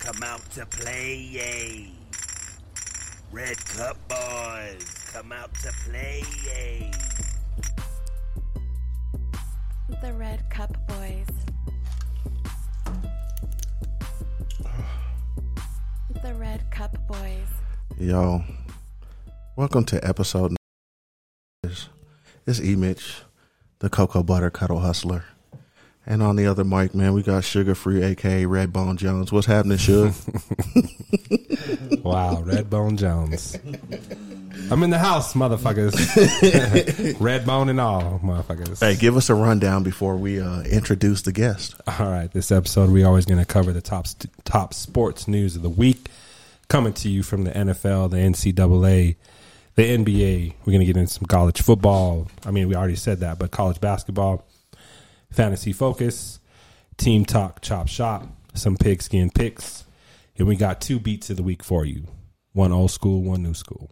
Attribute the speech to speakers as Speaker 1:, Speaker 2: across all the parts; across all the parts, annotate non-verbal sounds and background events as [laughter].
Speaker 1: to play, yay. Red Cup Boys, come out to play, yay.
Speaker 2: The Red Cup Boys. the Red Cup Boys.
Speaker 3: Yo, welcome to episode. It's E Mitch, the Cocoa Butter Cuddle Hustler. And on the other mic, man, we got Sugar Free, aka Red Bone Jones. What's happening, Sugar?
Speaker 4: Wow, Redbone Jones. I'm in the house, motherfuckers. Redbone and all, motherfuckers.
Speaker 3: hey, give us a rundown before we uh, introduce the guest.
Speaker 4: All right, this episode we're always going to cover the top st- top sports news of the week, coming to you from the NFL, the NCAA, the NBA. We're going to get into some college football. I mean, we already said that, but college basketball, fantasy focus, team talk, chop shop, some pigskin picks, and we got two beats of the week for you: one old school, one new school.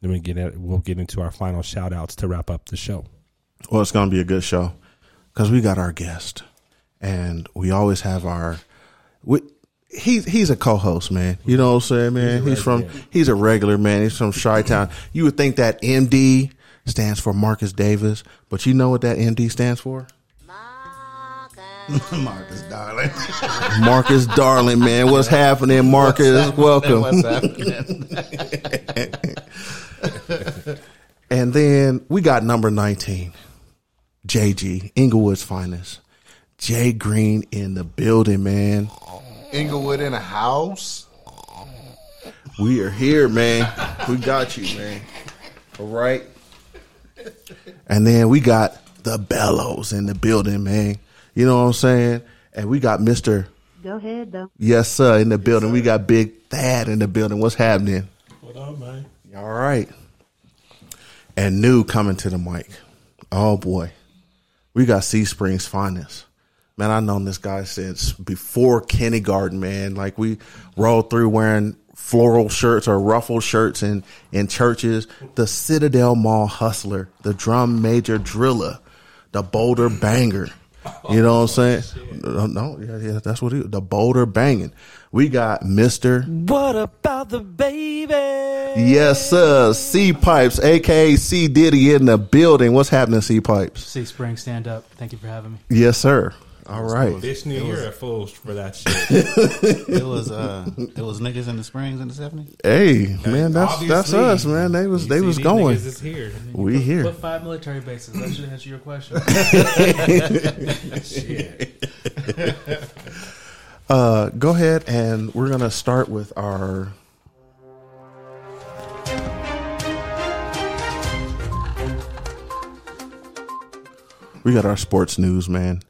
Speaker 4: Then we get at, we'll get into our final shout outs to wrap up the show.
Speaker 3: Well, it's going to be a good show because we got our guest, and we always have our. We, he's he's a co-host, man. You know what I'm saying, man. He's, from he's a regular man. He's from Chi Town. You would think that MD stands for Marcus Davis, but you know what that MD stands for? [laughs]
Speaker 5: Marcus, darling.
Speaker 3: Marcus Darling, man. What's happening, Marcus? Welcome.
Speaker 5: What's happening?
Speaker 3: And then we got number 19, JG, Inglewood's finest. Jay Green in the building, man.
Speaker 5: Inglewood in a house.
Speaker 3: We are here, man. We got you, man. All right. And then we got the bellows in the building, man. You know what I'm saying? And we got Mr.
Speaker 6: Go ahead though.
Speaker 3: Yes, sir, in the building. We got Big Thad in the building. What's happening? What up, man? All right. And new coming to the mic. Oh boy. We got Sea Springs finest. Man, I've known this guy since before kindergarten, man. Like we rolled through wearing floral shirts or ruffled shirts in, in churches. The Citadel Mall hustler, the drum major driller, the Boulder banger. You know what I'm saying? No, no, yeah, yeah, that's what he the Boulder banging. We got Mr.
Speaker 7: What about the baby?
Speaker 3: Yes, sir. C Pipes, aka C Diddy, in the building. What's happening, C Pipes?
Speaker 7: Six Spring, stand up. Thank you for having me.
Speaker 3: Yes, sir. All right.
Speaker 4: This new year, fools for that shit.
Speaker 5: It was uh, it was niggas in the springs in the seventies.
Speaker 3: Hey, man, that's that's
Speaker 4: Obviously.
Speaker 3: us, man. They was they was going.
Speaker 4: Is here.
Speaker 3: We here.
Speaker 7: What five military bases? That should answer your question.
Speaker 3: Uh, go ahead, and we're gonna start with our. We got our sports news, man.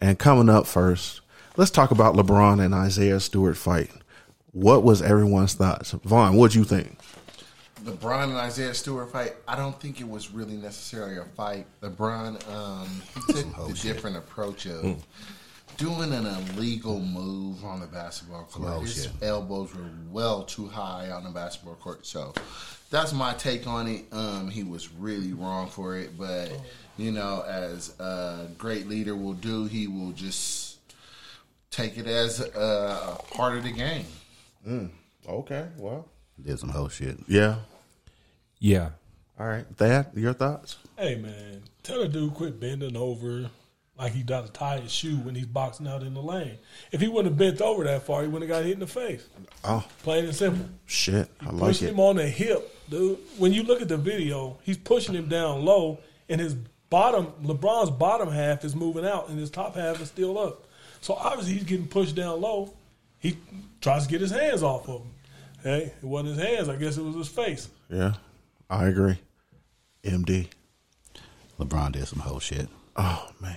Speaker 3: And coming up first, let's talk about LeBron and Isaiah Stewart fight. What was everyone's thoughts, Vaughn? What'd you think?
Speaker 5: LeBron and Isaiah Stewart fight. I don't think it was really necessarily a fight. LeBron um, he took the different approach of doing an illegal move on the basketball court. His elbows were [coughs] well too high on the basketball court. So that's my take on it. Um, he was really wrong for it, but you know, as a great leader will do, he will just take it as uh, a part of the game.
Speaker 3: Okay, well,
Speaker 5: Did some whole shit.
Speaker 3: yeah.
Speaker 4: [laughs] Yeah.
Speaker 3: All right, Thad, your thoughts?
Speaker 8: Hey man, tell the dude quit bending over like he got to tie his shoe when he's boxing out in the lane. If he wouldn't have bent over that far, he wouldn't have got hit in the face.
Speaker 3: Oh
Speaker 8: Plain and simple.
Speaker 3: shit, I like
Speaker 8: Push
Speaker 3: it.
Speaker 8: him on the hip, dude. When you look at the video, he's pushing him down low, and his bottom, LeBron's bottom half is moving out, and his top half is still up. So obviously he's getting pushed down low. He tries to get his hands off of him. Hey, it wasn't his hands. I guess it was his face.
Speaker 3: Yeah, I agree. MD.
Speaker 9: LeBron did some whole shit.
Speaker 3: Oh man.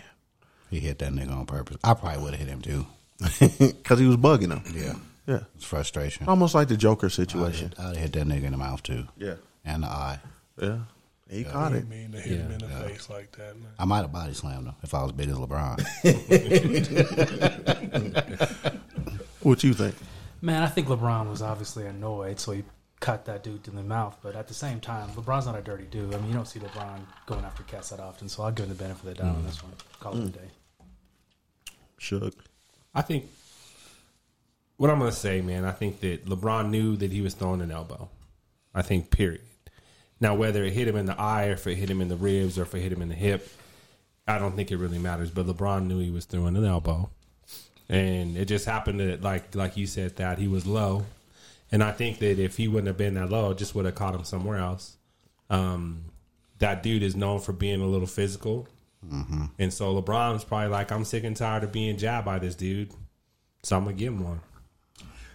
Speaker 9: He hit that nigga on purpose. I probably would have hit him [laughs] too.
Speaker 3: because he was bugging him.
Speaker 9: Yeah.
Speaker 3: Yeah.
Speaker 9: It's frustration. I
Speaker 3: Almost like the Joker situation.
Speaker 9: would have hit that nigga in the mouth too.
Speaker 3: Yeah.
Speaker 9: And the eye.
Speaker 3: Yeah. He caught it.
Speaker 8: I mean, to hit him in the face like that, man.
Speaker 9: I might have body slammed him if I was big as [laughs] LeBron.
Speaker 3: What you think?
Speaker 10: Man, I think LeBron was obviously annoyed, so he cut that dude in the mouth. But at the same time, LeBron's not a dirty dude. I mean, you don't see LeBron going after cats that often, so I'll give him the benefit of the doubt on this
Speaker 5: Mm.
Speaker 10: one. Call it a day.
Speaker 3: Shook.
Speaker 4: I think what I'm going to say, man, I think that LeBron knew that he was throwing an elbow. I think, period. Now, whether it hit him in the eye or if it hit him in the ribs or if it hit him in the hip, I don't think it really matters. But LeBron knew he was throwing an elbow. And it just happened that, like, like you said, that he was low. And I think that if he wouldn't have been that low, it just would have caught him somewhere else. Um, that dude is known for being a little physical. And so LeBron's probably like, I'm sick and tired of being jabbed by this dude. So I'm going to give him one.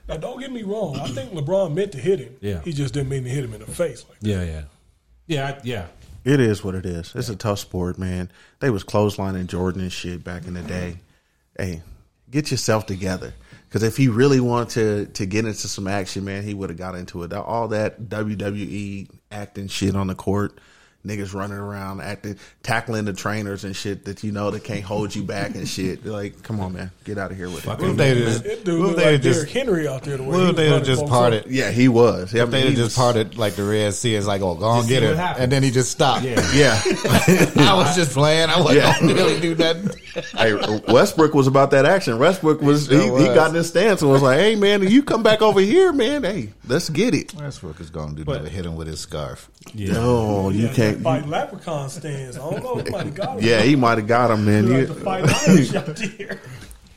Speaker 8: Now, don't get me wrong. I think LeBron meant to hit him.
Speaker 4: Yeah.
Speaker 8: He just didn't mean to hit him in the face. Like,
Speaker 4: Yeah, yeah. Yeah, I- yeah.
Speaker 3: It is what it is. It's a tough sport, man. They was clotheslining Jordan and shit back in the day. Hey, get yourself together. Because if he really wanted to, to get into some action, man, he would have got into it. All that WWE acting shit on the court, niggas running around acting, tackling the trainers and shit that you know that can't hold you back and shit. Like, come on, man, get out of here with it.
Speaker 9: What if they just,
Speaker 8: that
Speaker 9: what if
Speaker 8: dude looked
Speaker 9: they
Speaker 8: like
Speaker 9: just,
Speaker 8: Derrick Henry out there. The way
Speaker 9: what
Speaker 8: he
Speaker 9: if they
Speaker 8: running
Speaker 9: just
Speaker 8: folks
Speaker 9: parted?
Speaker 3: Yeah, he was. I
Speaker 9: If they
Speaker 3: mean, he was-
Speaker 9: just parted like the Red Sea, it's like, oh, go on,
Speaker 4: Just
Speaker 9: get
Speaker 4: see what
Speaker 9: it,
Speaker 4: happens.
Speaker 9: and then he just stopped.
Speaker 4: Yeah.
Speaker 3: Yeah.
Speaker 9: [laughs] I was just playing. I wasn't
Speaker 3: Yeah.
Speaker 9: gonna really do nothing.
Speaker 3: Hey, Westbrook was about that action. Westbrook was he,
Speaker 9: sure
Speaker 3: he,
Speaker 9: was.
Speaker 3: got in his stance and was like, "Hey man, you come back over here, man. Hey, let's get it."
Speaker 9: Westbrook is gonna do nothing. Hit him with his scarf.
Speaker 3: No, Oh, you
Speaker 8: Yeah,
Speaker 3: can't.
Speaker 8: that
Speaker 3: you-
Speaker 8: fight leprechaun stands. I don't know. He might
Speaker 3: [laughs]
Speaker 8: have got him.
Speaker 3: yeah, he might have got him, man.
Speaker 8: Like
Speaker 3: You-
Speaker 8: the fight
Speaker 3: [laughs]
Speaker 8: I shot there.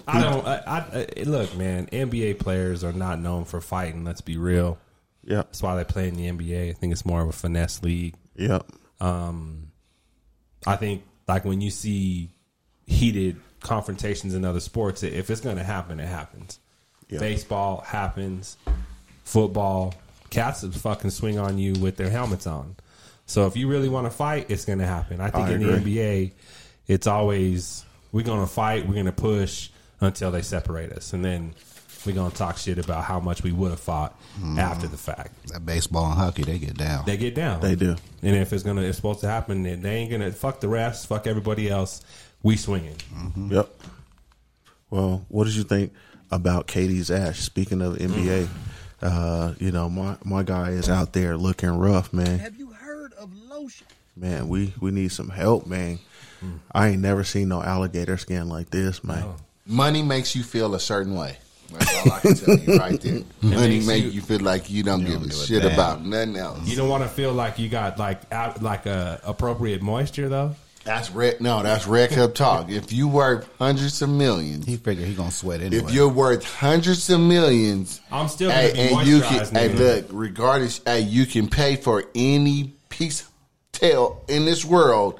Speaker 4: I don't. I, I, I look, man. NBA players are not known for fighting. Let's be real.
Speaker 3: yeah,
Speaker 4: That's why they play in the NBA. I think it's more of a finesse league.
Speaker 3: yeah,
Speaker 4: I think like when you see heated confrontations in other sports, if it's going to happen, it happens.
Speaker 3: Yeah.
Speaker 4: Baseball happens. Football, cats will fucking swing on you with their helmets on. So if you really want to fight, it's going to happen. I think
Speaker 3: I
Speaker 4: in
Speaker 3: agree.
Speaker 4: the NBA, it's always we're going to fight, we're going to push until they separate us, and then we're going to talk shit about how much we would have fought
Speaker 3: Mm-hmm.
Speaker 4: after the fact.
Speaker 9: That baseball and hockey, they get down.
Speaker 4: They get down.
Speaker 3: they do.
Speaker 4: And if it's gonna, it's supposed to happen. Then they ain't gonna fuck the refs, fuck everybody else. We swinging.
Speaker 5: Mm-hmm.
Speaker 3: Yep. Well, what did you think about Katie's ash? Speaking of NBA, uh, you know my my guy is out there looking rough, man.
Speaker 1: Have you heard of lotion?
Speaker 3: man, we we need some help, man. I ain't never seen no alligator skin like this, man.
Speaker 5: [laughs] Money makes you feel a certain way. That's all I can tell you right there. Money
Speaker 4: makes
Speaker 5: make
Speaker 4: you-
Speaker 5: you feel like you don't give a
Speaker 9: don't give a
Speaker 5: shit
Speaker 9: damn.
Speaker 5: about nothing else.
Speaker 4: You don't want to feel like you got like out, like uh, appropriate moisture though.
Speaker 5: That's red. No, that's red cup
Speaker 9: [laughs]
Speaker 5: talk. If you worth hundreds of millions,
Speaker 9: He figured he gonna sweat anyway.
Speaker 5: if you're worth hundreds of millions,
Speaker 4: I'm still gonna be
Speaker 5: and you can,
Speaker 4: moisturized,
Speaker 5: hey,
Speaker 4: nigga.
Speaker 5: look, regardless, hey, you can pay for any piece of tail in this world.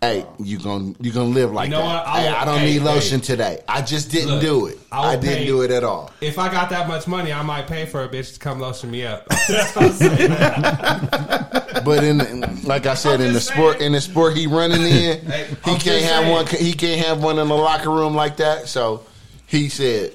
Speaker 5: Hey, you gonna you gonna live like
Speaker 4: know
Speaker 5: that?
Speaker 4: what? I
Speaker 5: Hey,
Speaker 4: will-
Speaker 5: I don't
Speaker 4: hey,
Speaker 5: need
Speaker 4: hey.
Speaker 5: lotion today. I just didn't
Speaker 4: Look,
Speaker 5: do it.
Speaker 4: I will
Speaker 5: I, didn't
Speaker 4: pay-
Speaker 5: do it at all.
Speaker 4: If I got that much money, I might pay for a bitch to come lotion me
Speaker 9: [laughs]
Speaker 4: up.
Speaker 5: But in like I said,
Speaker 4: I'm
Speaker 5: in the
Speaker 4: just
Speaker 5: sport,
Speaker 4: saying.
Speaker 5: in the sport he running in,
Speaker 4: Hey,
Speaker 5: he
Speaker 4: I'm
Speaker 5: can't
Speaker 4: just
Speaker 5: have
Speaker 4: saying.
Speaker 5: one. He can't have one in the locker room like that. So he said,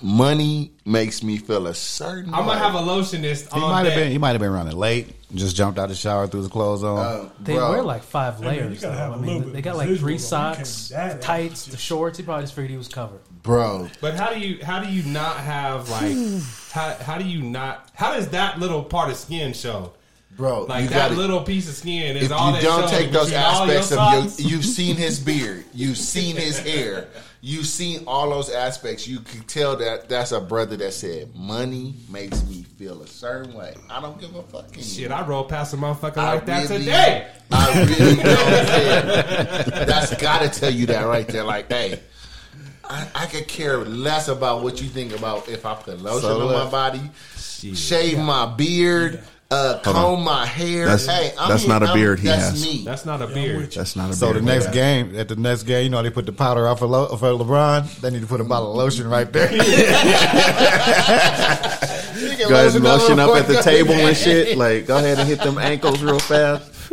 Speaker 5: "Money makes me feel a certain."
Speaker 4: I'm
Speaker 5: way."
Speaker 4: gonna have a lotionist.
Speaker 9: he
Speaker 4: on
Speaker 9: might have
Speaker 4: deck.
Speaker 9: been. He might have been running late. Just jumped out the shower, threw his clothes on.
Speaker 5: Uh,
Speaker 10: They
Speaker 5: Bro.
Speaker 10: wear like five
Speaker 8: man, you
Speaker 10: layers.
Speaker 8: gotta
Speaker 10: though.
Speaker 8: have a
Speaker 10: I
Speaker 8: little
Speaker 10: mean,
Speaker 8: bit
Speaker 10: they
Speaker 8: of
Speaker 10: got like
Speaker 8: residual,
Speaker 10: three
Speaker 8: though. You
Speaker 10: socks,
Speaker 8: can't die
Speaker 10: the
Speaker 8: that
Speaker 10: tights, the shorts. He probably just figured he was covered.
Speaker 5: bro.
Speaker 4: But how do you how do you not have like
Speaker 5: [sighs]
Speaker 4: how how do you not how does that little part of skin show?
Speaker 5: Bro,
Speaker 4: Like
Speaker 5: you
Speaker 4: that
Speaker 5: gotta-
Speaker 4: little piece of skin is
Speaker 5: If
Speaker 4: all
Speaker 5: you
Speaker 4: that
Speaker 5: don't
Speaker 4: shows
Speaker 5: take those
Speaker 4: between all
Speaker 5: aspects
Speaker 4: your
Speaker 5: of
Speaker 4: socks.
Speaker 5: your, you've seen his beard, you've seen his hair, you've seen all those aspects. You can tell that that's a brother that said, "Money makes me feel a certain way. I don't give a fucking
Speaker 4: Shit, I rolled past a motherfucker
Speaker 5: I
Speaker 4: like that
Speaker 5: really-
Speaker 4: today.
Speaker 5: I really don't care. That's got to tell you that right there. Like, hey, I, I could care less about what you think about if I put lotion
Speaker 9: So
Speaker 5: on
Speaker 9: what?
Speaker 5: my body, shave my beard, uh, comb my hair.
Speaker 3: That's-
Speaker 5: hey, I'm
Speaker 3: that's not a
Speaker 5: I'm-
Speaker 3: beard he
Speaker 5: that's
Speaker 3: has.
Speaker 5: Me.
Speaker 4: That's not a
Speaker 8: I'm
Speaker 4: beard.
Speaker 8: with you.
Speaker 3: That's not a
Speaker 9: So the
Speaker 3: beard.
Speaker 9: next game, at the next game, you know how they put the powder out for, Lo- for LeBron. They need to put a bottle of lotion right there.
Speaker 3: [laughs] Go ahead and lotion up at the table and
Speaker 9: [laughs]
Speaker 3: shit. Like, go ahead and hit them ankles real fast.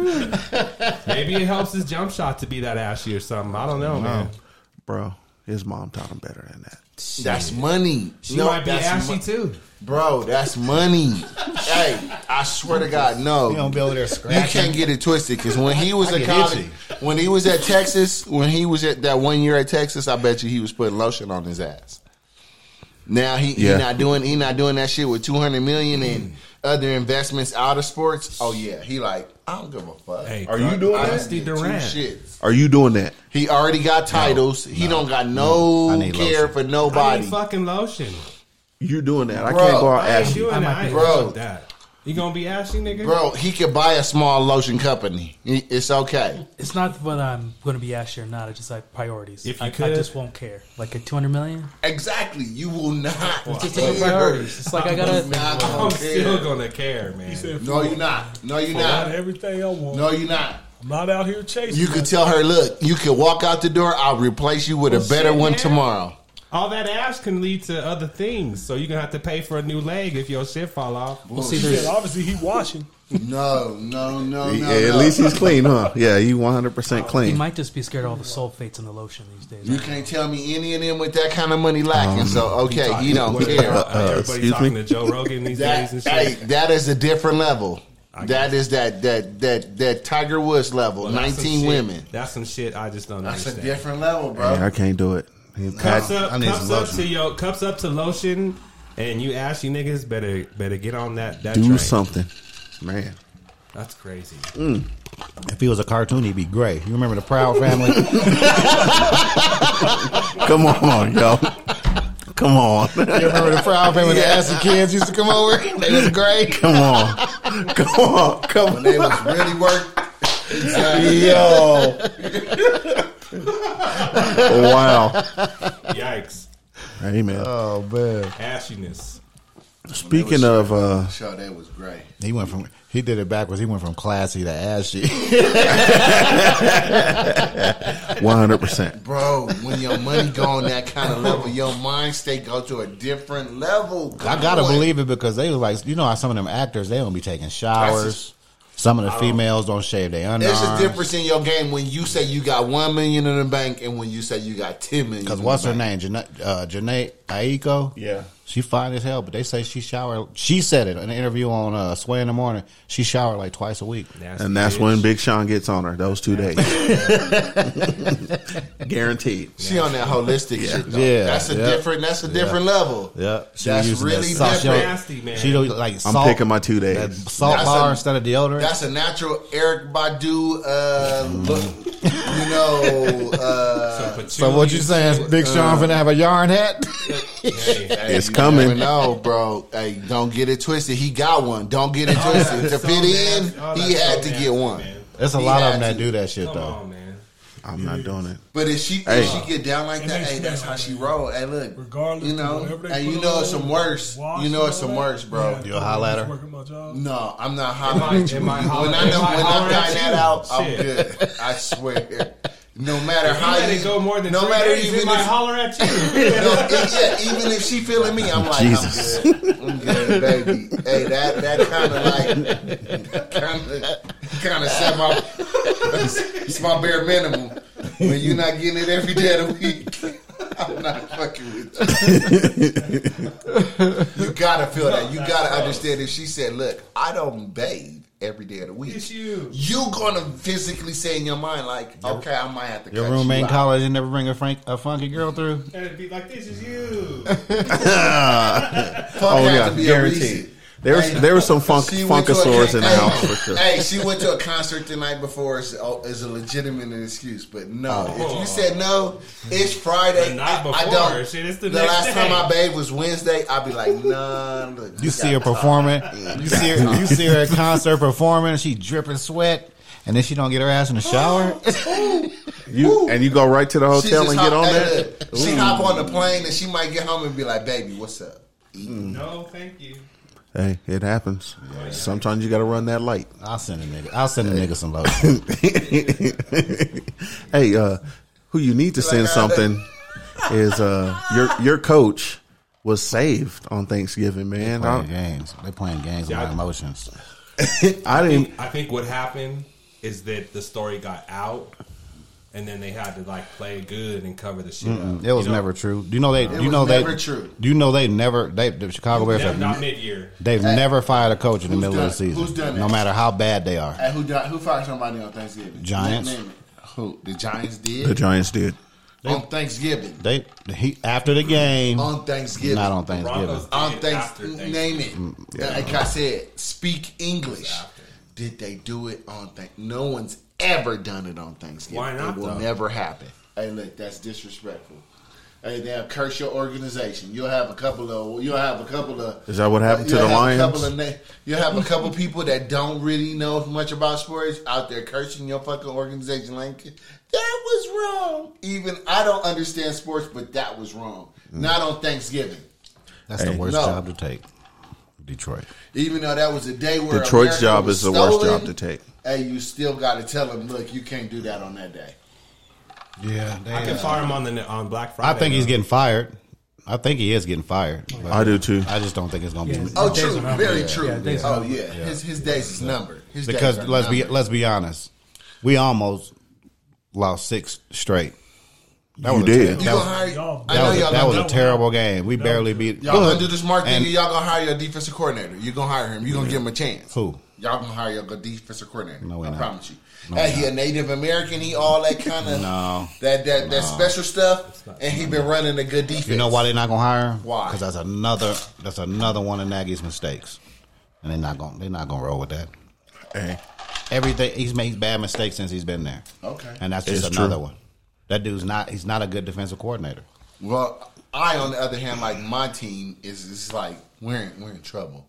Speaker 4: Maybe it helps his jump shot to be that ashy or something. I don't know, man.
Speaker 3: Bro, his mom taught him better than that.
Speaker 5: That's money.
Speaker 4: She
Speaker 5: No,
Speaker 4: might be
Speaker 5: that's
Speaker 4: ashy
Speaker 5: mon-
Speaker 4: too.
Speaker 5: bro. That's money. hey, I swear to God, no.
Speaker 9: You don't be over there
Speaker 5: You
Speaker 9: scratching.
Speaker 5: can't get it twisted because when he was
Speaker 9: I
Speaker 5: at
Speaker 9: get
Speaker 5: college,
Speaker 9: itchy.
Speaker 5: when he was at Texas, when he was at that one year at Texas, I bet you he was putting lotion on his ass. Now he,
Speaker 3: Yeah.
Speaker 5: he not doing he not doing that shit with two hundred million and other investments out of sports. Oh yeah, he like I don't give a fuck.
Speaker 4: Hey,
Speaker 3: Are you doing
Speaker 5: I
Speaker 3: that?
Speaker 5: don't
Speaker 4: Dusty
Speaker 5: get two
Speaker 4: Durant.
Speaker 5: shits.
Speaker 3: Are you doing that?
Speaker 5: He already got titles. he don't got
Speaker 9: no.
Speaker 5: no,
Speaker 9: I need
Speaker 5: care
Speaker 9: lotion.
Speaker 5: for
Speaker 4: I
Speaker 5: nobody.
Speaker 4: need fucking lotion.
Speaker 3: you doing that. I
Speaker 5: Bro,
Speaker 3: can't go out
Speaker 4: I ain't
Speaker 3: asking.
Speaker 4: doing that. I ain't
Speaker 5: Bro.
Speaker 4: doing that. You gonna be ashy, nigga?
Speaker 5: Bro, he could buy a small lotion company. He- It's okay.
Speaker 10: It's not whether I'm going to be ashy or not. It's just like priorities.
Speaker 4: If you
Speaker 10: I, I
Speaker 4: could.
Speaker 10: just won't care. Like at 200 million,
Speaker 5: Exactly. You will not.
Speaker 10: just different priorities. It's like I
Speaker 5: You're [laughs]
Speaker 10: gotta.
Speaker 5: not
Speaker 4: [laughs]
Speaker 5: gonna
Speaker 4: I'm
Speaker 5: care.
Speaker 4: still gonna care, man.
Speaker 5: No, you're not. No, you're
Speaker 8: Got
Speaker 5: not.
Speaker 8: everything I want.
Speaker 5: No, you're not.
Speaker 8: I'm not out here chasing.
Speaker 5: You could tell her, look, you could walk out the door. I'll replace you with a better
Speaker 4: shit,
Speaker 5: one
Speaker 4: man.
Speaker 5: tomorrow.
Speaker 4: All that ash can lead to other things, so you're gonna have to pay for a new leg if your shit fall off.
Speaker 10: Well, see,
Speaker 8: Shit,
Speaker 10: there's,
Speaker 8: obviously he washing.
Speaker 5: No, no, no, no.
Speaker 3: Yeah, at
Speaker 5: no.
Speaker 3: least he's clean, huh? Yeah, you 100%
Speaker 10: he
Speaker 3: clean.
Speaker 10: might just be scared of all the sulfates in the lotion these days.
Speaker 5: you can't tell me any of them with that kind of money lacking. so okay, Um, he don't care. Uh,
Speaker 4: Everybody's
Speaker 3: excuse
Speaker 4: talking
Speaker 3: me?
Speaker 4: to Joe Rogan these
Speaker 5: That,
Speaker 4: days and
Speaker 5: hey,
Speaker 4: shit.
Speaker 5: that is a different level. That is that that that that Tiger Woods level.
Speaker 4: Well, that's some
Speaker 5: Nineteen
Speaker 4: shit-
Speaker 5: women.
Speaker 4: That's some shit I just don't
Speaker 5: That's a
Speaker 4: understand.
Speaker 5: different level, bro.
Speaker 3: Yeah, I can't do it.
Speaker 4: cups
Speaker 3: I-
Speaker 4: up,
Speaker 3: I need
Speaker 4: cups
Speaker 3: some
Speaker 4: up
Speaker 3: lotion.
Speaker 4: to your cups up to lotion, and you ashy niggas better better get on that that
Speaker 3: Do
Speaker 4: train.
Speaker 3: something. Man.
Speaker 4: That's crazy.
Speaker 9: If he was a cartoon, he'd be gray. You remember the Proud Family?
Speaker 3: Come on, yo. Come on. [laughs]
Speaker 9: you remember the Proud Family? The acid kids used to come
Speaker 5: [laughs]
Speaker 9: over. They was gray.
Speaker 3: Come on. Come on. Come
Speaker 5: When
Speaker 3: on.
Speaker 5: they was really work.
Speaker 3: Yo. wow.
Speaker 4: Yikes,
Speaker 3: Hey, man.
Speaker 5: Uh,
Speaker 9: Oh man,
Speaker 4: ashiness.
Speaker 3: Speaking of, uh,
Speaker 5: Sure, they was great.
Speaker 9: he went from he did it backwards. He went from classy to ashy. [laughs]
Speaker 3: 100%.
Speaker 5: Bro, when your money go on that kind of level, your mind state go to a different level.
Speaker 9: I gotta
Speaker 5: Come on.
Speaker 9: believe it because they was like you know how some of them actors they don't be taking showers. Some of the females don't shave their
Speaker 5: There's a
Speaker 9: underarms.
Speaker 5: difference in your game when you say you got one million in the bank and when you say you got ten million.
Speaker 9: Because
Speaker 5: in
Speaker 9: what's
Speaker 5: the
Speaker 9: her
Speaker 5: bank.
Speaker 9: name? Janae, uh, Janae Aiko.
Speaker 3: Yeah.
Speaker 9: She fine as hell, but they say she showered. She said it in an interview on uh, Sway in the Morning. She showered like twice a week.
Speaker 4: Nasty
Speaker 3: And that's
Speaker 4: bitch.
Speaker 3: when Big Sean gets on her, those two days. Guaranteed.
Speaker 5: She on that holistic shit. Though.
Speaker 9: Yeah,
Speaker 5: that's a
Speaker 9: yeah.
Speaker 5: different. That's a different level.
Speaker 9: Yeah,
Speaker 5: Uh, That's really different.
Speaker 4: Nasty, man.
Speaker 9: She do like
Speaker 3: I'm
Speaker 9: salt,
Speaker 3: taking my two
Speaker 9: that
Speaker 3: days.
Speaker 4: Oh,
Speaker 9: salt
Speaker 5: That's
Speaker 9: bar
Speaker 5: a-
Speaker 9: instead of deodorant.
Speaker 5: That's a natural Eric Badu. Uh, look, you know.
Speaker 9: [laughs]
Speaker 5: Uh,
Speaker 4: But
Speaker 9: so what you saying? is Big Sean finna have a yarn hat?
Speaker 5: hey,
Speaker 3: It's
Speaker 5: you
Speaker 3: coming.
Speaker 5: never know, bro. Hey, don't get it twisted. He got one. Don't get it
Speaker 4: All
Speaker 5: twisted.
Speaker 4: Oh, that's so
Speaker 5: To fit
Speaker 4: nasty.
Speaker 5: in,
Speaker 4: All
Speaker 5: he
Speaker 4: that's so
Speaker 5: had to
Speaker 4: nasty,
Speaker 5: get one.
Speaker 4: man.
Speaker 9: There's a
Speaker 5: He
Speaker 9: lot of
Speaker 5: had
Speaker 9: them that
Speaker 5: to.
Speaker 9: do that shit
Speaker 4: Come
Speaker 9: though.
Speaker 4: on, man.
Speaker 3: I'm not doing it.
Speaker 5: But if she
Speaker 3: Hey.
Speaker 5: if she get down like
Speaker 8: And
Speaker 5: that,
Speaker 8: they
Speaker 5: hey, that's
Speaker 8: smell
Speaker 5: how
Speaker 8: it,
Speaker 5: she
Speaker 8: man.
Speaker 5: roll. Hey, look,
Speaker 8: Regardless,
Speaker 5: you know,
Speaker 8: whatever they
Speaker 5: and
Speaker 8: put
Speaker 5: you know
Speaker 8: on,
Speaker 5: it's some worse.
Speaker 8: wash
Speaker 5: You know
Speaker 8: and
Speaker 5: it's
Speaker 8: all
Speaker 5: some
Speaker 8: that.
Speaker 5: worse, bro.
Speaker 8: Yeah,
Speaker 9: You a holler at her?
Speaker 8: I'm working my job.
Speaker 5: No, I'm not
Speaker 4: Am I-
Speaker 5: hollering. at you.
Speaker 4: am I
Speaker 5: when
Speaker 4: hollering-
Speaker 5: I know
Speaker 4: am I
Speaker 5: when I
Speaker 4: hollering at
Speaker 5: find that
Speaker 4: you?
Speaker 5: out, I'm
Speaker 4: Shit.
Speaker 5: good. I swear. No matter
Speaker 4: If you
Speaker 5: how
Speaker 4: let
Speaker 5: you
Speaker 4: it go more than
Speaker 5: no
Speaker 4: three
Speaker 5: matter
Speaker 4: days,
Speaker 5: even
Speaker 4: it might
Speaker 5: if-
Speaker 4: holler at you. [laughs]
Speaker 5: [laughs] no, e- yeah, even if she feeling me, I'm like,
Speaker 3: Jesus.
Speaker 5: I'm good. I'm good, baby. hey, that that kind of like kind of kind of set my it's my bare minimum. When you're not getting it every day of the week, [laughs] I'm not fucking with you. you gotta feel that. You gotta understand. If she said, "Look, I don't bathe every day of the week,"
Speaker 4: It's you.
Speaker 5: you gonna physically say in your mind, like, "Okay, I might have to."
Speaker 9: Your
Speaker 5: cut
Speaker 9: roommate
Speaker 5: you
Speaker 9: in
Speaker 5: out.
Speaker 9: college didn't never bring a frank a funky girl through.
Speaker 4: And it'd be like, this is you.
Speaker 5: Fuck
Speaker 3: Oh,
Speaker 5: had
Speaker 3: yeah,
Speaker 5: to be
Speaker 3: guaranteed.
Speaker 5: a reason.
Speaker 3: There was- there was some funk-
Speaker 5: She went to a
Speaker 3: funkasaurs
Speaker 5: con-
Speaker 3: in the
Speaker 5: hey,
Speaker 3: house for sure.
Speaker 5: Hey, she went to a concert the night before is, oh, is a legitimate excuse, but no.
Speaker 9: Oh.
Speaker 5: If you said no, it's Friday.
Speaker 4: The night
Speaker 5: I- I
Speaker 4: before.
Speaker 5: don't.
Speaker 4: Shit, it's the
Speaker 5: the
Speaker 4: next
Speaker 5: last time
Speaker 4: day.
Speaker 5: I bathed was Wednesday. I'd be like, nah. Look,
Speaker 9: You see her performing. You see her. You see her at concert performing. She dripping sweat, and then she don't get her ass in the shower.
Speaker 3: You and you go right to the
Speaker 5: She
Speaker 3: hotel
Speaker 5: just
Speaker 3: and get
Speaker 5: hop-
Speaker 3: on
Speaker 5: hey,
Speaker 3: that.
Speaker 5: look, She hop on the plane and she might get home and be like, baby, what's up?
Speaker 4: No, thank you.
Speaker 3: Hey, it happens. Sometimes you got to run that light.
Speaker 9: I'll send a nigga. I'll send a nigga some lotion.
Speaker 3: [laughs] hey, uh, who you need to send
Speaker 5: Like, uh, [laughs]
Speaker 3: something is uh your your coach was saved on Thanksgiving, man.
Speaker 9: Playing
Speaker 3: I,
Speaker 9: games. They playing games with my
Speaker 4: Yeah.
Speaker 9: emotions.
Speaker 3: [laughs] I didn't.
Speaker 4: I think what happened is that the story got out, and then they had to like play good and cover the shit. up.
Speaker 9: It was
Speaker 4: You know,
Speaker 9: never true. Do you know they?
Speaker 5: It
Speaker 9: you
Speaker 5: was
Speaker 9: know they?
Speaker 5: never true.
Speaker 9: Do you know they never? They the Chicago Bears.
Speaker 4: Not,
Speaker 9: Have,
Speaker 4: not mid year.
Speaker 9: they've never fired a coach in the
Speaker 5: who's
Speaker 9: middle
Speaker 5: done
Speaker 9: of the
Speaker 5: it?
Speaker 9: season.
Speaker 5: Who's done it?
Speaker 9: no matter how bad they are.
Speaker 5: Hey, who di- who fired somebody on Thanksgiving?
Speaker 9: Giants.
Speaker 5: Name it. Who? The Giants did?
Speaker 3: The Giants did.
Speaker 5: on Thanksgiving.
Speaker 9: They he after the game.
Speaker 5: On Thanksgiving.
Speaker 9: Not on
Speaker 4: Broncos
Speaker 9: Thanksgiving.
Speaker 5: on
Speaker 4: did it
Speaker 5: thanks,
Speaker 4: after Thanksgiving.
Speaker 5: name it. Like I said, speak English. Did they do it on Thank? No one's ever done it on Thanksgiving.
Speaker 4: Why not,
Speaker 5: It will
Speaker 4: though?
Speaker 5: never happen. Hey, look, that's disrespectful. Hey, they'll curse your organization. You'll have a couple of. You'll have a couple of.
Speaker 3: Is that what happened to
Speaker 5: you'll
Speaker 3: the
Speaker 5: have a
Speaker 3: Lions?
Speaker 5: couple of na- you'll have a couple people that don't really know much about sports out there cursing your fucking organization. Like that was wrong. Even I don't understand sports, but that was wrong.
Speaker 3: Mm.
Speaker 5: Not on Thanksgiving.
Speaker 9: That's the
Speaker 3: Hey,
Speaker 9: worst
Speaker 5: no.
Speaker 9: job to take. Detroit.
Speaker 5: Even though that was a day where
Speaker 3: Detroit's
Speaker 5: America
Speaker 3: job
Speaker 5: was
Speaker 3: is the worst
Speaker 5: stolen,
Speaker 3: job to take.
Speaker 5: Hey, you still got to tell them, look, you can't do that on that day.
Speaker 9: Yeah,
Speaker 4: I can fire him on the on Black
Speaker 9: I
Speaker 4: Friday.
Speaker 9: think he's getting fired. I think he is getting fired. but
Speaker 3: I do too.
Speaker 9: I just don't think it's gonna be
Speaker 5: Oh,
Speaker 10: Days
Speaker 5: true,
Speaker 10: are numbered.
Speaker 5: very
Speaker 10: Yeah,
Speaker 5: true.
Speaker 10: yeah, days are
Speaker 5: oh, yeah. his his days is numbered. His
Speaker 9: because
Speaker 5: days are
Speaker 9: let's be
Speaker 5: numbered.
Speaker 9: let's be honest, we almost lost six straight. That
Speaker 3: You did.
Speaker 9: a ter-
Speaker 5: You
Speaker 9: That
Speaker 5: gonna
Speaker 9: was,
Speaker 5: hire?
Speaker 8: Y'all-
Speaker 5: I
Speaker 9: that
Speaker 5: know
Speaker 9: was, a-
Speaker 5: y'all.
Speaker 9: that was
Speaker 5: gonna,
Speaker 9: a terrible game. We barely beat.
Speaker 5: y'all gonna do this smart thing.
Speaker 9: And-
Speaker 5: Y'all gonna hire your defensive coordinator. You gonna hire him. You gonna give him a chance.
Speaker 9: Who?
Speaker 5: Y'all gonna hire your defensive coordinator?
Speaker 9: No, we
Speaker 5: I
Speaker 9: not.
Speaker 5: promise you.
Speaker 9: No,
Speaker 5: hey,
Speaker 9: we
Speaker 5: he a Native American. He all that kind of
Speaker 9: [laughs] No.
Speaker 5: that that that special stuff, and he been running a good defense.
Speaker 9: You know why they're not gonna hire him?
Speaker 5: Why?
Speaker 9: Because that's another that's another one of Nagy's mistakes, and they're not gonna they're not gonna roll with that.
Speaker 3: Hey,
Speaker 9: Everything he's made bad mistakes since he's been there.
Speaker 5: Okay.
Speaker 9: and that's just
Speaker 3: It's
Speaker 9: another
Speaker 3: true.
Speaker 9: one. That dude's not he's not a good defensive coordinator.
Speaker 5: Well, I on the other hand, like my team is is like we're in, we're in trouble.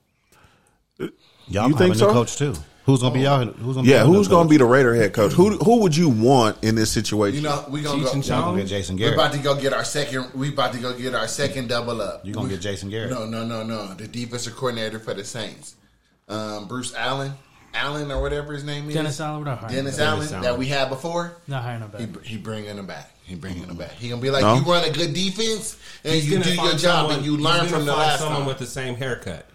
Speaker 9: Y'all
Speaker 3: You
Speaker 9: gonna have
Speaker 3: think
Speaker 9: a new
Speaker 3: so?
Speaker 9: coach too. Who's gonna be y'all? Who's gonna
Speaker 3: yeah,
Speaker 9: be y'all
Speaker 3: who's
Speaker 9: new
Speaker 3: going to
Speaker 9: coach?
Speaker 3: be the Raider head coach? Who who would you want in this situation?
Speaker 5: You know, we gonna
Speaker 4: Cheech and
Speaker 5: go.
Speaker 9: Y'all
Speaker 4: Chong?
Speaker 9: gonna get Jason
Speaker 5: We're
Speaker 9: Garrett?
Speaker 5: about to go get our second. We about to go get our second double up.
Speaker 9: You gonna get Jason Garrett?
Speaker 5: No, no, no, no. The defensive coordinator for the Saints, um, Bruce Allen, Allen or whatever his name is,
Speaker 10: Dennis Allen, we're not hiring.
Speaker 5: Dennis
Speaker 10: him.
Speaker 5: Allen, that we had before.
Speaker 10: Not hiring him back.
Speaker 5: He, he bringing him back. He bringing him back. He gonna be like,
Speaker 3: No.
Speaker 5: you run a good defense and
Speaker 4: He's
Speaker 5: you
Speaker 4: gonna
Speaker 5: do your
Speaker 4: find
Speaker 5: job
Speaker 4: someone-
Speaker 5: and you
Speaker 4: he's
Speaker 5: learn
Speaker 4: gonna
Speaker 5: from the
Speaker 4: find
Speaker 5: last
Speaker 4: someone
Speaker 5: time.
Speaker 4: with the same haircut.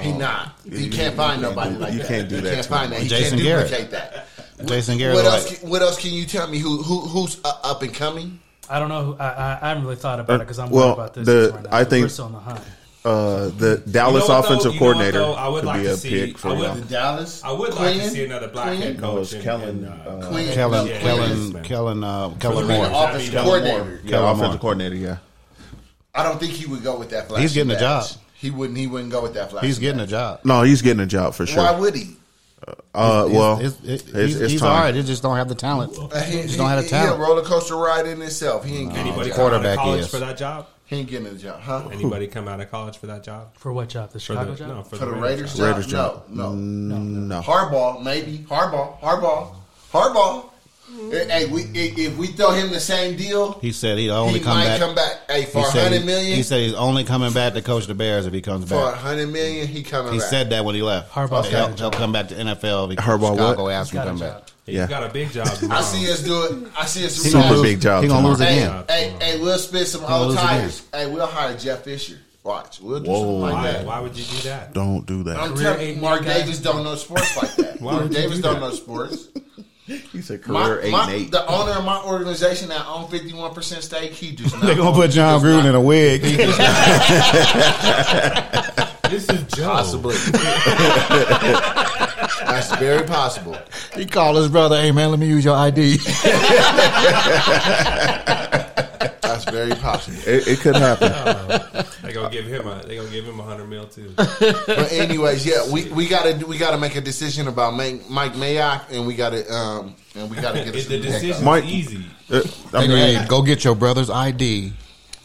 Speaker 5: he not. He can't find nobody
Speaker 3: do-
Speaker 5: like
Speaker 3: you
Speaker 5: that.
Speaker 3: can't do
Speaker 5: He
Speaker 3: that
Speaker 5: can't
Speaker 3: to
Speaker 5: find that. He
Speaker 9: Jason
Speaker 5: can't
Speaker 9: Garrett.
Speaker 5: duplicate that.
Speaker 9: Jason Garrett.
Speaker 5: What else?
Speaker 9: like-
Speaker 5: Can, what else can you tell me? Who who who's uh, up and coming?
Speaker 10: I don't know. Who, I, I, I haven't really thought about it
Speaker 5: Uh,
Speaker 10: because I'm
Speaker 3: Well,
Speaker 10: worried about this
Speaker 3: the-
Speaker 10: right now.
Speaker 3: I think-
Speaker 10: we're still on the hunt.
Speaker 3: uh, the Dallas
Speaker 4: You know what, though?
Speaker 3: offensive
Speaker 4: You know what,
Speaker 3: coordinator
Speaker 4: though? I would
Speaker 3: could
Speaker 4: like
Speaker 3: be
Speaker 4: to
Speaker 3: a
Speaker 4: see-
Speaker 3: pick for
Speaker 4: I would-
Speaker 3: y'all.
Speaker 5: The Dallas.
Speaker 4: I would like to
Speaker 5: Quinn?
Speaker 4: see another black
Speaker 5: Quinn?
Speaker 4: head
Speaker 3: No,
Speaker 4: coach.
Speaker 3: it's
Speaker 4: and-
Speaker 3: Kellen,
Speaker 4: and,
Speaker 3: uh,
Speaker 5: Quinn.
Speaker 9: Kellen,
Speaker 5: No, Quinn.
Speaker 9: Kellen, Kellen, uh, Kellen
Speaker 5: Quinn, the
Speaker 9: Moore.
Speaker 5: offensive
Speaker 4: Kellen
Speaker 5: coordinator.
Speaker 3: Yeah,
Speaker 9: Kellen
Speaker 3: offensive
Speaker 9: Moore.
Speaker 3: coordinator. Yeah,
Speaker 5: I don't think he would go with that flash.
Speaker 9: He's getting a job.
Speaker 5: He wouldn't. He wouldn't go with that flash.
Speaker 9: He's getting a job.
Speaker 3: no, he's getting a job for sure.
Speaker 5: Why would he?
Speaker 3: uh, well,
Speaker 9: It's- it's-
Speaker 3: it's,
Speaker 9: it-
Speaker 3: it's,
Speaker 9: he's, he's
Speaker 3: time.
Speaker 9: all right. He just don't have the talent.
Speaker 5: Uh, He,
Speaker 9: Just don't have the
Speaker 5: he- He a
Speaker 9: talent.
Speaker 5: roller coaster ride in itself. He ain't getting
Speaker 4: Anybody
Speaker 5: a
Speaker 4: come
Speaker 5: job.
Speaker 4: out of
Speaker 9: Quarterback
Speaker 4: college
Speaker 9: is.
Speaker 4: for that job?
Speaker 5: He ain't getting a job, huh?
Speaker 4: Anybody come out of college for that job?
Speaker 10: For what job? The
Speaker 4: For
Speaker 10: Chicago
Speaker 4: the,
Speaker 10: job?
Speaker 4: No, for,
Speaker 5: For the
Speaker 4: Raiders.
Speaker 5: Raiders,
Speaker 3: Raiders
Speaker 5: job?
Speaker 3: job.
Speaker 5: No, no.
Speaker 9: Mm.
Speaker 3: No,
Speaker 5: Harbaugh, maybe. Harbaugh. Harbaugh. Harbaugh. Eh, Hey, we, i- if we throw him the same deal,
Speaker 9: He said he'll only
Speaker 5: he
Speaker 9: come
Speaker 5: might
Speaker 9: back.
Speaker 5: come back. Hey, for
Speaker 9: he,
Speaker 5: a
Speaker 9: said
Speaker 5: hundred
Speaker 9: he-
Speaker 5: million,
Speaker 9: he said he's only coming back to coach the Bears if he comes
Speaker 5: for a
Speaker 9: back.
Speaker 5: hundred million, he coming
Speaker 9: He
Speaker 5: back.
Speaker 9: said that when he left.
Speaker 10: Harbaugh
Speaker 9: he'll,
Speaker 10: got a
Speaker 9: he'll come back to NFL. If he,
Speaker 3: Harbaugh
Speaker 9: Chicago
Speaker 3: what?
Speaker 9: asked him
Speaker 10: Got
Speaker 9: to
Speaker 10: a
Speaker 9: come
Speaker 10: job.
Speaker 9: back.
Speaker 4: He's
Speaker 3: Yeah.
Speaker 4: got a big job.
Speaker 5: [laughs] I see us do it. I see us.
Speaker 9: He gonna
Speaker 3: Super
Speaker 9: lose-
Speaker 3: big job
Speaker 9: He gonna lose
Speaker 5: Hey,
Speaker 9: again.
Speaker 5: hey, hey, we'll spend some old
Speaker 9: lose again.
Speaker 5: tires. Hey, we'll hire Jeff Fisher. Watch, we'll do something like that.
Speaker 4: Why, why would you do that?
Speaker 3: don't do that.
Speaker 5: I'm
Speaker 10: Career
Speaker 5: telling you,
Speaker 10: eight
Speaker 5: Mark
Speaker 10: guy.
Speaker 5: Davis don't know sports like that.
Speaker 4: Why
Speaker 5: Mark
Speaker 4: would you
Speaker 5: Davis
Speaker 4: do
Speaker 5: don't
Speaker 4: that?
Speaker 5: know sports.
Speaker 3: He's a
Speaker 5: My-
Speaker 3: career eight
Speaker 5: my-
Speaker 3: and eight.
Speaker 4: [laughs]
Speaker 5: The owner of my organization that own fifty one percent stake, he
Speaker 4: [laughs]
Speaker 5: just
Speaker 9: They're gonna put John Gruden in a wig.
Speaker 4: This is Joe.
Speaker 5: possibly. That's very possible.
Speaker 9: [laughs] he called his brother, "Hey man, let me use your [laughs] ID."
Speaker 5: That's very possible.
Speaker 3: it, it could happen.
Speaker 4: They gonna give him a. They gonna give him a hundred mil
Speaker 5: [laughs]
Speaker 4: too.
Speaker 5: But anyways, yeah, we, we gotta do- we gotta make a decision about Mike, Mike Mayock, and we gotta um and we gotta get us
Speaker 4: It, the
Speaker 5: a new head coach.
Speaker 4: decision's
Speaker 3: Mike-
Speaker 4: easy.
Speaker 3: Uh, I
Speaker 9: Hey,
Speaker 3: mean,
Speaker 9: hey, go get your brother's ID,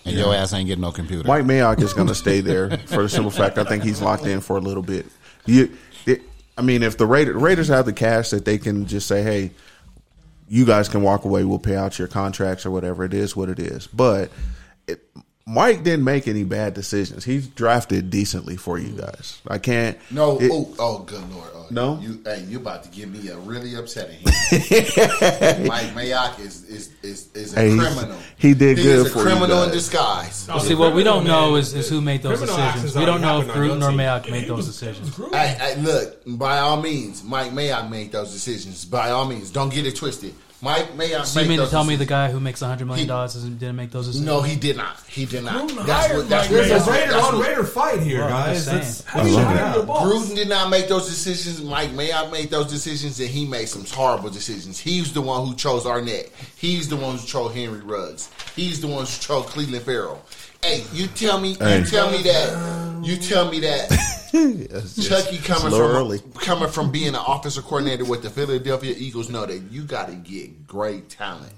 Speaker 9: and your ass ain't getting no computer.
Speaker 3: Mike Mayock is going to stay there for the simple fact I think he's locked in for a little bit. You, it, I mean, if the Raiders, Raiders have the cash that they can just say, "Hey, you guys can walk away. We'll pay out your contracts or whatever. It is what it is." But it, Mike didn't make any bad decisions. He's drafted decently for you guys. I can't.
Speaker 5: No,
Speaker 3: it-
Speaker 5: oh, oh, good lord, oh,
Speaker 3: No?
Speaker 5: You, hey, you about to give me a really upsetting. hand.
Speaker 3: [laughs]
Speaker 5: Mike Mayock is is is, is a
Speaker 3: Hey, he's-
Speaker 5: criminal.
Speaker 3: he did good
Speaker 5: is a
Speaker 3: for you
Speaker 5: criminal in
Speaker 3: guys.
Speaker 5: disguise.
Speaker 4: No,
Speaker 10: See, what we don't
Speaker 4: criminal
Speaker 10: know
Speaker 4: man-
Speaker 10: is, is who made those
Speaker 4: criminal actions
Speaker 10: decisions. We don't know if
Speaker 4: already happened
Speaker 10: Gruden
Speaker 4: on
Speaker 10: or
Speaker 4: your
Speaker 10: Mayock
Speaker 4: team.
Speaker 10: made
Speaker 4: It
Speaker 10: those
Speaker 4: was-
Speaker 10: decisions.
Speaker 4: it was Gruden.
Speaker 5: Hey, hey, look, by all means, Mike Mayock made those decisions. By all means, don't get it twisted. Mike Mayock.
Speaker 10: So you
Speaker 5: made
Speaker 10: mean to
Speaker 5: those
Speaker 10: tell me the
Speaker 5: decisions.
Speaker 10: guy who makes $100 million
Speaker 5: He-
Speaker 10: doesn't- didn't make those decisions?
Speaker 5: No, he did not. He did not.
Speaker 8: Gruden
Speaker 5: That's
Speaker 8: hired
Speaker 5: what. That's
Speaker 8: Mike
Speaker 5: what.
Speaker 8: Mayock.
Speaker 5: That's what.
Speaker 4: Raider
Speaker 5: That's
Speaker 4: on
Speaker 5: what
Speaker 4: Raider fight here,
Speaker 10: Well, I'm
Speaker 4: guys.
Speaker 10: just
Speaker 4: That's-
Speaker 10: saying.
Speaker 4: how do you
Speaker 3: I love
Speaker 4: hire
Speaker 3: it.
Speaker 4: the boss?
Speaker 5: Gruden did not make those decisions. Mike Mayock made those decisions, and he made some horrible decisions. He's the one who chose Arnett. He's the one who chose Henry Ruggs. He's the one who chose Cleveland Farrell. Hey, you tell me,
Speaker 3: Hey. [laughs]
Speaker 5: you tell me that, you tell me that Chucky coming
Speaker 3: slow
Speaker 5: from
Speaker 3: early.
Speaker 5: coming from being an offensive coordinator with the Philadelphia Eagles know that you got to get great talent,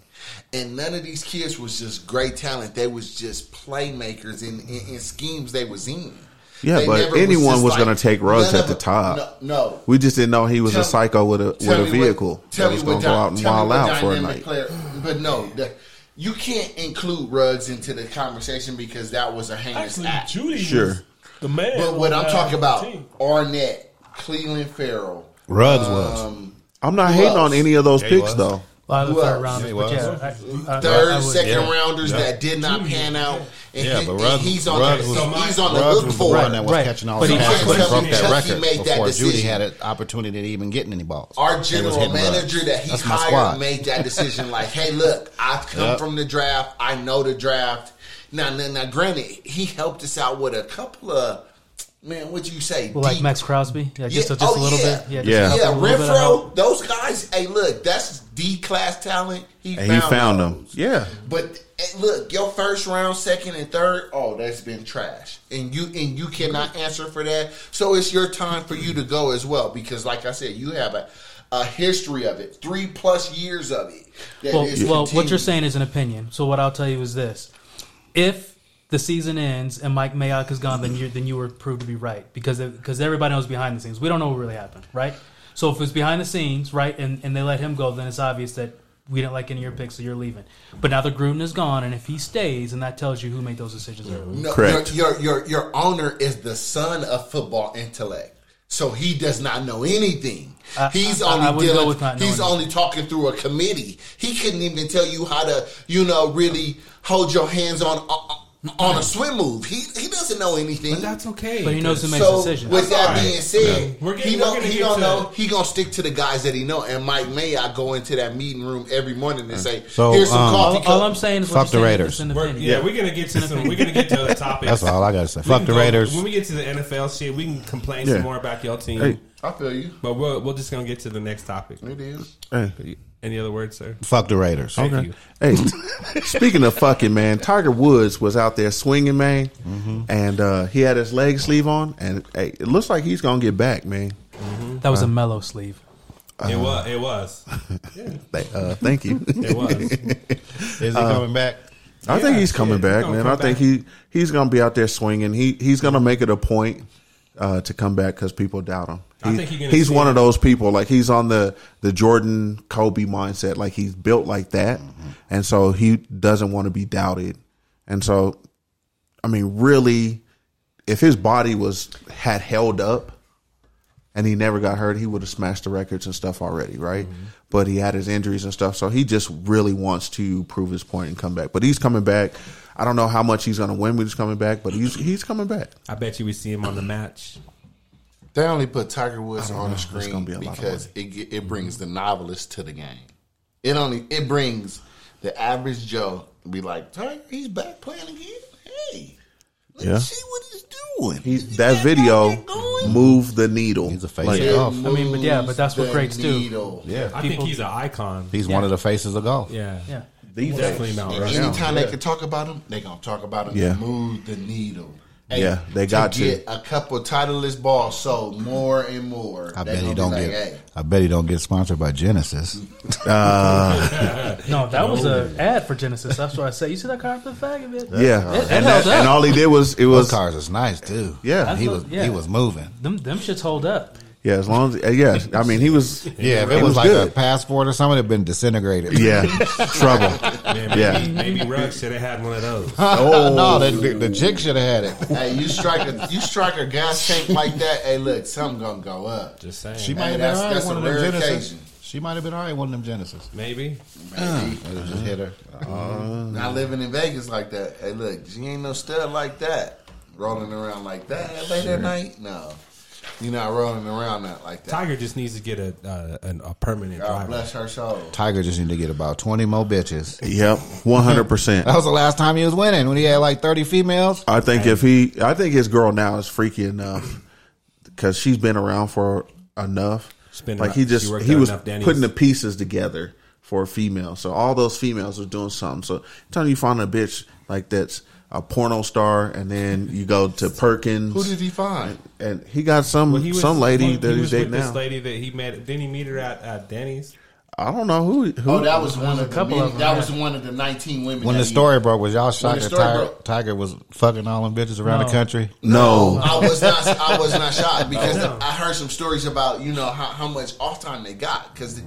Speaker 5: and none of these kids was just great talent. They was just playmakers in, in, in schemes they was in.
Speaker 3: Yeah,
Speaker 5: They
Speaker 3: but
Speaker 5: never
Speaker 3: anyone
Speaker 5: just
Speaker 3: was gonna take Ruggs
Speaker 5: none
Speaker 3: at
Speaker 5: of
Speaker 3: the
Speaker 5: it-
Speaker 3: top.
Speaker 5: No, no.
Speaker 3: We just didn't know he was a
Speaker 5: Tell-
Speaker 3: psycho with a
Speaker 5: Tell
Speaker 3: with a
Speaker 5: me what-
Speaker 3: vehicle that
Speaker 5: me
Speaker 3: was going
Speaker 5: what
Speaker 3: to go
Speaker 5: dy-
Speaker 3: out and
Speaker 5: tell me
Speaker 3: wild
Speaker 5: what
Speaker 3: out for a
Speaker 5: dynamic
Speaker 3: night.
Speaker 5: player- but no, the, you can't include Ruggs into the conversation because that was a heinous
Speaker 8: Actually,
Speaker 5: act.
Speaker 8: Judy was
Speaker 3: Sure.
Speaker 8: the man.
Speaker 5: But what
Speaker 8: on
Speaker 5: I'm
Speaker 8: that
Speaker 5: talking about,
Speaker 8: team.
Speaker 5: Arnett, Cleveland Farrell.
Speaker 9: Rugs was.
Speaker 5: Um,
Speaker 3: I'm not
Speaker 5: Who
Speaker 3: hating
Speaker 5: else?
Speaker 3: on any of those
Speaker 9: Yeah, he
Speaker 3: picks
Speaker 9: was.
Speaker 3: though.
Speaker 10: A lot of the
Speaker 5: Well,
Speaker 10: third rounders,
Speaker 9: it
Speaker 10: but
Speaker 9: was.
Speaker 10: yeah, I- I- I-
Speaker 5: third,
Speaker 10: I would-
Speaker 5: second
Speaker 9: yeah.
Speaker 5: rounders
Speaker 9: Yeah.
Speaker 5: that did not pan out. And,
Speaker 9: Yeah,
Speaker 5: he-
Speaker 9: but
Speaker 5: and
Speaker 9: Ruggs-
Speaker 5: he's on
Speaker 9: Ruggs
Speaker 5: the,
Speaker 9: was-
Speaker 5: he's on the
Speaker 9: Ruggs
Speaker 5: look
Speaker 9: was
Speaker 5: for.
Speaker 9: the one that was
Speaker 10: Right,
Speaker 9: catching all
Speaker 10: right.
Speaker 9: the
Speaker 10: But he
Speaker 9: passes.
Speaker 5: can't
Speaker 9: and
Speaker 5: tell
Speaker 9: broke
Speaker 5: me
Speaker 9: that
Speaker 5: Chucky
Speaker 9: record
Speaker 5: made that
Speaker 9: before Judy
Speaker 5: decision.
Speaker 9: had an opportunity to even get any balls.
Speaker 5: Our
Speaker 9: They was
Speaker 5: general
Speaker 9: hitting Ruggs.
Speaker 5: manager that he
Speaker 9: That's my
Speaker 5: hired
Speaker 9: squad.
Speaker 5: made that decision. like, hey, look, I've come
Speaker 9: Yep.
Speaker 5: from the draft. I know the draft. Now, now, now, granted, he helped us out with a couple of man. What you say?
Speaker 10: Well, like
Speaker 5: deep-
Speaker 10: Max Crosby, yeah, just,
Speaker 5: Yeah,
Speaker 10: a, just
Speaker 5: oh,
Speaker 10: a little
Speaker 5: yeah.
Speaker 10: bit. Yeah, just
Speaker 3: Yeah.
Speaker 10: a
Speaker 5: Yeah,
Speaker 10: little bit of help.
Speaker 5: Renfro. Those guys. Hey, look, that's D class talent. He
Speaker 3: And he found
Speaker 5: those.
Speaker 3: them. Yeah.
Speaker 5: But eh, look, your first round, second and third, oh, that's been trash, and you and you cannot
Speaker 10: Mm-hmm.
Speaker 5: answer for that. So it's your time for you to go as well, because like I said, you have a, a history of it, three plus years of it. that
Speaker 10: Well,
Speaker 5: is
Speaker 10: well what you're
Speaker 5: continued.
Speaker 10: saying is an opinion. So what I'll tell you is this: if the season ends and Mike Mayock is gone, then you then you were proved to be right because because everybody knows behind the scenes. We don't know what really happened, right? So if it's behind the scenes, right, and, and they let him go, then it's obvious that we didn't like any of your picks, so you're leaving. But now that Gruden is gone, and if he stays, and that tells you who made those decisions. early.
Speaker 5: No,
Speaker 3: Correct.
Speaker 5: Your, your your your owner is the son of football intellect, so he does not know anything.
Speaker 10: I-
Speaker 5: he's
Speaker 10: I- I
Speaker 5: only
Speaker 10: would go
Speaker 5: dealing.
Speaker 10: with not knowing
Speaker 5: he's only talking through a committee. He couldn't even tell you how to, you know, really hold your hands on on- on a swim move. He he doesn't know anything.
Speaker 4: That's okay.
Speaker 10: But he knows who makes
Speaker 5: So
Speaker 10: decisions.
Speaker 5: with that
Speaker 4: right.
Speaker 5: being said,
Speaker 8: We're getting-
Speaker 5: he
Speaker 8: we're
Speaker 5: don't
Speaker 8: gonna
Speaker 5: he
Speaker 8: get
Speaker 5: don't
Speaker 8: to
Speaker 5: know.
Speaker 8: that.
Speaker 5: He gonna stick to the guys that he know. And Mike May, I go into that meeting room every morning and say,
Speaker 9: So,
Speaker 5: "Here's some
Speaker 9: um,
Speaker 5: coffee."
Speaker 10: All, all
Speaker 5: cup."
Speaker 10: I'm saying is
Speaker 9: Fuck
Speaker 10: what
Speaker 9: the
Speaker 10: you're saying,
Speaker 9: Raiders.
Speaker 10: it's an
Speaker 4: We're,
Speaker 10: opinion.
Speaker 4: yeah, we're gonna get to some. We're gonna
Speaker 5: [laughs]
Speaker 4: get to other topics.
Speaker 9: That's all I gotta say.
Speaker 4: We
Speaker 9: Fuck
Speaker 4: can
Speaker 9: the
Speaker 4: go-
Speaker 9: Raiders.
Speaker 4: When we get to the NFL shit, we can complain
Speaker 3: Yeah.
Speaker 4: some more about your team.
Speaker 3: Hey.
Speaker 5: I feel you.
Speaker 4: But we're, we're just gonna get to the next topic.
Speaker 5: It is.
Speaker 3: Hey,
Speaker 4: Any other words, sir?
Speaker 9: Fuck the Raiders.
Speaker 4: Thank you.
Speaker 3: hey. speaking of fucking man, Tiger Woods was out there swinging, man, and uh, he had his leg sleeve on, and hey, it looks like he's gonna get back, man.
Speaker 10: That was a mellow sleeve.
Speaker 4: It was. It was.
Speaker 3: Th- uh, thank you. [laughs]
Speaker 4: It was.
Speaker 9: Is he coming back?
Speaker 3: I think he's coming
Speaker 4: yeah, he's
Speaker 3: back,
Speaker 4: gonna
Speaker 3: man.
Speaker 4: come
Speaker 3: I think
Speaker 4: back.
Speaker 3: he he's gonna be out there swinging. He he's gonna make it a point uh, to come back because people doubt him.
Speaker 4: I
Speaker 3: He-
Speaker 4: think you're gonna
Speaker 3: he's
Speaker 4: see
Speaker 3: one
Speaker 4: it.
Speaker 3: of those people. Like he's on the the Jordan Kobe mindset. Like he's built like that,
Speaker 4: Mm-hmm.
Speaker 3: and so he doesn't want to be doubted. And so, I mean, really, if his body was had held up. And he never got hurt. He would have smashed the records and stuff already, right? But he had his injuries and stuff, so he just really wants to prove his point and come back. But he's coming back. I don't know how much he's going to win when he's coming back, but he's he's coming back.
Speaker 4: I bet you we see him on the match.
Speaker 5: They only put Tiger Woods on
Speaker 3: know.
Speaker 5: the
Speaker 3: It's
Speaker 5: screen
Speaker 3: gonna be a lot of
Speaker 5: because it ge- it brings the novelist to the game. It only it brings the average Joe to be like Tiger, he's back playing again. Hey, let's
Speaker 3: Yeah.
Speaker 5: see what he's doing.
Speaker 3: He,
Speaker 5: He
Speaker 3: that
Speaker 5: got
Speaker 3: video
Speaker 5: that going.
Speaker 3: moved the needle.
Speaker 9: He's a face
Speaker 3: Like,
Speaker 9: of golf.
Speaker 10: I mean, but yeah, but that's what
Speaker 5: The
Speaker 10: greats do.
Speaker 5: needle.
Speaker 9: Yeah.
Speaker 4: I
Speaker 10: People-
Speaker 4: think he's an icon.
Speaker 9: He's one of the faces of golf.
Speaker 4: Yeah.
Speaker 10: Yeah.
Speaker 4: He's definitely Mount
Speaker 5: And
Speaker 4: Rushmore.
Speaker 5: anytime they can talk about him, they gonna talk about him.
Speaker 3: Yeah.
Speaker 5: move the needle.
Speaker 3: Yeah, they got to.
Speaker 5: get a couple titleist balls sold more and more.
Speaker 9: I
Speaker 5: They
Speaker 9: bet he
Speaker 5: gonna be
Speaker 9: don't
Speaker 5: like,
Speaker 9: get.
Speaker 5: hey.
Speaker 9: I bet he don't get sponsored by Genesis.
Speaker 10: No, that was an ad for Genesis. That's what I said. You see that car for the fag of it?
Speaker 3: yeah,
Speaker 10: It- it
Speaker 3: and,
Speaker 10: held up.
Speaker 3: and all he did was it
Speaker 9: Those
Speaker 3: was
Speaker 9: cars is nice too.
Speaker 3: Yeah.
Speaker 9: he
Speaker 10: That's
Speaker 9: was
Speaker 10: what- yeah.
Speaker 9: he was moving.
Speaker 10: Them them shits hold up.
Speaker 3: yeah. As long as uh, yeah, I mean he was
Speaker 9: Yeah, if
Speaker 3: It
Speaker 9: it was
Speaker 3: was
Speaker 9: like a
Speaker 3: good.
Speaker 9: passport or something, it'd been disintegrated.
Speaker 3: yeah trouble.
Speaker 4: Man, maybe,
Speaker 3: Yeah.
Speaker 4: maybe Rugg should have had one of those.
Speaker 9: Oh [laughs] no, the, the chick should have had it.
Speaker 5: Hey, you strike a you strike a gas tank like that. Hey, look, something gonna go up.
Speaker 4: Just saying.
Speaker 9: She might
Speaker 5: Hey,
Speaker 9: have been
Speaker 5: that's-
Speaker 9: alright
Speaker 5: that's
Speaker 9: one
Speaker 5: a
Speaker 9: of them
Speaker 5: rare
Speaker 9: Genesis.
Speaker 5: occasion.
Speaker 9: She might have been alright one of them Genesis.
Speaker 4: Maybe.
Speaker 9: It just hit her.
Speaker 5: Not living in Vegas like that. Hey, look, she ain't no stud like that. Rolling around like that late at night. No, you're not rolling around that like that.
Speaker 4: Tiger just needs to get a uh, an, a permanent
Speaker 5: God
Speaker 4: driver.
Speaker 5: bless her soul.
Speaker 9: Tiger just need to get about twenty more bitches.
Speaker 3: Yep, one hundred percent.
Speaker 9: That was the last time he was winning when he had like thirty females.
Speaker 3: I think if he, I think his girl now is freaky enough because she's been around for enough.
Speaker 4: She's been
Speaker 3: like
Speaker 4: around-
Speaker 3: he
Speaker 4: she
Speaker 3: just
Speaker 4: worked
Speaker 3: he
Speaker 4: out
Speaker 3: was
Speaker 4: enough Denny's.
Speaker 3: putting the pieces together for a female. So all those females are doing something. So anytime you find a bitch like that's a porno star, and then you go to Perkins.
Speaker 5: Who did he find?
Speaker 3: and he got some
Speaker 4: Well, he was-
Speaker 3: some lady
Speaker 4: well, he
Speaker 3: that he's
Speaker 4: was
Speaker 3: dating
Speaker 4: with
Speaker 3: now.
Speaker 4: This lady that he met. Didn't he meet her at, at Denny's?
Speaker 3: I don't know who. who
Speaker 5: Oh, that was one of the
Speaker 10: couple
Speaker 5: many-
Speaker 10: of them,
Speaker 5: that
Speaker 10: yeah.
Speaker 5: was one of the nineteen women.
Speaker 9: When
Speaker 5: that
Speaker 9: the
Speaker 5: he-
Speaker 9: story broke, was y'all
Speaker 5: the
Speaker 9: shocked that
Speaker 5: story
Speaker 9: Tiger,
Speaker 5: broke-
Speaker 9: Tiger was fucking all them bitches around the country?
Speaker 3: no.
Speaker 5: I was not. I was not shocked because I heard some stories about you know how, how much off time they got because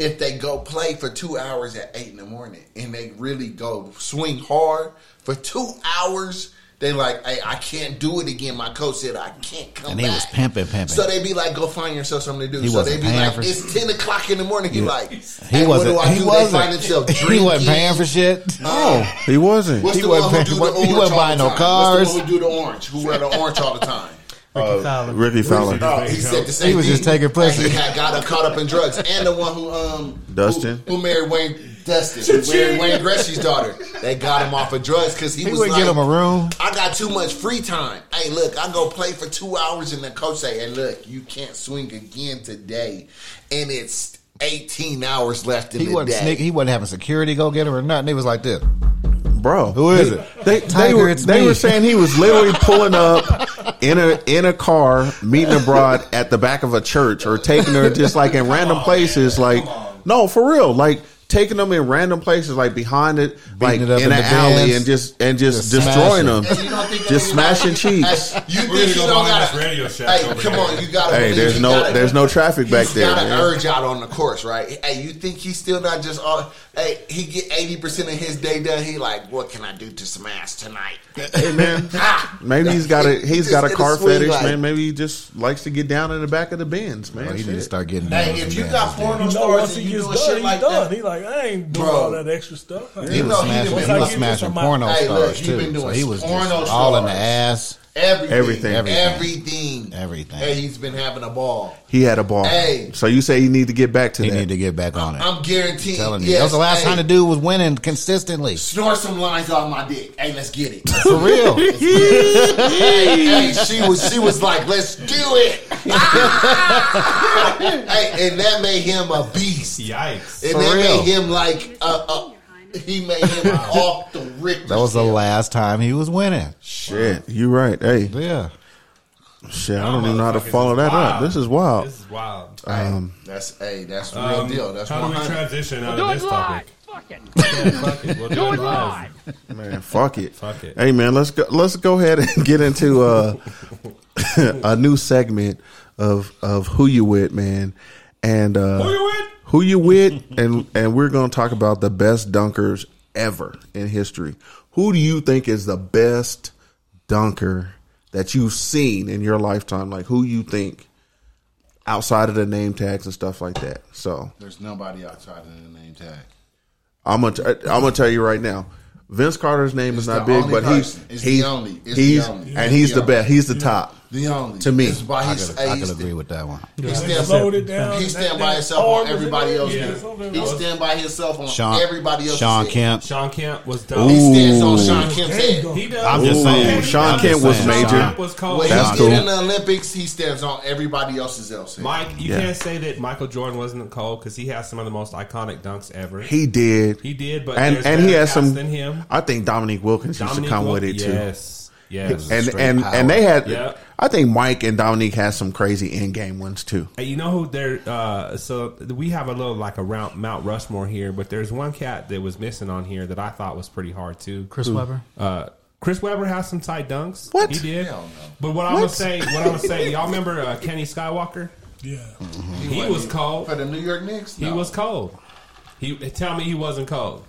Speaker 5: if they go play for two hours at eight in the morning and they really go swing hard for two hours, they like, hey, I can't do it again. My coach said I can't come.
Speaker 9: And he was
Speaker 5: back."
Speaker 9: pimping, pimping.
Speaker 5: So they be like, go find yourself something to do.
Speaker 9: He
Speaker 5: so they
Speaker 9: wasn't
Speaker 5: be
Speaker 9: paying
Speaker 5: like,
Speaker 9: for-
Speaker 5: it's ten o'clock in the morning. He like,
Speaker 9: He
Speaker 5: "Hey,
Speaker 9: wasn't.
Speaker 5: What do I
Speaker 9: he
Speaker 5: do? They
Speaker 9: wasn't.
Speaker 5: find themselves
Speaker 9: [laughs] he wasn't paying for
Speaker 5: drinking. Oh.
Speaker 9: shit.
Speaker 3: No, he wasn't.
Speaker 5: What's
Speaker 9: He
Speaker 5: the one
Speaker 9: wasn't
Speaker 5: who do
Speaker 9: paying-
Speaker 5: the
Speaker 9: he
Speaker 5: orange
Speaker 9: wasn't
Speaker 5: all
Speaker 9: buying
Speaker 5: the
Speaker 9: no
Speaker 5: time? What's
Speaker 9: cars.
Speaker 5: the one who do the orange? Who wear the orange all the time?
Speaker 3: Ricky Fowler.
Speaker 5: Oh, he said the same
Speaker 9: He was
Speaker 5: thing.
Speaker 9: just taking pussy.
Speaker 5: He had got up, caught up in drugs, and the one who um
Speaker 3: Dustin?
Speaker 5: who, who married Wayne Dustin, who married Wayne Gretzky's daughter. They got him off of drugs because he,
Speaker 9: He
Speaker 5: was
Speaker 9: wouldn't
Speaker 5: like,
Speaker 9: get him a room.
Speaker 5: I got too much free time. Hey, look, I go play for two hours, and the coach say, "Hey, look, you can't swing again today," and it's. 18 hours left in
Speaker 9: He
Speaker 5: the
Speaker 9: wasn't
Speaker 5: day.
Speaker 9: sneaking. He wasn't having security go get him or nothing. He was like this.
Speaker 3: bro.
Speaker 9: Who is it?
Speaker 3: They,
Speaker 9: Tiger,
Speaker 3: they, were,
Speaker 9: it's
Speaker 3: they
Speaker 9: me.
Speaker 3: were saying he was
Speaker 9: [laughs]
Speaker 3: literally pulling up in a in a car, meeting abroad at the back of a church, or taking her just like in random places. Like, no, for real, like taking them in random places, like behind it, like
Speaker 9: it
Speaker 3: in
Speaker 9: up
Speaker 3: an
Speaker 9: in the
Speaker 3: alley,
Speaker 9: vans.
Speaker 3: and just and just,
Speaker 9: Just
Speaker 3: destroying them,
Speaker 5: And you don't think
Speaker 3: just
Speaker 5: everybody-
Speaker 3: smashing cheeks.
Speaker 5: Hey, You
Speaker 4: We're gonna
Speaker 5: think you
Speaker 4: go
Speaker 5: don't
Speaker 4: behind
Speaker 5: gotta?
Speaker 4: this Radio Shack
Speaker 5: Hey,
Speaker 4: over
Speaker 5: come
Speaker 4: here.
Speaker 5: on, you gotta.
Speaker 3: Hey,
Speaker 5: believe
Speaker 3: there's
Speaker 5: you
Speaker 3: no
Speaker 5: gotta-
Speaker 3: there's no traffic back
Speaker 5: He's
Speaker 3: there.
Speaker 5: got an
Speaker 3: man.
Speaker 5: urge out on the course, right? Hey, you think he's still not just all? Hey, he get eighty percent of his day done. He like, what can I do to some ass tonight?
Speaker 3: Hey
Speaker 5: [laughs]
Speaker 3: man,
Speaker 5: Ah!
Speaker 3: maybe he's got a he's
Speaker 5: Just
Speaker 3: got a
Speaker 5: in a
Speaker 3: car
Speaker 5: swing
Speaker 3: fetish,
Speaker 5: like-
Speaker 3: man. Maybe he just likes to get down in the back of the Benz, man.
Speaker 9: Oh, he
Speaker 3: Shit.
Speaker 9: need to start getting.
Speaker 5: Hey,
Speaker 9: those
Speaker 5: if
Speaker 9: in
Speaker 5: you
Speaker 9: there.
Speaker 5: got porno
Speaker 8: You know,
Speaker 5: stars
Speaker 8: once
Speaker 5: and
Speaker 8: he
Speaker 5: you
Speaker 8: gets
Speaker 5: doing
Speaker 8: done,
Speaker 5: shit
Speaker 8: he's
Speaker 5: like
Speaker 8: done.
Speaker 5: that.
Speaker 8: He like, I ain't doing
Speaker 5: Bro.
Speaker 8: all that extra stuff.
Speaker 9: He
Speaker 5: You
Speaker 9: was
Speaker 5: know he
Speaker 9: smashing,
Speaker 5: been-
Speaker 9: he was
Speaker 8: Hey,
Speaker 9: smashing
Speaker 8: look,
Speaker 9: porno
Speaker 5: he
Speaker 9: stars
Speaker 5: been
Speaker 9: too.
Speaker 5: doing
Speaker 9: So he was just
Speaker 5: porno
Speaker 9: all in the
Speaker 5: stars.
Speaker 9: ass.
Speaker 5: Everything,
Speaker 3: Everything.
Speaker 5: everything,
Speaker 9: Everything.
Speaker 5: everything,
Speaker 9: Everything.
Speaker 5: Hey, he's been having a ball.
Speaker 3: He had a ball.
Speaker 5: Hey.
Speaker 3: So you say you need to get back to
Speaker 9: He
Speaker 3: that.
Speaker 9: need to get back on it. I'm
Speaker 5: I'm guaranteeing.
Speaker 9: telling you,
Speaker 5: yes,
Speaker 9: that was the last
Speaker 5: hey,
Speaker 9: time the dude was winning consistently.
Speaker 5: Snort some lines off my dick. Hey, let's get it.
Speaker 9: For
Speaker 5: [laughs]
Speaker 9: real.
Speaker 8: [laughs]
Speaker 5: hey, hey, she was she was like, let's do it.
Speaker 8: Ah!
Speaker 5: hey, and that made him a beast.
Speaker 4: Yikes!
Speaker 5: And
Speaker 9: For
Speaker 5: that
Speaker 9: real.
Speaker 5: made him like a, a he made
Speaker 8: [laughs]
Speaker 5: him off the Richter.
Speaker 9: That was the last time he was winning.
Speaker 3: Shit, you right. Hey,
Speaker 9: Yeah.
Speaker 3: shit, I don't even know how to follow that up. This is wild.
Speaker 4: This is wild. Um,
Speaker 3: Um,
Speaker 5: That's hey, that's
Speaker 8: Um,
Speaker 5: the real deal. That's
Speaker 4: how do we
Speaker 5: 100.
Speaker 4: transition out of this topic? Fuck it. We'll do it live.
Speaker 3: man, fuck it.
Speaker 4: Fuck it.
Speaker 3: Hey, man, let's go. Let's go ahead and get into uh, [laughs] a new segment of of who you with, man, and uh,
Speaker 4: Who you with?
Speaker 3: who you with, and and we're gonna talk about the best dunkers ever in history. Who do you think is the best dunker that you've seen in your lifetime? Like, who you think outside of the name tags and stuff like that? So,
Speaker 5: There's nobody outside of the name tag.
Speaker 3: I'm gonna t- uh, I'm gonna tell you right now. Vince Carter's name is
Speaker 5: It's
Speaker 3: not
Speaker 5: the
Speaker 3: big,
Speaker 5: only
Speaker 3: but he's
Speaker 5: person. It's
Speaker 3: he's
Speaker 5: the only. It's
Speaker 3: he's
Speaker 5: the only.
Speaker 3: and he's
Speaker 5: It's
Speaker 3: the
Speaker 5: the
Speaker 3: best. He's the top.
Speaker 5: The only
Speaker 3: To me.
Speaker 5: This is why
Speaker 9: I
Speaker 5: he's,
Speaker 9: could, I
Speaker 5: hey,
Speaker 9: could
Speaker 5: he's-
Speaker 9: agree with that one.
Speaker 5: He stands
Speaker 8: Slowed it down.
Speaker 5: He
Speaker 8: That-
Speaker 5: stand by
Speaker 8: that
Speaker 5: himself
Speaker 8: hard
Speaker 5: on
Speaker 8: was
Speaker 5: everybody
Speaker 8: in-
Speaker 5: else.
Speaker 8: Yeah.
Speaker 5: He stand by himself on
Speaker 9: Sean,
Speaker 5: everybody else.
Speaker 9: Sean Kemp.
Speaker 4: Sean Kemp was
Speaker 5: He
Speaker 4: done.
Speaker 5: stands on Sean Kemp's
Speaker 8: There you
Speaker 5: head.
Speaker 8: go.
Speaker 4: He does.
Speaker 9: I'm just
Speaker 3: Ooh,
Speaker 9: saying.
Speaker 3: Sean
Speaker 9: I'm just
Speaker 3: Kemp was
Speaker 9: saying,
Speaker 3: major.
Speaker 9: Sean-
Speaker 4: Kemp was
Speaker 5: What
Speaker 4: cold.
Speaker 5: he
Speaker 3: That's
Speaker 5: did
Speaker 3: cool.
Speaker 5: in the Olympics, he stands on everybody else's else.
Speaker 4: Mike, you
Speaker 3: Yeah.
Speaker 4: can't say that Michael Jordan wasn't cold because he has some of the most iconic dunks ever. He,
Speaker 3: He did.
Speaker 4: did, but
Speaker 3: and
Speaker 4: there's
Speaker 3: and he
Speaker 4: better
Speaker 3: has
Speaker 4: cats
Speaker 3: some.
Speaker 4: than him.
Speaker 3: I think Dominique Wilkins used to
Speaker 4: Dominique
Speaker 3: come
Speaker 4: Wil-
Speaker 3: with it too.
Speaker 4: Yes, yes.
Speaker 3: And
Speaker 9: Straight
Speaker 3: and
Speaker 9: power.
Speaker 3: and they had.
Speaker 4: Yeah.
Speaker 3: I think Mike and Dominique had some crazy in game ones too.
Speaker 4: Hey, you know who there? Uh, so we have a little like around Mount Rushmore here, but there's one cat that was missing on here that I thought was pretty hard too.
Speaker 10: Chris Webber.
Speaker 4: Uh, Chris Webber has some tight dunks.
Speaker 3: What?
Speaker 4: he did?
Speaker 5: Hell no.
Speaker 4: But what, I'm gonna say, what I'm gonna say, y'all remember uh, Kenny Skywalker?
Speaker 8: Yeah.
Speaker 4: He was cold.
Speaker 5: for the New York Knicks.
Speaker 4: He
Speaker 5: No.
Speaker 4: was cold. He tell me he wasn't cold.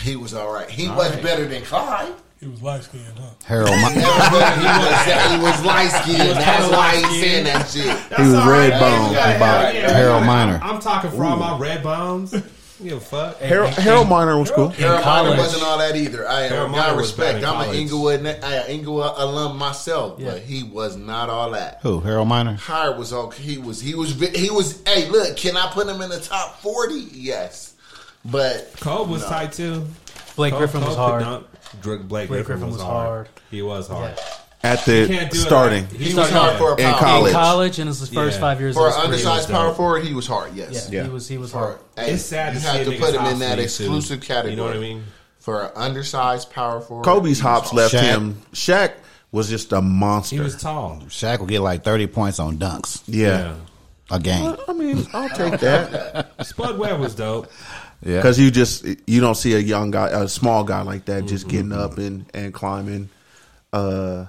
Speaker 5: He was all right. He was
Speaker 4: right.
Speaker 5: better than Clyde.
Speaker 8: He was light skinned, huh?
Speaker 9: Harold, Mi-
Speaker 5: That was better. He was, he was light skinned. That's why he saying that shit.
Speaker 3: He was
Speaker 4: all
Speaker 3: red
Speaker 4: man.
Speaker 3: bone
Speaker 4: You gotta
Speaker 9: about
Speaker 4: have- yeah,
Speaker 9: Harold
Speaker 4: you gotta-
Speaker 9: Miner.
Speaker 4: I'm talking for all my red bones. You give a fuck.
Speaker 3: Harold, Harold Miner was cool.
Speaker 5: Carolina
Speaker 10: college.
Speaker 5: wasn't all that either. I
Speaker 4: Carolina
Speaker 5: got
Speaker 4: was bad
Speaker 5: respect.
Speaker 4: in
Speaker 5: I'm an
Speaker 4: college.
Speaker 5: Inglewood, I, Inglewood alum myself,
Speaker 10: Yeah.
Speaker 5: but he was not all that.
Speaker 9: who? Harold Miner?
Speaker 5: Hire was okay. He was he was he was. Hey, look, can I put him in the top forty? Yes, but
Speaker 4: Cold was tight too.
Speaker 10: Blake
Speaker 7: Uh,
Speaker 4: Cole-
Speaker 10: Griffin
Speaker 4: Cole
Speaker 10: was
Speaker 4: could
Speaker 10: hard.
Speaker 4: dunk. Dr- Blake, Griffin, was, hard. He was hard.
Speaker 3: At the
Speaker 4: Can't do it
Speaker 3: starting
Speaker 4: like-
Speaker 5: he, was hard for a
Speaker 3: in
Speaker 5: power.
Speaker 10: In
Speaker 3: college.
Speaker 10: college and his first
Speaker 4: Yeah.
Speaker 10: five years
Speaker 5: For
Speaker 10: of
Speaker 5: an
Speaker 10: his career.
Speaker 5: undersized
Speaker 4: dope.
Speaker 5: power forward, he was hard. Yes.
Speaker 10: Yeah,
Speaker 3: Yeah.
Speaker 10: he was he was
Speaker 5: All right.
Speaker 10: hard.
Speaker 5: Hey,
Speaker 4: It's sad
Speaker 5: You
Speaker 4: to
Speaker 5: have
Speaker 4: see
Speaker 5: to
Speaker 4: a
Speaker 5: put
Speaker 4: nigga's
Speaker 5: him in
Speaker 4: house
Speaker 5: that
Speaker 4: league, too.
Speaker 5: exclusive category.
Speaker 4: You know what I mean?
Speaker 5: for an undersized power forward.
Speaker 3: Kobe's hops left
Speaker 9: Shaq.
Speaker 3: him. Shaq was just a monster.
Speaker 4: He was tall.
Speaker 9: Shaq will get like thirty points on dunks
Speaker 3: yeah.
Speaker 9: a game.
Speaker 3: I mean, I'll take that
Speaker 4: Spud Webb was dope.
Speaker 3: because you just you don't see a young guy, a small guy like that, just
Speaker 4: Mm-hmm.
Speaker 3: getting up and and climbing. Uh,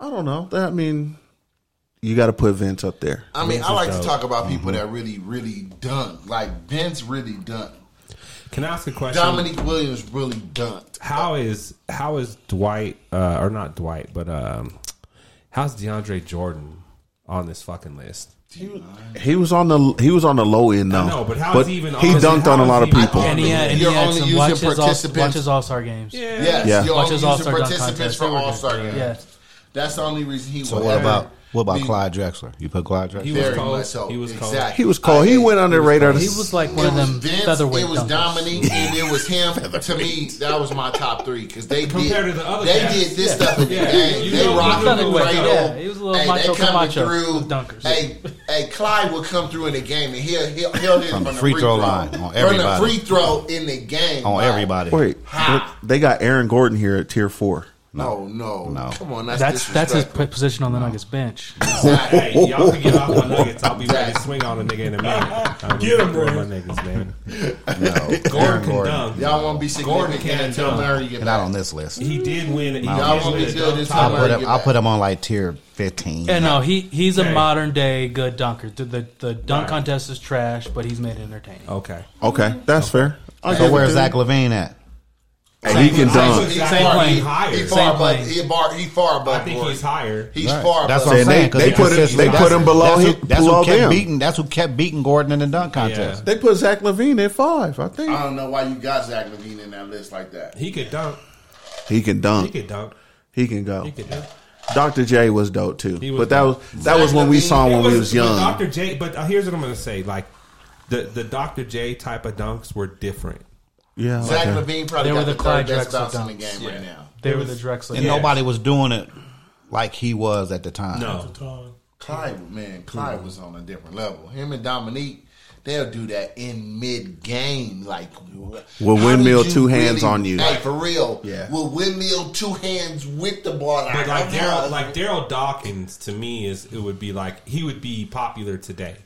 Speaker 3: I don't know. I mean, you got to put Vince Mm-hmm. up there.
Speaker 5: I mean, I like to talk about people that really, really dunk. Like Vince really dunked.
Speaker 4: Can I ask a question?
Speaker 5: Dominique Williams really dunked.
Speaker 4: How is how is Dwight uh, or not Dwight, but um, how's DeAndre Jordan on this fucking list?
Speaker 3: He was on the he was on the low end though.
Speaker 4: I know, but how is he even
Speaker 3: he
Speaker 4: on-
Speaker 3: dunked
Speaker 4: how
Speaker 3: on a
Speaker 4: is
Speaker 3: lot of
Speaker 4: he-
Speaker 3: people.
Speaker 5: I
Speaker 7: And he
Speaker 5: mean,
Speaker 7: had, and he
Speaker 5: you're
Speaker 7: had
Speaker 5: only
Speaker 7: some
Speaker 5: using
Speaker 7: watch his, all,
Speaker 5: participants.
Speaker 7: watch his All-Star games.
Speaker 5: Yes,
Speaker 3: Yeah.
Speaker 5: you're
Speaker 3: Watch
Speaker 5: only
Speaker 7: his
Speaker 5: using
Speaker 7: All-Star dunk
Speaker 5: participants
Speaker 7: contest.
Speaker 5: from
Speaker 7: They were good.
Speaker 5: All Star games.
Speaker 7: Yeah.
Speaker 5: That's the only reason he
Speaker 9: So
Speaker 5: was
Speaker 9: what
Speaker 5: ever
Speaker 9: about what about
Speaker 5: be
Speaker 9: Clyde Drexler? You put Clyde Drexler.
Speaker 4: He was
Speaker 5: Very
Speaker 4: cold.
Speaker 5: much so.
Speaker 4: He was cold.
Speaker 5: exactly.
Speaker 3: He was cold. He went under the radar.
Speaker 7: He was like one
Speaker 5: It
Speaker 7: of
Speaker 5: was
Speaker 7: them
Speaker 5: Vince,
Speaker 7: featherweight
Speaker 5: it was
Speaker 7: dunkers.
Speaker 5: Dominique, and it was him. to me, that was my top three because they
Speaker 4: Compared
Speaker 5: did,
Speaker 4: to the other
Speaker 5: they
Speaker 4: guys,
Speaker 5: did this
Speaker 4: yeah.
Speaker 5: stuff in the
Speaker 4: Yeah,
Speaker 5: game.
Speaker 4: you
Speaker 5: they
Speaker 4: know,
Speaker 5: rocked
Speaker 4: you
Speaker 5: the
Speaker 4: know,
Speaker 5: cradle.
Speaker 4: like,
Speaker 7: yeah, he was a little
Speaker 5: hey,
Speaker 7: macho
Speaker 5: they coming
Speaker 7: Camacho
Speaker 5: through.
Speaker 7: of dunkers.
Speaker 5: Hey, hey, Clyde would come through in the game, and he'll he'll he'll hit
Speaker 9: From
Speaker 5: from
Speaker 9: the free throw line, on everybody.
Speaker 5: From the free throw in the game
Speaker 9: on
Speaker 5: Like,
Speaker 9: everybody.
Speaker 3: Wait,
Speaker 5: Ha.
Speaker 3: they got Aaron Gordon here at tier four.
Speaker 5: No, no,
Speaker 9: No.
Speaker 5: Come on, that's
Speaker 7: That's that's his
Speaker 5: disrespectful.
Speaker 10: [laughs]
Speaker 7: p- position on the Nuggets bench.
Speaker 4: Hey, y'all can get off my nuggets. I'll be ready to swing on a nigga in a minute. I'm
Speaker 8: Get him,
Speaker 4: ready to
Speaker 8: bro.
Speaker 4: swing my niggas, man. Gordon
Speaker 9: Aaron
Speaker 4: can dunk.
Speaker 5: Y'all won't be
Speaker 4: Gordon
Speaker 5: significant
Speaker 4: can
Speaker 5: until
Speaker 4: dunk.
Speaker 5: Murray get
Speaker 9: Not on
Speaker 5: out.
Speaker 9: this list.
Speaker 4: He did win. He
Speaker 5: Y'all
Speaker 4: did
Speaker 5: won't
Speaker 4: win
Speaker 5: be
Speaker 4: a
Speaker 5: doing
Speaker 4: dunk
Speaker 5: this till
Speaker 9: I'll
Speaker 4: contest.
Speaker 9: put
Speaker 5: Murray
Speaker 9: him.
Speaker 5: get
Speaker 9: I'll
Speaker 5: back.
Speaker 9: put him on like tier fifteen.
Speaker 7: And no, he he's a
Speaker 4: Hey.
Speaker 7: modern day good dunker. The the, the dunk
Speaker 4: Right.
Speaker 7: contest is trash, but he's made it entertaining.
Speaker 10: Oh.
Speaker 4: Okay.
Speaker 3: Okay, that's fair. I'll
Speaker 9: So
Speaker 3: give it
Speaker 9: where's
Speaker 3: to
Speaker 9: Zach Levine at?
Speaker 3: him. Hey, he can
Speaker 5: So
Speaker 3: dunk.
Speaker 5: he's
Speaker 4: Same
Speaker 5: far-
Speaker 7: plane.
Speaker 5: he- He
Speaker 4: Higher.
Speaker 5: far
Speaker 7: Same
Speaker 5: above.
Speaker 7: plane.
Speaker 5: He, bar, he far above.
Speaker 4: I think
Speaker 5: Gordon.
Speaker 4: he's higher.
Speaker 5: He's far.
Speaker 9: That's
Speaker 5: above.
Speaker 9: what I'm
Speaker 3: They-
Speaker 9: saying. 'cause
Speaker 3: they
Speaker 9: he
Speaker 3: put him-
Speaker 9: consistently-
Speaker 3: they
Speaker 9: that's-
Speaker 3: put him below
Speaker 9: That's,
Speaker 3: him-
Speaker 9: who, that's
Speaker 3: below
Speaker 9: who kept
Speaker 3: them.
Speaker 9: beating. That's who kept beating Gordon in the dunk contest.
Speaker 3: They put Zach Levine at five. I think
Speaker 5: I don't know why you got Zach Levine in that list like that.
Speaker 4: He could dunk.
Speaker 3: he can
Speaker 4: He
Speaker 3: dunk.
Speaker 4: could dunk.
Speaker 3: He can go.
Speaker 4: He could dunk.
Speaker 3: Dr. J was dope too,
Speaker 4: He was
Speaker 3: but that
Speaker 4: dope.
Speaker 3: was that was when we saw him
Speaker 4: It
Speaker 3: when we was
Speaker 4: but
Speaker 3: young.
Speaker 4: Dr. J, but uh, here's what I'm going to say: like the the Dr. J type of dunks were different.
Speaker 3: Yeah,
Speaker 5: Zach
Speaker 3: okay.
Speaker 5: Levine probably
Speaker 7: They
Speaker 5: got
Speaker 7: were
Speaker 5: the
Speaker 7: the Clyde
Speaker 5: third best
Speaker 7: Drexler
Speaker 5: bounce in the
Speaker 7: dunks.
Speaker 5: game right now.
Speaker 7: They were the Drexler.
Speaker 9: And nobody was doing it like he was at the time.
Speaker 4: No,
Speaker 8: Time.
Speaker 5: Clyde, man, Clyde was on a different level. Him and Dominique, they'll do that in mid game, like
Speaker 3: Will
Speaker 5: how
Speaker 3: windmill
Speaker 5: did
Speaker 3: two hands on you.
Speaker 5: Hey, for real,
Speaker 3: Yeah.
Speaker 5: Will windmill two hands with the ball?
Speaker 4: but like
Speaker 5: I'm
Speaker 4: Daryl,
Speaker 5: not-
Speaker 4: like Daryl Dawkins to me is it would be like he would be popular today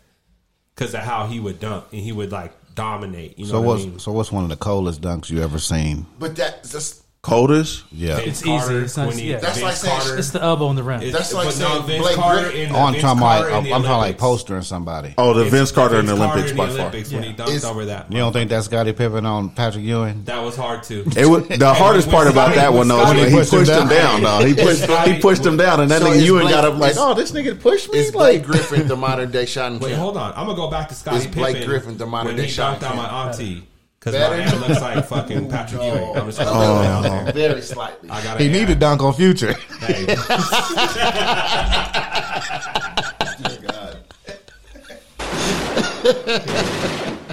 Speaker 4: because of how he would dunk and he would like dominate. You know
Speaker 9: So
Speaker 4: what
Speaker 9: what's
Speaker 4: I mean?
Speaker 9: so what's one of the coldest dunks you ever seen?
Speaker 5: but that's just
Speaker 3: Coldest.
Speaker 9: Yeah.
Speaker 4: Vince
Speaker 7: It's easy. It's not-
Speaker 4: when he-
Speaker 7: yeah.
Speaker 5: That's
Speaker 4: Vince
Speaker 5: like saying-
Speaker 4: Carter.
Speaker 7: It's the elbow on the rim.
Speaker 4: It's-
Speaker 5: That's like
Speaker 4: but no,
Speaker 5: saying
Speaker 4: Vince
Speaker 5: Blake
Speaker 4: Carter
Speaker 5: Griffin-
Speaker 4: in the
Speaker 9: Oh, I'm
Speaker 4: Vince
Speaker 9: talking
Speaker 4: Carter
Speaker 9: about
Speaker 4: in
Speaker 9: I'm,
Speaker 4: the
Speaker 9: I'm talking like
Speaker 4: Olympics.
Speaker 9: postering somebody.
Speaker 3: Oh, the
Speaker 4: It's
Speaker 3: Vince Carter in the
Speaker 4: Vince Carter
Speaker 3: Olympics
Speaker 4: in
Speaker 3: by
Speaker 4: the
Speaker 3: far.
Speaker 4: Olympics when he dunked
Speaker 5: It's-
Speaker 4: over that.
Speaker 9: You don't think that's Scottie Pippen on Patrick Ewing?
Speaker 4: That was hard too.
Speaker 3: It was the hardest part about that one though. Is when he pushed him down. Though he pushed he pushed him down, and that
Speaker 5: So
Speaker 3: nigga
Speaker 5: it's
Speaker 3: Ewan
Speaker 5: Blake-
Speaker 3: got up like,
Speaker 5: it's-
Speaker 3: oh, this nigga pushed me. [laughs] Like,
Speaker 5: is Blake
Speaker 4: [laughs]
Speaker 5: Griffin the modern day shot and
Speaker 4: Wait, hold on. I'm gonna go back to Scottie
Speaker 5: It's
Speaker 4: Pippen.
Speaker 5: Blake Griffin, the modern
Speaker 4: when
Speaker 5: day
Speaker 4: he
Speaker 5: Sean
Speaker 4: dunked on
Speaker 5: Kemp.
Speaker 4: my auntie because my
Speaker 5: Better.
Speaker 4: aunt looks like
Speaker 5: [laughs]
Speaker 4: fucking Patrick Ewing. I'm just gonna go down there.
Speaker 5: very slightly.
Speaker 4: I got
Speaker 9: Oh. He needed
Speaker 4: needed
Speaker 9: dunk on
Speaker 4: [laughs]
Speaker 9: Future. [laughs]
Speaker 5: [laughs]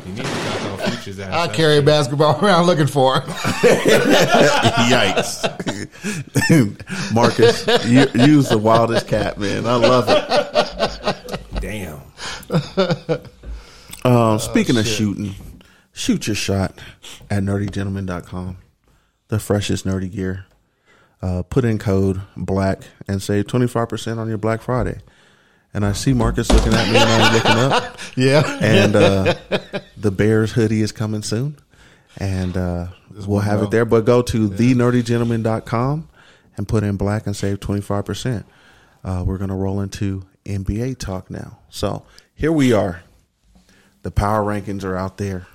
Speaker 4: He needed dunk on Future's ass.
Speaker 9: I
Speaker 4: That's
Speaker 9: carry
Speaker 4: true.
Speaker 9: basketball [laughs] around looking for him.
Speaker 3: yikes, Marcus, [laughs] you, you's the wildest cat, man. I love it.
Speaker 4: Damn.
Speaker 3: Um, speaking of shooting, shoot your shot at nerdygentleman.com. The freshest nerdy gear. Uh, put in code black and save 25% on your Black Friday. And I see Marcus looking at me and I'm looking up.
Speaker 9: Yeah.
Speaker 3: And uh, the Bears hoodie is coming soon. And uh, we'll have it there. But go to thenerdygentleman.com and put in black and save 25%. Uh, we're going to roll into NBA talk now. So here we are. The power rankings are out there.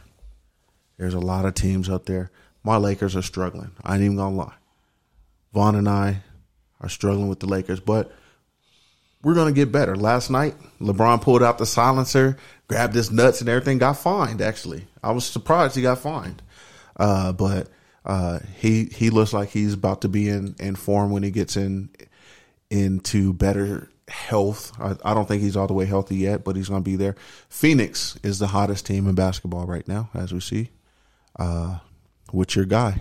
Speaker 3: There's a lot of teams out there. My Lakers are struggling. I ain't even going to lie. Vaughn and I are struggling with the Lakers, but we're going to get better. Last night, LeBron pulled out the silencer, grabbed his nuts and everything, got fined, actually. I was surprised he got fined. Uh, but uh, he he looks like he's about to be in, in form when he gets in into better health. I, I don't think he's all the way healthy yet, but he's going to be there. Phoenix is the hottest team in basketball right now, as we see. Uh, with your guy,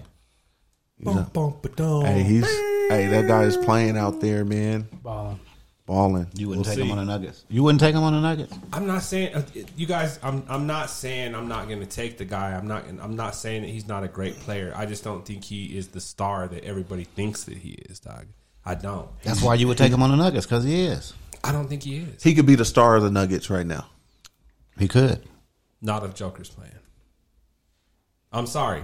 Speaker 8: Bum, bum, ba-dum.
Speaker 3: Hey, he's hey, that guy is playing out there, man.
Speaker 7: Ballin'.
Speaker 3: Balling.
Speaker 9: You wouldn't
Speaker 4: We'll
Speaker 9: take
Speaker 4: see.
Speaker 9: him on the Nuggets. You wouldn't take him on the Nuggets.
Speaker 4: I'm not saying uh, you guys. I'm I'm not saying I'm not going to take the guy. I'm not. I'm not saying that he's not a great player. I just don't think he is the star that everybody thinks that he is, dog. I don't.
Speaker 9: That's why you would take him on the Nuggets because he is.
Speaker 4: I don't think he is.
Speaker 3: He could be the star of the Nuggets right now.
Speaker 9: He could.
Speaker 4: Not if Joker's playing. I'm sorry.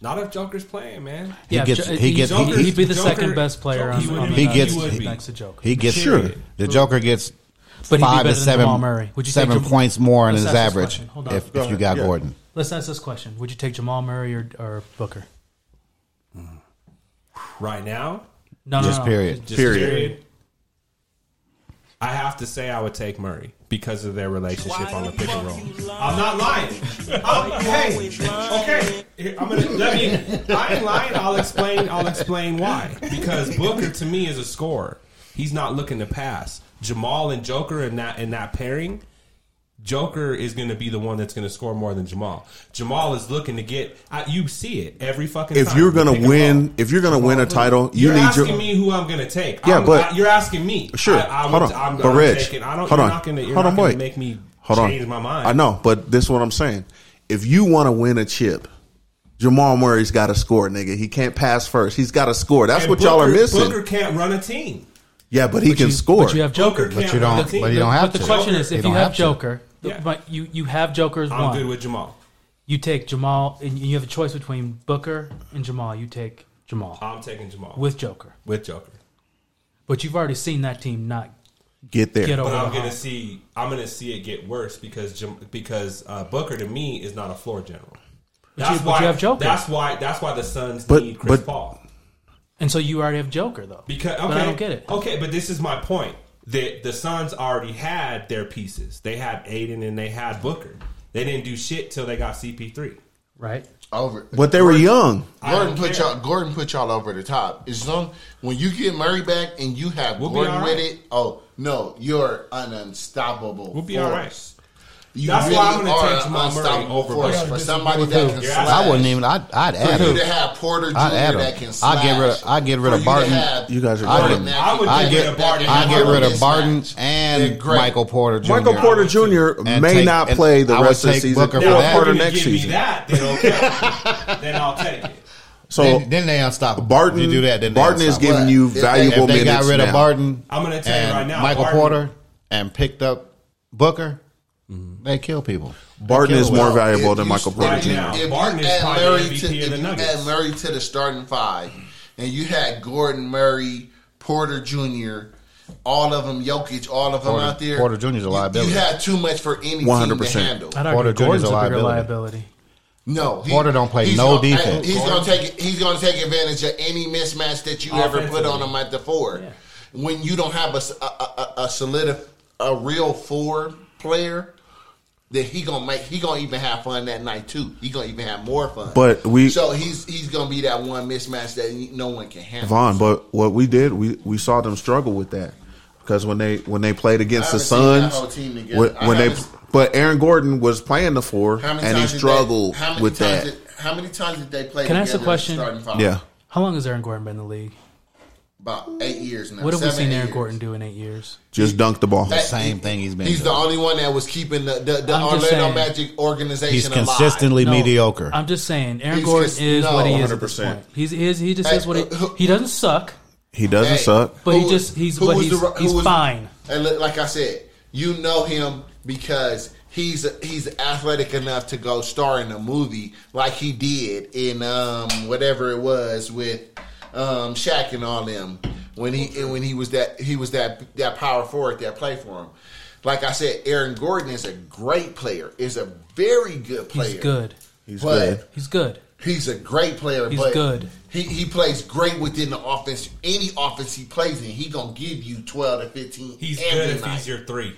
Speaker 4: Not if Joker's playing, man.
Speaker 9: He
Speaker 10: Yeah,
Speaker 9: gets.
Speaker 10: Jo-
Speaker 9: He gets.
Speaker 4: Joker-
Speaker 9: He,
Speaker 10: He'd be the
Speaker 4: Joker-
Speaker 10: second best player
Speaker 4: Joker-
Speaker 10: on,
Speaker 4: he would
Speaker 10: on
Speaker 4: be-
Speaker 10: the
Speaker 9: he
Speaker 10: Nuggets,
Speaker 9: gets- he-
Speaker 10: next to Joker.
Speaker 9: he gets.
Speaker 4: Sure.
Speaker 9: The Joker gets.
Speaker 10: But he'd be
Speaker 9: five
Speaker 10: better
Speaker 9: to
Speaker 10: than
Speaker 9: seven,
Speaker 10: Jamal Murray. Would you take
Speaker 9: seven
Speaker 10: Jam-
Speaker 9: points more in
Speaker 10: Let's
Speaker 9: his
Speaker 10: ask this
Speaker 9: average
Speaker 10: question. Hold on.
Speaker 9: if, if you got Gordon.
Speaker 10: Let's ask this question: Would you take Jamal Murray or, or Booker?
Speaker 4: Right now,
Speaker 10: No, no,
Speaker 9: Just
Speaker 10: no.
Speaker 9: period.
Speaker 4: just
Speaker 3: Period.
Speaker 4: period. I have to say I would take Murray because of their relationship on the pick and roll. I'm not lying. I'm- hey, okay. Here, I'm gonna let me. I ain't lying. I'll explain. I'll explain why. Because Booker to me is a scorer. He's not looking to pass. Jamal and Joker in that in that pairing. Joker is going to be the one that's going to score more than Jamal. Jamal is looking to get. I, you see it every fucking.
Speaker 3: If
Speaker 4: time.
Speaker 3: you're
Speaker 4: You
Speaker 3: gonna
Speaker 4: pick him
Speaker 3: win,
Speaker 4: up.
Speaker 3: if you're gonna win a title, you
Speaker 4: You're
Speaker 3: need
Speaker 4: asking
Speaker 3: your.
Speaker 4: me who I'm going to take.
Speaker 3: Yeah,
Speaker 4: I'm-
Speaker 3: but-
Speaker 4: I- you're asking me.
Speaker 3: Sure.
Speaker 4: I, I
Speaker 3: hold
Speaker 4: would-
Speaker 3: on.
Speaker 4: I'm,
Speaker 3: but
Speaker 4: I'm
Speaker 3: Reg,
Speaker 4: taking- I don't,
Speaker 3: hold
Speaker 4: you're
Speaker 3: on.
Speaker 4: Not gonna, you're
Speaker 3: hold
Speaker 4: not
Speaker 3: on,
Speaker 4: gonna
Speaker 3: wait.
Speaker 4: Make me
Speaker 3: hold
Speaker 4: change
Speaker 3: on.
Speaker 4: my mind.
Speaker 3: I know, but this is what I'm saying. If you want to win a chip, Jamal Murray's got to score, nigga. He can't pass first. He's got to score. That's
Speaker 4: And
Speaker 3: what y'all are
Speaker 4: Booker-
Speaker 3: missing.
Speaker 4: Booker can't run a team.
Speaker 3: yeah, but he can
Speaker 10: you-
Speaker 3: score.
Speaker 10: But you have Joker.
Speaker 4: Booker
Speaker 9: But
Speaker 4: can't
Speaker 9: you
Speaker 4: run
Speaker 9: don't.
Speaker 4: a team.
Speaker 9: But you don't have
Speaker 10: But the
Speaker 9: to.
Speaker 10: question is,
Speaker 9: You
Speaker 10: if
Speaker 9: don't
Speaker 10: you have
Speaker 9: have to.
Speaker 10: Joker, the-
Speaker 4: Yeah.
Speaker 10: but you you have Joker as
Speaker 4: I'm
Speaker 10: one.
Speaker 4: good with Jamal.
Speaker 10: you take Jamal, and you have a choice between Booker and Jamal. You take Jamal
Speaker 4: I'm taking Jamal with,
Speaker 10: with Joker,
Speaker 4: Joker.
Speaker 10: but you've already seen that team not
Speaker 3: get there.
Speaker 10: get
Speaker 4: But
Speaker 10: over.
Speaker 4: I'm
Speaker 10: the
Speaker 4: gonna
Speaker 10: hump.
Speaker 4: see. I'm gonna see it get worse because Jam- because uh, Booker to me is not a floor general. That's
Speaker 10: you- but
Speaker 4: why
Speaker 10: you have Joker.
Speaker 4: That's why. That's why the Suns
Speaker 3: But-
Speaker 4: need Chris
Speaker 3: but-
Speaker 4: Paul.
Speaker 10: and so you already have Joker though.
Speaker 4: Because okay, Oh.
Speaker 10: but I don't get it.
Speaker 4: Okay, but this is my point. That the Suns already had their pieces. They had Aiden and they had Booker. They didn't do shit till they got CP3.
Speaker 10: Right?
Speaker 5: Over.
Speaker 3: But they were young.
Speaker 4: I
Speaker 5: Gordon
Speaker 4: don't
Speaker 5: put
Speaker 4: care.
Speaker 5: y'all. Gordon put y'all over the top. As long when you get Murray back and you have
Speaker 4: We'll be
Speaker 5: Gordon
Speaker 4: all
Speaker 5: with
Speaker 4: right.
Speaker 5: it, oh no, you're an unstoppable.
Speaker 4: We'll be
Speaker 5: force.
Speaker 4: all right.
Speaker 5: You
Speaker 4: That's why I'm gonna
Speaker 5: are
Speaker 4: take
Speaker 5: an
Speaker 4: Jamal Murray
Speaker 5: unstoppable
Speaker 4: over
Speaker 5: force
Speaker 4: Booker.
Speaker 5: for somebody that can
Speaker 4: You're
Speaker 5: slash.
Speaker 4: asking-
Speaker 9: I wouldn't even. I'd, I'd add
Speaker 5: For you to
Speaker 9: him.
Speaker 5: have Porter Jr.
Speaker 9: I'd add him.
Speaker 5: that can slash.
Speaker 9: I'd get rid of- I'd get rid
Speaker 5: For you
Speaker 9: of
Speaker 5: to
Speaker 9: Barton.
Speaker 5: have
Speaker 3: You guys are
Speaker 5: Gordon
Speaker 9: crazy.
Speaker 5: that
Speaker 4: I would-
Speaker 5: can
Speaker 4: I would
Speaker 5: get
Speaker 4: get-
Speaker 5: rid of-
Speaker 9: I get rid of Barton
Speaker 5: They're
Speaker 9: and
Speaker 5: great.
Speaker 9: Michael Porter Jr.
Speaker 3: Michael Porter Jr.
Speaker 9: And
Speaker 3: may
Speaker 9: take-
Speaker 3: not
Speaker 9: and
Speaker 3: play the
Speaker 9: I would
Speaker 3: rest of the
Speaker 9: take
Speaker 3: season
Speaker 9: Booker
Speaker 3: or
Speaker 9: for that.
Speaker 3: part
Speaker 4: If
Speaker 3: of
Speaker 4: you
Speaker 3: next
Speaker 4: give me
Speaker 3: season.
Speaker 4: that,
Speaker 3: [laughs]
Speaker 4: then okay. then I'll take it.
Speaker 3: So
Speaker 9: Then, then they unstoppable.
Speaker 3: Barton,
Speaker 9: You do that. Then they
Speaker 3: Barton is
Speaker 9: unstoppable.
Speaker 3: giving you
Speaker 5: If they-
Speaker 3: valuable
Speaker 9: If they
Speaker 3: minutes
Speaker 9: got rid
Speaker 3: now.
Speaker 9: of Barton,
Speaker 4: I'm gonna tell you
Speaker 9: and
Speaker 4: right now,
Speaker 9: Michael
Speaker 4: Barton-
Speaker 9: Porter and picked up Booker. They kill people.
Speaker 3: Barton is
Speaker 9: Killed
Speaker 3: more
Speaker 9: well.
Speaker 3: valuable
Speaker 5: If
Speaker 3: than
Speaker 5: you-
Speaker 3: Michael
Speaker 5: if
Speaker 3: Porter
Speaker 4: right
Speaker 5: you-
Speaker 4: now.
Speaker 5: if
Speaker 3: Jr.
Speaker 5: you
Speaker 4: Barton is
Speaker 5: add
Speaker 4: probably
Speaker 5: Murray
Speaker 4: MVP
Speaker 5: to,
Speaker 4: of the
Speaker 5: if you
Speaker 4: Nuggets.
Speaker 5: Add Murray to the starting five, and you had Gordon Murray, Porter Jr., all of them, Jokic, all of them
Speaker 9: Porter-
Speaker 5: out there.
Speaker 9: Porter Jr. is a
Speaker 5: you-
Speaker 9: liability.
Speaker 5: You had too much for any team to
Speaker 3: 100%.
Speaker 5: handle.
Speaker 10: I'd argue
Speaker 9: Porter Jr. is
Speaker 10: Gordon's
Speaker 9: a
Speaker 10: a bigger
Speaker 9: liability.
Speaker 10: liability.
Speaker 5: No, he-
Speaker 9: Porter don't play
Speaker 5: he's
Speaker 9: no
Speaker 5: gonna-
Speaker 9: defense.
Speaker 5: He's going to take he's going to take advantage of any mismatch that you ever put on him at the four. When you don't have a s- a, a- a- a solid a real four player, then he gonna make he gonna even have fun that night too. He gonna even have more fun.
Speaker 3: But we-
Speaker 5: so he's he's gonna be that one mismatch that no one can handle.
Speaker 3: Vaughn, but what we did, we, we saw them struggle with that because when they when they played against the
Speaker 5: I haven't seen that
Speaker 3: Suns,
Speaker 5: whole team together.
Speaker 3: when,
Speaker 5: I
Speaker 3: when they
Speaker 5: haven't-
Speaker 3: but Aaron Gordon was playing the four
Speaker 5: How many
Speaker 3: and he
Speaker 5: times did they-
Speaker 3: struggled
Speaker 5: how many
Speaker 3: with that.
Speaker 5: times Did, how many times did they play?
Speaker 10: Can I ask a
Speaker 5: together as
Speaker 10: question?
Speaker 5: starting five?
Speaker 3: yeah,
Speaker 10: How long has Aaron Gordon been in the league?
Speaker 5: about eight years now.
Speaker 10: What have
Speaker 5: seven,
Speaker 10: we seen
Speaker 5: eight
Speaker 10: Aaron
Speaker 5: years.
Speaker 10: Gordon do in eight years?
Speaker 3: just dunked the ball.
Speaker 5: That-
Speaker 9: Same thing he's been
Speaker 5: He's the
Speaker 9: doing.
Speaker 5: only one that was keeping the, the, the
Speaker 10: I'm
Speaker 5: Orlando
Speaker 10: just saying.
Speaker 5: Magic organization
Speaker 9: He's
Speaker 5: alive.
Speaker 9: consistently
Speaker 10: No,
Speaker 9: mediocre.
Speaker 10: I'm just saying, Aaron
Speaker 5: He's
Speaker 10: Gordon
Speaker 5: just-
Speaker 10: is
Speaker 5: no,
Speaker 10: what he is at this
Speaker 3: 100%.
Speaker 10: point. He's, he is he just
Speaker 5: Hey,
Speaker 10: is what
Speaker 5: uh,
Speaker 10: he
Speaker 5: who-
Speaker 10: he doesn't suck,
Speaker 3: He doesn't
Speaker 5: Hey,
Speaker 3: suck.
Speaker 10: but he
Speaker 5: who-
Speaker 10: just he's
Speaker 5: who
Speaker 10: but
Speaker 5: was
Speaker 10: he's,
Speaker 5: the ru- who
Speaker 10: he's
Speaker 5: was-
Speaker 10: fine.
Speaker 5: And li- like I said, you know him because he's he's athletic enough to go star in a movie like he did in um, whatever it was with um, Shaq and all them when he and when he was that he was that that power forward that played for him. Like I said, Aaron Gordon is a great player. Is a very good player.
Speaker 10: He's good.
Speaker 3: He's
Speaker 5: but
Speaker 3: good.
Speaker 10: He's good.
Speaker 5: He's a great player.
Speaker 10: He's
Speaker 5: but
Speaker 10: good.
Speaker 5: He he plays great within the offense. Any offense he plays in, he gonna give you twelve to fifteen.
Speaker 4: He's
Speaker 5: every
Speaker 4: good if
Speaker 5: night.
Speaker 4: he's your three.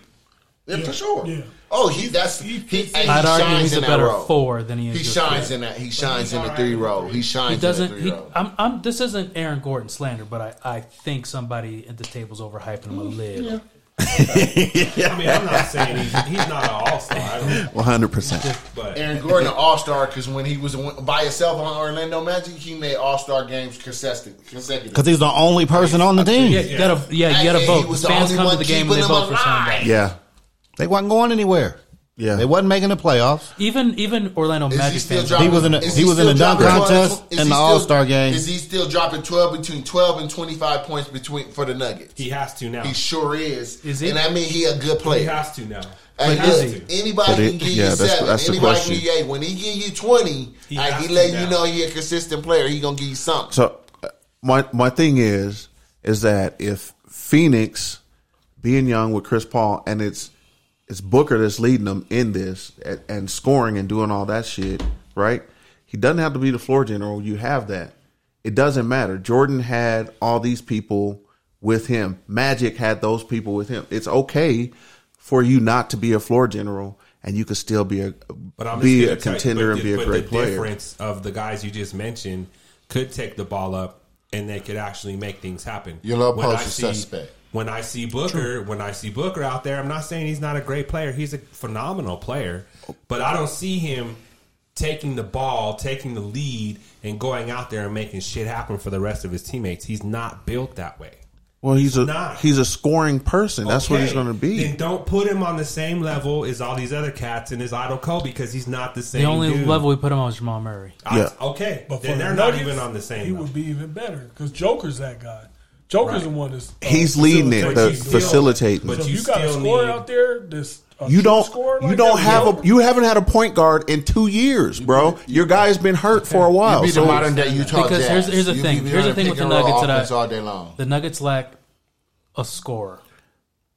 Speaker 5: yeah, for sure.
Speaker 8: Yeah.
Speaker 5: Oh, he that's
Speaker 8: He
Speaker 5: he.
Speaker 8: fits in.
Speaker 5: and he
Speaker 10: I'd argue
Speaker 5: shines
Speaker 10: he's a
Speaker 5: in that
Speaker 10: better
Speaker 5: role.
Speaker 10: four than he is.
Speaker 5: He
Speaker 10: just
Speaker 5: shines in that. He shines in the three roll. He shines.
Speaker 10: He doesn't.
Speaker 5: In the three
Speaker 10: He,
Speaker 5: roll.
Speaker 10: I'm, I'm. This isn't Aaron Gordon slander, but I, I think somebody at the table's overhyping him a little.
Speaker 4: I mean, I'm not saying he's, he's not an all star. I
Speaker 3: [laughs]
Speaker 4: don't.
Speaker 3: One hundred percent.
Speaker 4: But
Speaker 5: Aaron Gordon, All Star, because when he was by himself on Orlando Magic, he made All Star games consistent, consecutive.
Speaker 9: Because he's the only person on the
Speaker 10: Yeah,
Speaker 9: team.
Speaker 10: you gotta, yeah, you gotta
Speaker 5: Hey,
Speaker 10: vote.
Speaker 5: he was the
Speaker 10: Fans
Speaker 5: only
Speaker 10: come to
Speaker 5: one
Speaker 10: the game and
Speaker 5: keeping
Speaker 10: they vote
Speaker 5: him
Speaker 10: for somebody.
Speaker 5: alive.
Speaker 3: Yeah,
Speaker 9: They wasn't going anywhere.
Speaker 3: yeah.
Speaker 9: They wasn't making the playoffs.
Speaker 10: Even even Orlando
Speaker 5: Is
Speaker 10: Magic
Speaker 5: still
Speaker 10: fans.
Speaker 5: dropping-
Speaker 9: He was in a-
Speaker 5: is
Speaker 9: he was in
Speaker 5: still
Speaker 9: a dunk
Speaker 5: dropping
Speaker 9: contest
Speaker 5: 12
Speaker 9: in
Speaker 5: is he
Speaker 9: the
Speaker 5: still-
Speaker 9: All-Star game.
Speaker 5: Is he still dropping twelve between twelve and twenty five points between for the Nuggets?
Speaker 4: he has to now.
Speaker 5: He
Speaker 4: He
Speaker 5: sure is.
Speaker 10: Is he?
Speaker 5: And I mean, he a good player.
Speaker 4: has to now.
Speaker 5: Hey,
Speaker 4: He has
Speaker 5: look,
Speaker 4: to.
Speaker 5: anybody
Speaker 3: But it-
Speaker 5: can give
Speaker 3: yeah,
Speaker 5: you
Speaker 3: that's-
Speaker 5: seven.
Speaker 3: that's the
Speaker 5: anybody can
Speaker 3: question.
Speaker 5: give you eight. When he give you twenty,
Speaker 4: He
Speaker 5: like,
Speaker 4: has
Speaker 5: he
Speaker 4: to
Speaker 5: let you
Speaker 4: now.
Speaker 5: know he a consistent player. He gonna give you something.
Speaker 3: So uh, my my thing is is that if Phoenix being young with Chris Paul and it's it's Booker that's leading them in this and, and scoring and doing all that shit, right? He doesn't have to be the floor general. You have that. It doesn't matter. Jordan had all these people with him. Magic had those people with him. It's okay for you not to be a floor general and you could still be a
Speaker 4: But I'm
Speaker 3: be
Speaker 4: just
Speaker 3: a
Speaker 4: gonna tell you-
Speaker 3: contender
Speaker 4: but
Speaker 3: and
Speaker 4: the-
Speaker 3: be a
Speaker 4: but
Speaker 3: great
Speaker 4: the
Speaker 3: player.
Speaker 4: Difference of the guys you just mentioned could take the ball up and they could actually make things happen.
Speaker 5: Your low
Speaker 4: When
Speaker 5: post
Speaker 4: I
Speaker 5: is
Speaker 4: see-
Speaker 5: suspect.
Speaker 4: When I see Booker, when I see Booker out there, I'm not saying he's not a great player. He's a phenomenal player, but I don't see him taking the ball, taking the lead, and going out there and making shit happen for the rest of his teammates. He's not built that way.
Speaker 3: Well, he's a
Speaker 4: Nah.
Speaker 3: he's a scoring person. That's what he's
Speaker 4: Okay.
Speaker 3: going to be.
Speaker 4: Then don't put him on the same level as all these other cats and his idol Kobe because he's not the same.
Speaker 10: The only
Speaker 4: dude.
Speaker 10: level we put him on was Jamal Murray.
Speaker 4: I-
Speaker 3: Yeah.
Speaker 4: okay,
Speaker 8: But for
Speaker 4: then they're
Speaker 8: the
Speaker 4: not
Speaker 8: Nuggets,
Speaker 4: even on the same.
Speaker 8: He
Speaker 4: level.
Speaker 8: would be even better because Joker's that guy. Joker's
Speaker 4: Right.
Speaker 8: the one that's uh,
Speaker 3: He's leading it,
Speaker 4: But
Speaker 3: the
Speaker 4: you
Speaker 8: facilitating.
Speaker 4: still-
Speaker 3: facilitating.
Speaker 4: but
Speaker 8: So
Speaker 4: you
Speaker 8: you, got a
Speaker 4: still
Speaker 8: scorer
Speaker 4: need-
Speaker 8: out there. This a
Speaker 3: you
Speaker 8: true
Speaker 3: don't
Speaker 8: scorer
Speaker 3: you
Speaker 8: like
Speaker 3: don't
Speaker 8: that,
Speaker 3: have
Speaker 8: Joker?
Speaker 3: a you haven't had a point guard in two years, bro. Your guy's been hurt for a
Speaker 5: You
Speaker 3: while.
Speaker 5: be the
Speaker 3: So
Speaker 5: modern day Utah
Speaker 10: Because
Speaker 5: Jazz.
Speaker 10: here's- here's the
Speaker 5: You
Speaker 10: thing.
Speaker 5: be
Speaker 10: Here's the
Speaker 5: running
Speaker 10: thing
Speaker 5: pick
Speaker 10: with
Speaker 5: and
Speaker 10: the
Speaker 5: roll
Speaker 10: Nuggets that I-
Speaker 5: offense all day long.
Speaker 10: The Nuggets lack a scorer,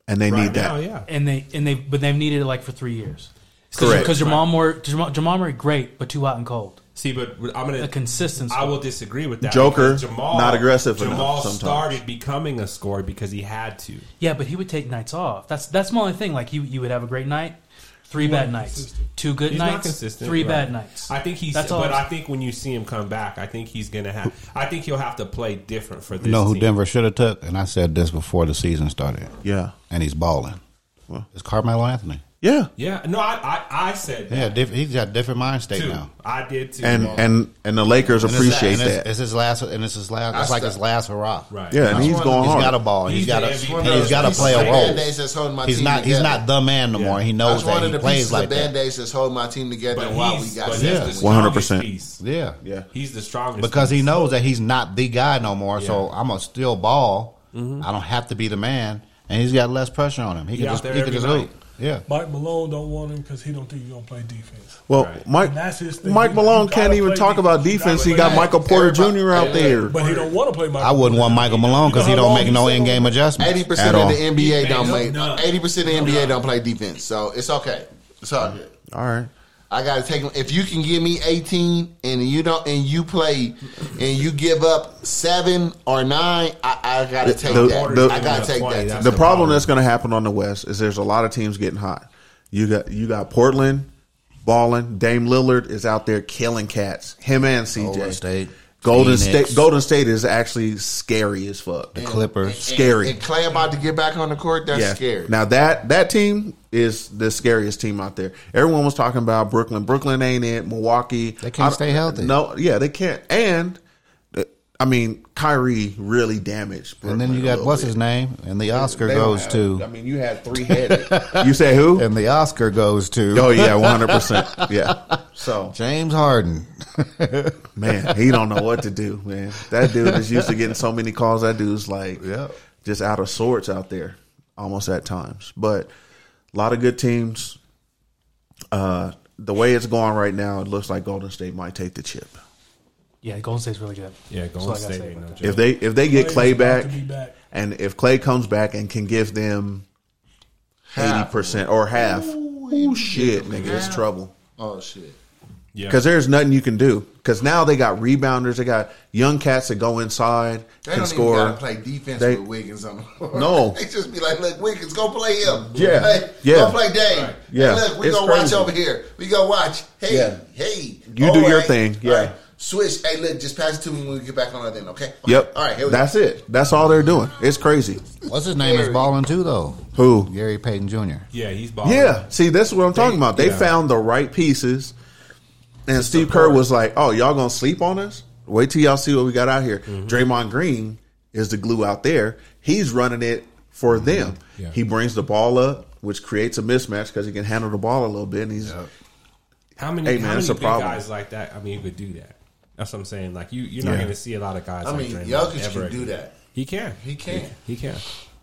Speaker 3: and they
Speaker 4: right
Speaker 3: need
Speaker 4: now,
Speaker 3: that.
Speaker 4: yeah.
Speaker 10: and they and they but they've needed it like for three years.
Speaker 3: Correct.
Speaker 10: Because Jamal Murray, Jamal, Jamal Murray, great, but too hot and cold.
Speaker 4: See, but I'm gonna
Speaker 10: A consistency.
Speaker 4: I will disagree with that.
Speaker 3: Joker,
Speaker 4: because
Speaker 3: not aggressive enough
Speaker 4: Jamal
Speaker 3: sometimes.
Speaker 4: started becoming a scorer because he had to.
Speaker 10: Yeah, but he would take nights off. That's that's my only thing. Like you, you would have a great night, three bad nights, two good
Speaker 4: He's not
Speaker 10: nights,
Speaker 4: consistent.
Speaker 10: three
Speaker 4: right.
Speaker 10: bad nights.
Speaker 4: I think he's.
Speaker 10: That's all
Speaker 4: but
Speaker 10: I'm
Speaker 4: I think when you see him come back, I think he's gonna have. I think he'll have to play different for this.
Speaker 9: You know who
Speaker 4: team.
Speaker 9: Denver should have took? And I said this before the season started.
Speaker 3: Yeah.
Speaker 9: And he's balling.
Speaker 3: Well.
Speaker 9: It's Carmelo Anthony.
Speaker 3: Yeah.
Speaker 4: Yeah. No, I. I, I said that
Speaker 9: Yeah, diff- he's got a different mind state
Speaker 4: too.
Speaker 9: now.
Speaker 4: I did too.
Speaker 3: And
Speaker 4: Jamal.
Speaker 3: and and the Lakers
Speaker 9: And it's-
Speaker 3: appreciate
Speaker 9: and it's,
Speaker 3: that.
Speaker 9: It's his last. And it's his last.
Speaker 5: I
Speaker 9: It's like
Speaker 5: said-
Speaker 9: his last hurrah.
Speaker 4: right.
Speaker 3: Yeah, and he's going
Speaker 9: He's got a
Speaker 3: hard.
Speaker 9: ball. He's
Speaker 4: He's
Speaker 9: got
Speaker 4: the
Speaker 9: a.
Speaker 4: MVP.
Speaker 9: And he's got to play a role.
Speaker 5: Band-Aids that's holding my
Speaker 9: He's
Speaker 5: team
Speaker 9: not. He's
Speaker 5: together.
Speaker 9: not the man no more. He knows
Speaker 5: That's one
Speaker 9: that.
Speaker 5: of
Speaker 9: He
Speaker 5: the
Speaker 9: plays
Speaker 5: pieces
Speaker 9: like
Speaker 5: of
Speaker 9: that.
Speaker 5: band-aids that's holding my team together
Speaker 4: But
Speaker 5: and why we
Speaker 4: he's-
Speaker 5: got
Speaker 4: but
Speaker 5: success.
Speaker 4: he's the
Speaker 3: 100%.
Speaker 4: strongest piece.
Speaker 9: Yeah,
Speaker 3: Yeah.
Speaker 4: He's the strongest
Speaker 9: Because he
Speaker 4: piece.
Speaker 9: knows that he's not the guy no more. So I'm gonna still ball.
Speaker 5: Mm-hmm.
Speaker 9: I don't have to be the man, and he's got less pressure on him. He
Speaker 4: He
Speaker 9: can
Speaker 4: out
Speaker 9: just.
Speaker 4: there
Speaker 9: He can
Speaker 4: every
Speaker 9: just
Speaker 4: night.
Speaker 9: hoop. Yeah.
Speaker 8: Mike Malone don't want him because he don't think he's gonna play defense.
Speaker 3: Well,
Speaker 4: Right.
Speaker 3: Mike
Speaker 8: And that's his thing.
Speaker 3: Mike
Speaker 8: You
Speaker 3: Malone
Speaker 8: gotta
Speaker 3: can't even
Speaker 8: play
Speaker 3: talk
Speaker 8: defense.
Speaker 3: about
Speaker 8: You
Speaker 3: defense.
Speaker 8: gotta
Speaker 3: He
Speaker 8: play
Speaker 3: got
Speaker 8: defense.
Speaker 3: Michael Porter
Speaker 5: Everybody-
Speaker 3: Jr. out there.
Speaker 8: But he don't want to play Michael.
Speaker 9: I wouldn't want
Speaker 8: Porter.
Speaker 9: Michael Malone because he
Speaker 8: You know how
Speaker 9: don't
Speaker 8: long
Speaker 9: make no
Speaker 8: he's
Speaker 9: in game adjustments.
Speaker 5: Eighty
Speaker 9: at
Speaker 5: percent of
Speaker 9: all.
Speaker 5: the NBA don't
Speaker 4: no,
Speaker 5: make.
Speaker 4: no.
Speaker 5: Eighty percent of the NBA don't play defense, so it's okay. It's all good.
Speaker 3: All right.
Speaker 5: I gotta take him. If you can give me eighteen, and you don't, and you play, and you give up seven or nine, I, I gotta
Speaker 3: The-
Speaker 5: take
Speaker 3: the-
Speaker 5: that.
Speaker 3: the-
Speaker 5: I gotta take that.
Speaker 4: That's
Speaker 5: too.
Speaker 3: the
Speaker 4: the
Speaker 3: problem
Speaker 4: problem.
Speaker 3: that's going to happen on the West is there's a lot of teams getting hot. You got you got Portland balling. Dame Lillard is out there killing cats. Him and CJ.
Speaker 9: Golden State.
Speaker 3: Golden
Speaker 9: Phoenix.
Speaker 3: State. Golden State is actually scary as fuck.
Speaker 9: Clippers.
Speaker 3: Scary.
Speaker 5: And Clay about to get back on the court. That's
Speaker 3: yeah.
Speaker 5: scary.
Speaker 3: Now that that team is the scariest team out there. Everyone was talking about Brooklyn. Brooklyn ain't it. Milwaukee.
Speaker 9: They can't
Speaker 3: I-
Speaker 9: stay healthy.
Speaker 3: No. Yeah, they can't. And. uh, I mean, Kyrie really damaged.
Speaker 9: And then you
Speaker 3: Brooklyn a
Speaker 9: got
Speaker 3: little
Speaker 9: what's
Speaker 3: bit.
Speaker 9: his name, and the Oscar
Speaker 3: They don't
Speaker 9: goes
Speaker 3: have-
Speaker 9: to,
Speaker 3: I mean, you had three headed. you say who?
Speaker 9: and the Oscar goes to
Speaker 3: Oh yeah, one hundred percent. Yeah. So
Speaker 9: James Harden.
Speaker 3: man, he don't know what to do, man. That dude is used to getting so many calls. That dude's like,
Speaker 9: Yeah.
Speaker 3: just out of sorts out there, almost at times. But a lot of good teams. Uh, the way it's going right now, it looks like Golden State might take the chip
Speaker 10: Yeah, Golden State's really good.
Speaker 4: Yeah,
Speaker 10: That's
Speaker 4: Golden
Speaker 10: all I gotta
Speaker 4: State.
Speaker 10: say
Speaker 4: ain't
Speaker 10: about
Speaker 4: no
Speaker 10: that.
Speaker 4: joke.
Speaker 3: if they if they get Clay
Speaker 8: Clay's about
Speaker 3: back,
Speaker 8: to be back.
Speaker 3: and if Clay comes back and can give them eighty percent or half. Oh shit, nigga, it's trouble.
Speaker 5: Oh shit.
Speaker 4: Yeah.
Speaker 3: Because there's nothing you can do. Because now they got rebounders. They got young cats that go inside,
Speaker 5: They
Speaker 3: can
Speaker 5: don't
Speaker 3: score.
Speaker 5: even gotta play defense
Speaker 3: They-
Speaker 5: with Wiggins on the floor.
Speaker 3: No.
Speaker 5: [laughs] they just be like, look, Wiggins, go play him.
Speaker 3: Yeah.
Speaker 5: hey,
Speaker 3: Yeah.
Speaker 5: go play Dame.
Speaker 3: Yeah.
Speaker 5: hey, look, we
Speaker 3: It's
Speaker 5: gonna watch
Speaker 3: crazy.
Speaker 5: over here. We gonna watch. Hey,
Speaker 3: Yeah.
Speaker 5: hey,
Speaker 3: You
Speaker 5: All
Speaker 3: do your thing. Yeah.
Speaker 5: Switch. Hey, look, just pass it to me when we get back on our thing, okay?
Speaker 3: Yep.
Speaker 5: All right, here we
Speaker 3: That's it. That's all they're doing. It's crazy.
Speaker 9: What's his name? Is balling too though.
Speaker 3: Who?
Speaker 9: Gary Payton Jr.
Speaker 4: Yeah, he's balling.
Speaker 3: Yeah. See, that's what I'm talking about. They
Speaker 4: yeah.
Speaker 3: found the right pieces, and Steve Kerr was like, "Oh, y'all gonna sleep on us? Wait till y'all see what we got out here."
Speaker 4: Mm-hmm.
Speaker 3: Draymond Green is the glue out there. He's running it for them.
Speaker 4: Mm-hmm. Yeah.
Speaker 3: He brings the ball up, which creates a mismatch because he can handle the ball a little bit. And he's
Speaker 4: How many,
Speaker 3: Hey,
Speaker 4: how
Speaker 3: man,
Speaker 4: many
Speaker 3: it's a
Speaker 4: big
Speaker 3: problem.
Speaker 4: guys like that? I mean, who could do that? That's what I'm saying. Like you, you're not
Speaker 3: Yeah.
Speaker 4: going to see a lot of guys.
Speaker 5: I
Speaker 4: like
Speaker 5: mean,
Speaker 4: Draymond
Speaker 5: Jokic
Speaker 4: ever
Speaker 5: can do
Speaker 4: again.
Speaker 5: that.
Speaker 4: He can.
Speaker 5: He can.
Speaker 4: He can.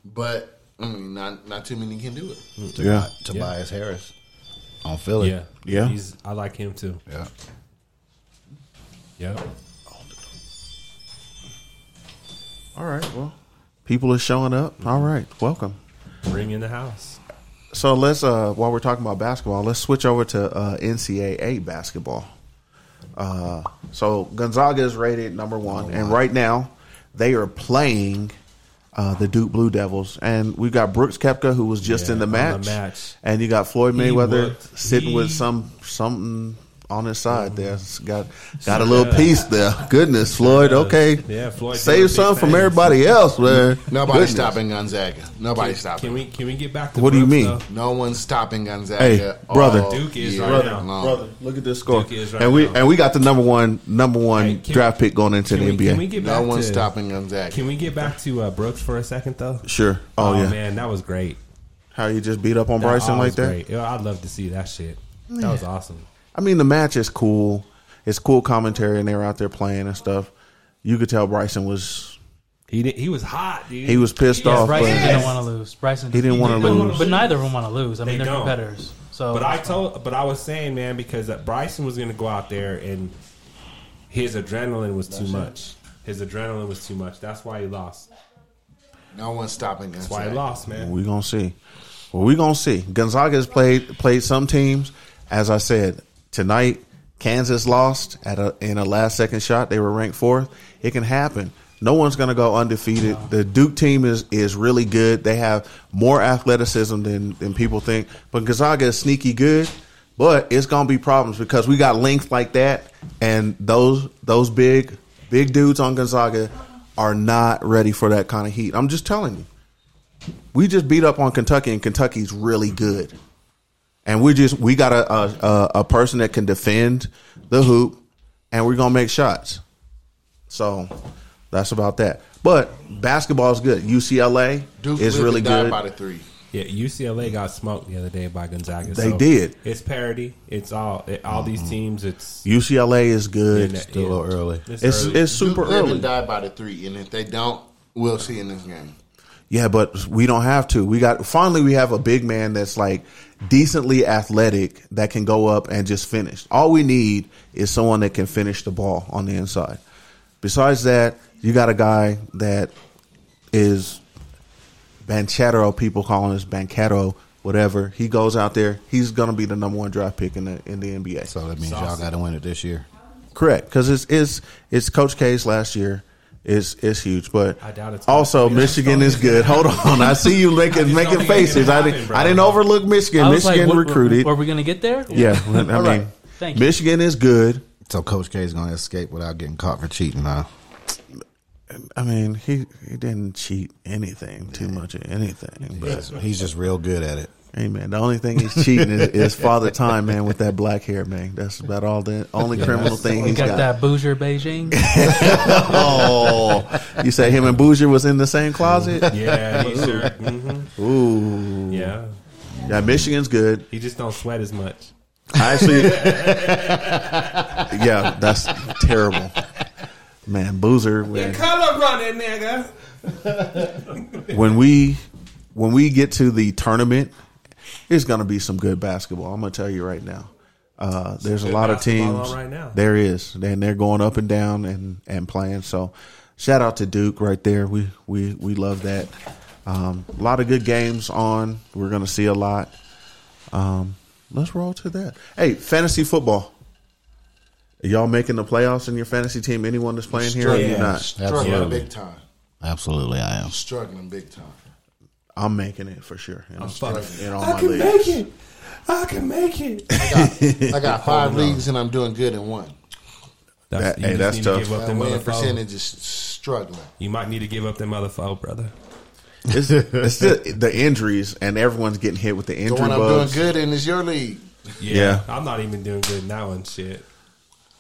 Speaker 5: But I mean, not not too many can do
Speaker 4: Hmm.
Speaker 5: it.
Speaker 3: yeah,
Speaker 9: Tobias Harris on Philly.
Speaker 4: Yeah.
Speaker 3: Yeah.
Speaker 4: He's. I like him too.
Speaker 9: Yeah.
Speaker 4: Yeah.
Speaker 3: All right. Well, people are showing up. All right. Welcome.
Speaker 4: Ring in the house.
Speaker 3: So let's uh while we're talking about basketball, let's switch over to uh NCAA basketball. Uh so Gonzaga is rated number 1
Speaker 4: Oh,
Speaker 3: and right now they are playing uh, the Duke Blue Devils, and we've got Brooks Kepka, who was just
Speaker 4: Yeah,
Speaker 3: in the
Speaker 4: on the
Speaker 3: match,
Speaker 4: match.
Speaker 3: and you got Floyd
Speaker 4: He
Speaker 3: Mayweather
Speaker 4: looked-
Speaker 3: sitting with
Speaker 4: he- Mm-hmm.
Speaker 3: some something on his side. There, It's got got a little piece there. Goodness, Floyd. Okay,
Speaker 4: Yeah, Floyd doing
Speaker 3: save
Speaker 4: big
Speaker 3: some from
Speaker 4: things.
Speaker 3: everybody else, man.
Speaker 5: Nobody's
Speaker 3: Goodness.
Speaker 5: stopping Gonzaga. Nobody's stopping.
Speaker 4: Can we? Can we get back to
Speaker 3: What do you
Speaker 4: Brooks,
Speaker 3: mean?
Speaker 4: though?
Speaker 5: No one's stopping Gonzaga.
Speaker 3: Hey,
Speaker 5: all
Speaker 3: brother.
Speaker 4: Duke is
Speaker 5: year
Speaker 4: right now.
Speaker 5: long.
Speaker 3: Brother, look at this score.
Speaker 4: Duke is right
Speaker 3: Um, and we
Speaker 4: now.
Speaker 3: and we got the number one number one
Speaker 4: Hey, can-
Speaker 3: draft pick going into
Speaker 4: Can
Speaker 3: the
Speaker 4: we,
Speaker 3: NBA.
Speaker 4: can we get
Speaker 5: No
Speaker 4: back
Speaker 5: one's
Speaker 4: to,
Speaker 5: stopping Gonzaga.
Speaker 4: Can we get back to uh, Brooks for a second though?
Speaker 3: sure. Oh, yeah.
Speaker 4: man, that was great.
Speaker 3: How you just beat up on Bryson
Speaker 4: oh,
Speaker 3: like
Speaker 4: was
Speaker 3: that?
Speaker 4: Great. Yeah, I'd love to see that shit. That was awesome.
Speaker 3: I mean, the match is cool. It's cool commentary, and they were out there playing and stuff. You could tell Bryson was
Speaker 4: He did, he was hot, dude.
Speaker 3: he was pissed
Speaker 7: Yeah,
Speaker 3: off,
Speaker 7: Bryson
Speaker 3: but
Speaker 7: didn't want to lose. Bryson
Speaker 3: he didn't want to
Speaker 4: didn't wanna
Speaker 3: lose.
Speaker 7: But neither of them want to lose. I mean,
Speaker 4: They
Speaker 7: they are
Speaker 4: don't.
Speaker 7: competitors.
Speaker 3: Oh,
Speaker 7: So,
Speaker 4: But I told, but I was saying, man, because that Bryson was going to go out there and his adrenaline was too much. His adrenaline was too much. That's why he lost.
Speaker 5: No one's stopping
Speaker 4: That's why he
Speaker 5: Gonzaga.
Speaker 4: lost, man.
Speaker 3: We're gonna see. Well, we're gonna see. Gonzaga has played played some teams. As I said tonight, Kansas lost at a in a last second shot. They were ranked fourth. It can happen. No one's gonna go undefeated. The Duke team is is really good. They have more athleticism than than people think. But Gonzaga is sneaky good. But it's gonna be problems because we got length like that, and those those big big dudes on Gonzaga are not ready for that kind of heat. I'm just telling you we just beat up on Kentucky, and Kentucky's really good. And we just we got a a, a, a person that can defend the hoop, and we're gonna make shots. So that's about that. But basketball is good. UCLA
Speaker 5: Duke
Speaker 3: is
Speaker 5: lived
Speaker 3: really
Speaker 5: and died
Speaker 3: good.
Speaker 5: by the three.
Speaker 4: Yeah, UCLA got smoked the other day by Gonzaga.
Speaker 3: They did. Mm-hmm.
Speaker 4: It's parody. It's all it, all these teams. It's
Speaker 3: UCLA is good.
Speaker 4: Yeah,
Speaker 3: It's,
Speaker 4: Still yeah.
Speaker 3: early. It's it's,
Speaker 4: It's early.
Speaker 3: super
Speaker 5: Duke lived
Speaker 3: early.
Speaker 5: and died by the three, and if they don't, we'll see in this game.
Speaker 3: Yeah, but we don't have to. We got finally we have a big man that's like decently athletic that can go up and just finish. All we need is someone that can finish the ball on the inside. Besides that, you got a guy that is Banchero, people calling us Banchero, whatever. He goes out there, he's gonna be the number one draft pick in the in the NBA.
Speaker 9: So that means y'all got to win it this year.
Speaker 3: Correct, because it's it's it's Coach K's last year. It's it's huge, but
Speaker 4: I doubt it's gonna
Speaker 3: also
Speaker 4: happen. I just
Speaker 3: Michigan
Speaker 4: don't
Speaker 3: is
Speaker 4: think it's
Speaker 3: good. Hold on, I see you
Speaker 4: [laughs]
Speaker 3: making
Speaker 4: don't
Speaker 3: making
Speaker 4: think it's
Speaker 3: faces.
Speaker 4: gonna
Speaker 3: I didn't
Speaker 4: happen,
Speaker 3: I didn't
Speaker 4: bro.
Speaker 3: overlook Michigan.
Speaker 7: I was
Speaker 3: Michigan
Speaker 7: like, what-
Speaker 3: recruited.
Speaker 7: Were, were we going to get there?
Speaker 3: yeah, [laughs]
Speaker 7: [laughs]
Speaker 3: I mean,
Speaker 7: right. Thank you.
Speaker 3: Michigan is good.
Speaker 9: So Coach K is going to escape without getting caught for cheating, huh?
Speaker 3: I mean, he he didn't cheat anything too much of anything, but
Speaker 9: He's just real good at it.
Speaker 3: hey man, the only thing he's cheating is, is father time, man, with that black hair, man. That's about all the only criminal thing
Speaker 7: You
Speaker 3: he's
Speaker 7: got
Speaker 3: got.
Speaker 7: that Bouger Beijing. [laughs]
Speaker 3: Oh, you say him and Bouger was in the same
Speaker 7: [laughs]
Speaker 3: closet? [laughs]
Speaker 4: yeah, he sure. hmm
Speaker 3: Ooh,
Speaker 4: Yeah,
Speaker 3: yeah, Michigan's good.
Speaker 4: he just don't sweat as much.
Speaker 3: I actually, yeah, that's terrible, man. Boozer, when,
Speaker 4: Color running, nigga.
Speaker 3: when we when we get to the tournament, it's gonna be some good basketball. I'm gonna tell you right now. Uh, there's a
Speaker 4: good
Speaker 3: lot of
Speaker 4: basketball
Speaker 3: teams
Speaker 4: on right now.
Speaker 3: There is, and they're going up and down and and playing. So, shout out to Duke right there. We we we love that. Um, a lot of good games on. We're gonna see a lot. Um, let's roll to that. Hey, fantasy football. Are y'all making the playoffs in your fantasy team? Anyone that's playing here, or
Speaker 4: Yeah.
Speaker 3: you not?
Speaker 5: Struggling
Speaker 4: Absolutely.
Speaker 5: big time.
Speaker 9: Absolutely, I am.
Speaker 5: Struggling big time.
Speaker 3: [laughs] I'm making it for sure. And I'm
Speaker 4: fucking-
Speaker 3: in all my leagues.
Speaker 4: it. I can make it.
Speaker 5: I got five leagues, and I'm doing good in one.
Speaker 3: That- hey,
Speaker 4: just
Speaker 3: that's
Speaker 4: need
Speaker 3: tough.
Speaker 4: To give up
Speaker 5: That
Speaker 4: them
Speaker 5: win
Speaker 4: other
Speaker 5: percentage is struggling.
Speaker 4: foe. You might need to give up them other foe, brother.
Speaker 3: It's, it's the, the injuries, and everyone's getting hit with the
Speaker 5: The
Speaker 3: injury
Speaker 5: one I'm doing
Speaker 3: bugs.
Speaker 5: good in is your league.
Speaker 3: Yeah.
Speaker 4: I'm not even doing good now and shit.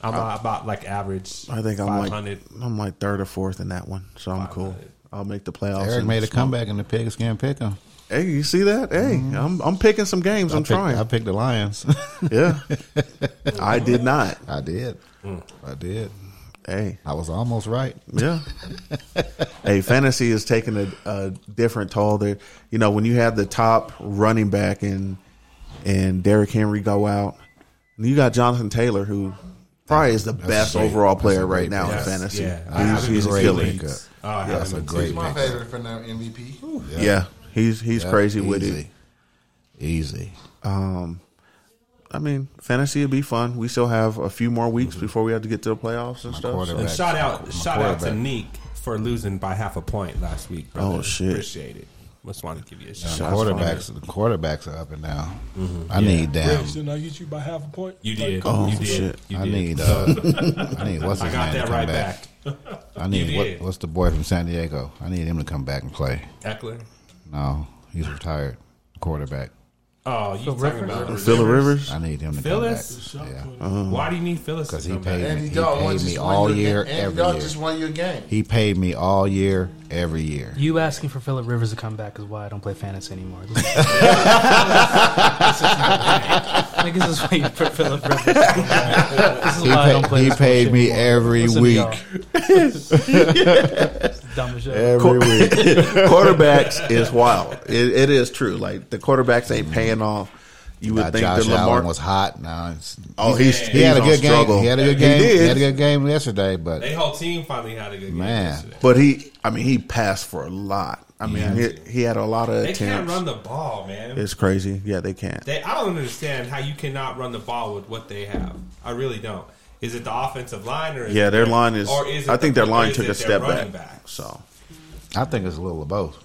Speaker 4: I'm about, about like average.
Speaker 3: I think I'm like
Speaker 4: 500.
Speaker 3: I'm like third or fourth in that one, so I'm cool. I'll make the playoffs.
Speaker 9: Eric
Speaker 3: and
Speaker 9: made a
Speaker 3: small-
Speaker 9: comeback in the pigskin pick 'em.
Speaker 3: Hey, you see that? Hey, I'm I'm picking some games. I'm
Speaker 9: I picked,
Speaker 3: trying.
Speaker 9: I picked the Lions. [laughs]
Speaker 3: yeah, I did not.
Speaker 9: I did. I did.
Speaker 3: Hey,
Speaker 9: I was almost right.
Speaker 3: yeah. hey, fantasy is taking a, a different toll. There, you know, when you have the top running back and and Derrick Henry go out, and you got Jonathan Taylor who. Probably is the best
Speaker 9: great-
Speaker 3: overall player
Speaker 9: that's a
Speaker 3: right
Speaker 9: great
Speaker 3: now in
Speaker 9: pick.
Speaker 3: fantasy.
Speaker 4: Yeah.
Speaker 3: He's, he's a
Speaker 9: great
Speaker 3: killer.
Speaker 9: pick.
Speaker 3: Yeah,
Speaker 9: pickup.
Speaker 4: Oh, I
Speaker 9: That's
Speaker 4: have
Speaker 9: a
Speaker 4: him
Speaker 9: great
Speaker 5: He's
Speaker 4: too.
Speaker 5: my
Speaker 9: pick.
Speaker 5: favorite for now MVP.
Speaker 3: he's he's
Speaker 9: Yep,
Speaker 3: crazy with it.
Speaker 9: easy. Easy.
Speaker 3: I mean, fantasy would be fun. We still have a few more weeks before we have to get to the playoffs and stuff. so-
Speaker 9: Mm-hmm. quarterback.
Speaker 4: And shout out,
Speaker 9: My
Speaker 4: shout out to
Speaker 9: quarterback.
Speaker 4: Neek for losing by half a point last week. Brother.
Speaker 3: Oh, shit.
Speaker 4: Appreciate it. Just wanted to give you a shout.
Speaker 9: The
Speaker 4: out.
Speaker 9: quarterbacks, the quarterbacks are up and down. I need damn.
Speaker 8: Rich, didn't I get you by half a point?
Speaker 4: You did.
Speaker 3: Oh,
Speaker 4: you did.
Speaker 3: shit.
Speaker 4: You
Speaker 9: I
Speaker 4: did.
Speaker 9: need. Uh, I need. What's
Speaker 4: I
Speaker 9: his
Speaker 3: [laughs]
Speaker 4: got
Speaker 9: name
Speaker 4: that
Speaker 9: to come
Speaker 4: right
Speaker 9: back?
Speaker 4: back.
Speaker 9: I
Speaker 4: You
Speaker 9: need.
Speaker 4: did.
Speaker 9: What, what's the boy from San Diego? I need him to come back and play.
Speaker 4: Eckler.
Speaker 9: No, he's retired quarterback.
Speaker 4: Oh, you talking
Speaker 7: Rivers?
Speaker 4: about
Speaker 3: Phillip Rivers.
Speaker 9: I need him to
Speaker 4: Phyllis?
Speaker 9: come back. Yeah,
Speaker 3: Mm.
Speaker 4: Why do you need Phyllis?
Speaker 9: because
Speaker 4: to
Speaker 9: he
Speaker 4: come back?
Speaker 9: paid
Speaker 5: Andy
Speaker 9: me. He
Speaker 5: Dalton won
Speaker 9: paid
Speaker 5: just
Speaker 9: me
Speaker 5: won
Speaker 9: all
Speaker 5: your
Speaker 9: year,
Speaker 5: game. Andy
Speaker 9: every
Speaker 5: Dalton
Speaker 9: year.
Speaker 5: just won your game.
Speaker 9: He paid me all year, every year.
Speaker 7: You asking for Philip Rivers to come back is why I don't play fantasy anymore. This is- [laughs] like this is waiting for Philip Rivers. to come back. This is
Speaker 9: He,
Speaker 7: why I don't
Speaker 9: pa-
Speaker 7: play.
Speaker 9: he
Speaker 7: this bullshit
Speaker 9: paid me
Speaker 7: anymore.
Speaker 9: every
Speaker 7: Listen to
Speaker 9: week.
Speaker 7: y'all. It's dumb as shit.
Speaker 9: [laughs] Every week.
Speaker 3: quarterbacks is wild. It, it is true. Like the quarterbacks ain't paying off. You would
Speaker 9: Now,
Speaker 3: think
Speaker 9: Mm-hmm. Josh
Speaker 3: that Lamar
Speaker 9: Allen was hot. Now it's,
Speaker 3: Oh, he's-
Speaker 9: he had
Speaker 3: he's
Speaker 9: a
Speaker 3: on
Speaker 9: good game.
Speaker 3: struggle.
Speaker 9: He had a good
Speaker 3: He
Speaker 9: game. He,
Speaker 3: did.
Speaker 9: had a good game yesterday, but
Speaker 4: They whole team finally had a good game
Speaker 9: Man.
Speaker 4: yesterday.
Speaker 3: but he. I mean, he passed for a lot. I mean, he, he had a lot of
Speaker 4: They can't
Speaker 3: attempts.
Speaker 4: run the ball, man.
Speaker 3: it's crazy. Yeah, they can't.
Speaker 4: They, I don't understand how you cannot run the ball with what they have. I really don't. Is it the offensive line or is
Speaker 3: yeah,
Speaker 4: it
Speaker 3: their line is.
Speaker 4: or is it
Speaker 3: I think
Speaker 4: the-
Speaker 3: their line
Speaker 4: is
Speaker 3: took
Speaker 4: it
Speaker 3: a
Speaker 4: their
Speaker 3: step
Speaker 4: running
Speaker 3: back.
Speaker 4: backs?
Speaker 3: So
Speaker 9: I think it's a little of both.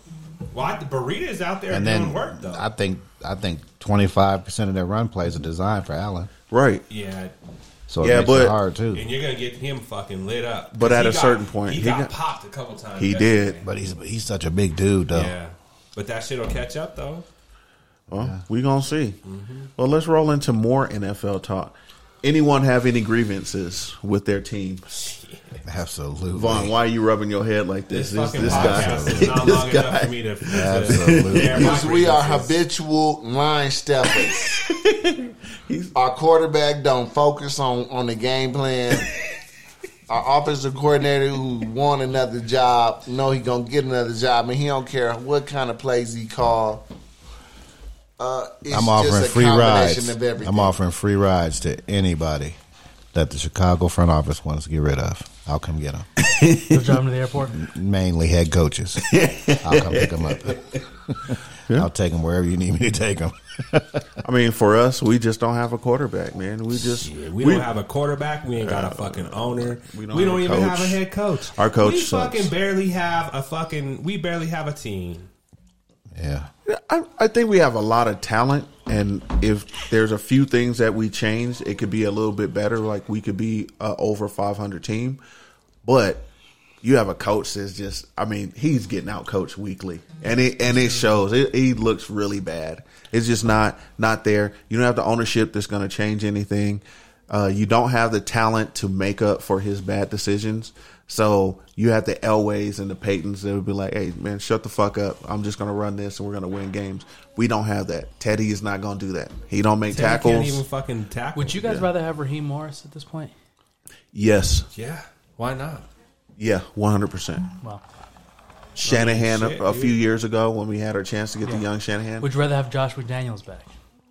Speaker 4: Why the Burrito's out there
Speaker 9: And
Speaker 4: doing
Speaker 9: then
Speaker 4: work though?
Speaker 9: I think I think twenty five percent of their run plays are designed for Allen,
Speaker 3: right.
Speaker 4: yeah,
Speaker 9: so it
Speaker 3: Yeah,
Speaker 9: makes
Speaker 3: but-
Speaker 9: it hard too.
Speaker 4: and you're gonna get him fucking lit up.
Speaker 3: But
Speaker 4: 'Cause
Speaker 3: at
Speaker 4: he
Speaker 3: a certain point,
Speaker 4: he,
Speaker 3: he
Speaker 4: got,
Speaker 3: got-
Speaker 4: popped a couple times.
Speaker 3: He
Speaker 4: yesterday.
Speaker 3: did.
Speaker 9: But he's he's such a big dude though.
Speaker 4: Yeah, but that shit'll catch up though.
Speaker 3: Well, we gonna see.
Speaker 4: Mm-hmm.
Speaker 3: Well, let's roll into more NFL talk. Anyone have any grievances with their team?
Speaker 9: Absolutely,
Speaker 3: Vaughn, why are you rubbing your head like this?
Speaker 4: This,
Speaker 3: This, [laughs] this
Speaker 4: fucking podcast
Speaker 3: guy.
Speaker 4: is not long enough for me to.
Speaker 9: Absolutely.
Speaker 4: [laughs] Yeah, my
Speaker 5: Because we are
Speaker 4: grievances.
Speaker 5: habitual line steppers. Our quarterback don't focus on, on the game plan. Our offensive coordinator who want another job, know he gonna get another job, and he don't care what kind of plays he call. Uh, it's
Speaker 9: I'm offering
Speaker 5: just a
Speaker 9: free
Speaker 5: combination
Speaker 9: rides.
Speaker 5: Of everything.
Speaker 9: I'm offering free rides to anybody that the Chicago front office wants to get rid of. I'll come get them.
Speaker 7: They're driving to the airport.
Speaker 9: Mainly head coaches. I'll come pick them up. I'll take them wherever you need me to take them.
Speaker 3: I mean, for us, we just don't have a quarterback, man. We just
Speaker 4: Yeah, we, don't have a quarterback. We ain't got a fucking owner.
Speaker 3: we
Speaker 4: We
Speaker 3: don't have
Speaker 4: don't,
Speaker 3: a
Speaker 4: even
Speaker 3: coach.
Speaker 4: have a head coach.
Speaker 3: Our coach
Speaker 4: We
Speaker 3: sucks.
Speaker 4: fucking barely have a fucking. We barely have a team.
Speaker 9: Yeah.
Speaker 3: I, I think we have a lot of talent, and if there's a few things that we change, it could be a little bit better. Like we could be a over 500 team, but you have a coach that's just. I mean, he's getting out coached weekly, and it and it shows. It, he looks really bad. It's just not not there. You don't have the ownership that's going to change anything. Uh, you don't have the talent to make up for his bad decisions. So you have the Elways and the Paytons that would be like, hey, man, shut the fuck up. I'm just going to run this and we're going to win games. We don't have that. Teddy is not going to do that. He don't make
Speaker 4: Teddy Can't even
Speaker 3: tackles.
Speaker 4: fucking tackle.
Speaker 7: Would you guys rather have Raheem Morris at this point?
Speaker 3: Yes.
Speaker 4: Yeah. Why not?
Speaker 3: Yeah, 100%.
Speaker 7: Wow.
Speaker 3: Shanahan
Speaker 4: shit,
Speaker 3: a, a
Speaker 4: dude.
Speaker 3: few years ago when we had our chance to get the young Shanahan,
Speaker 7: Would you rather have Josh McDaniels back?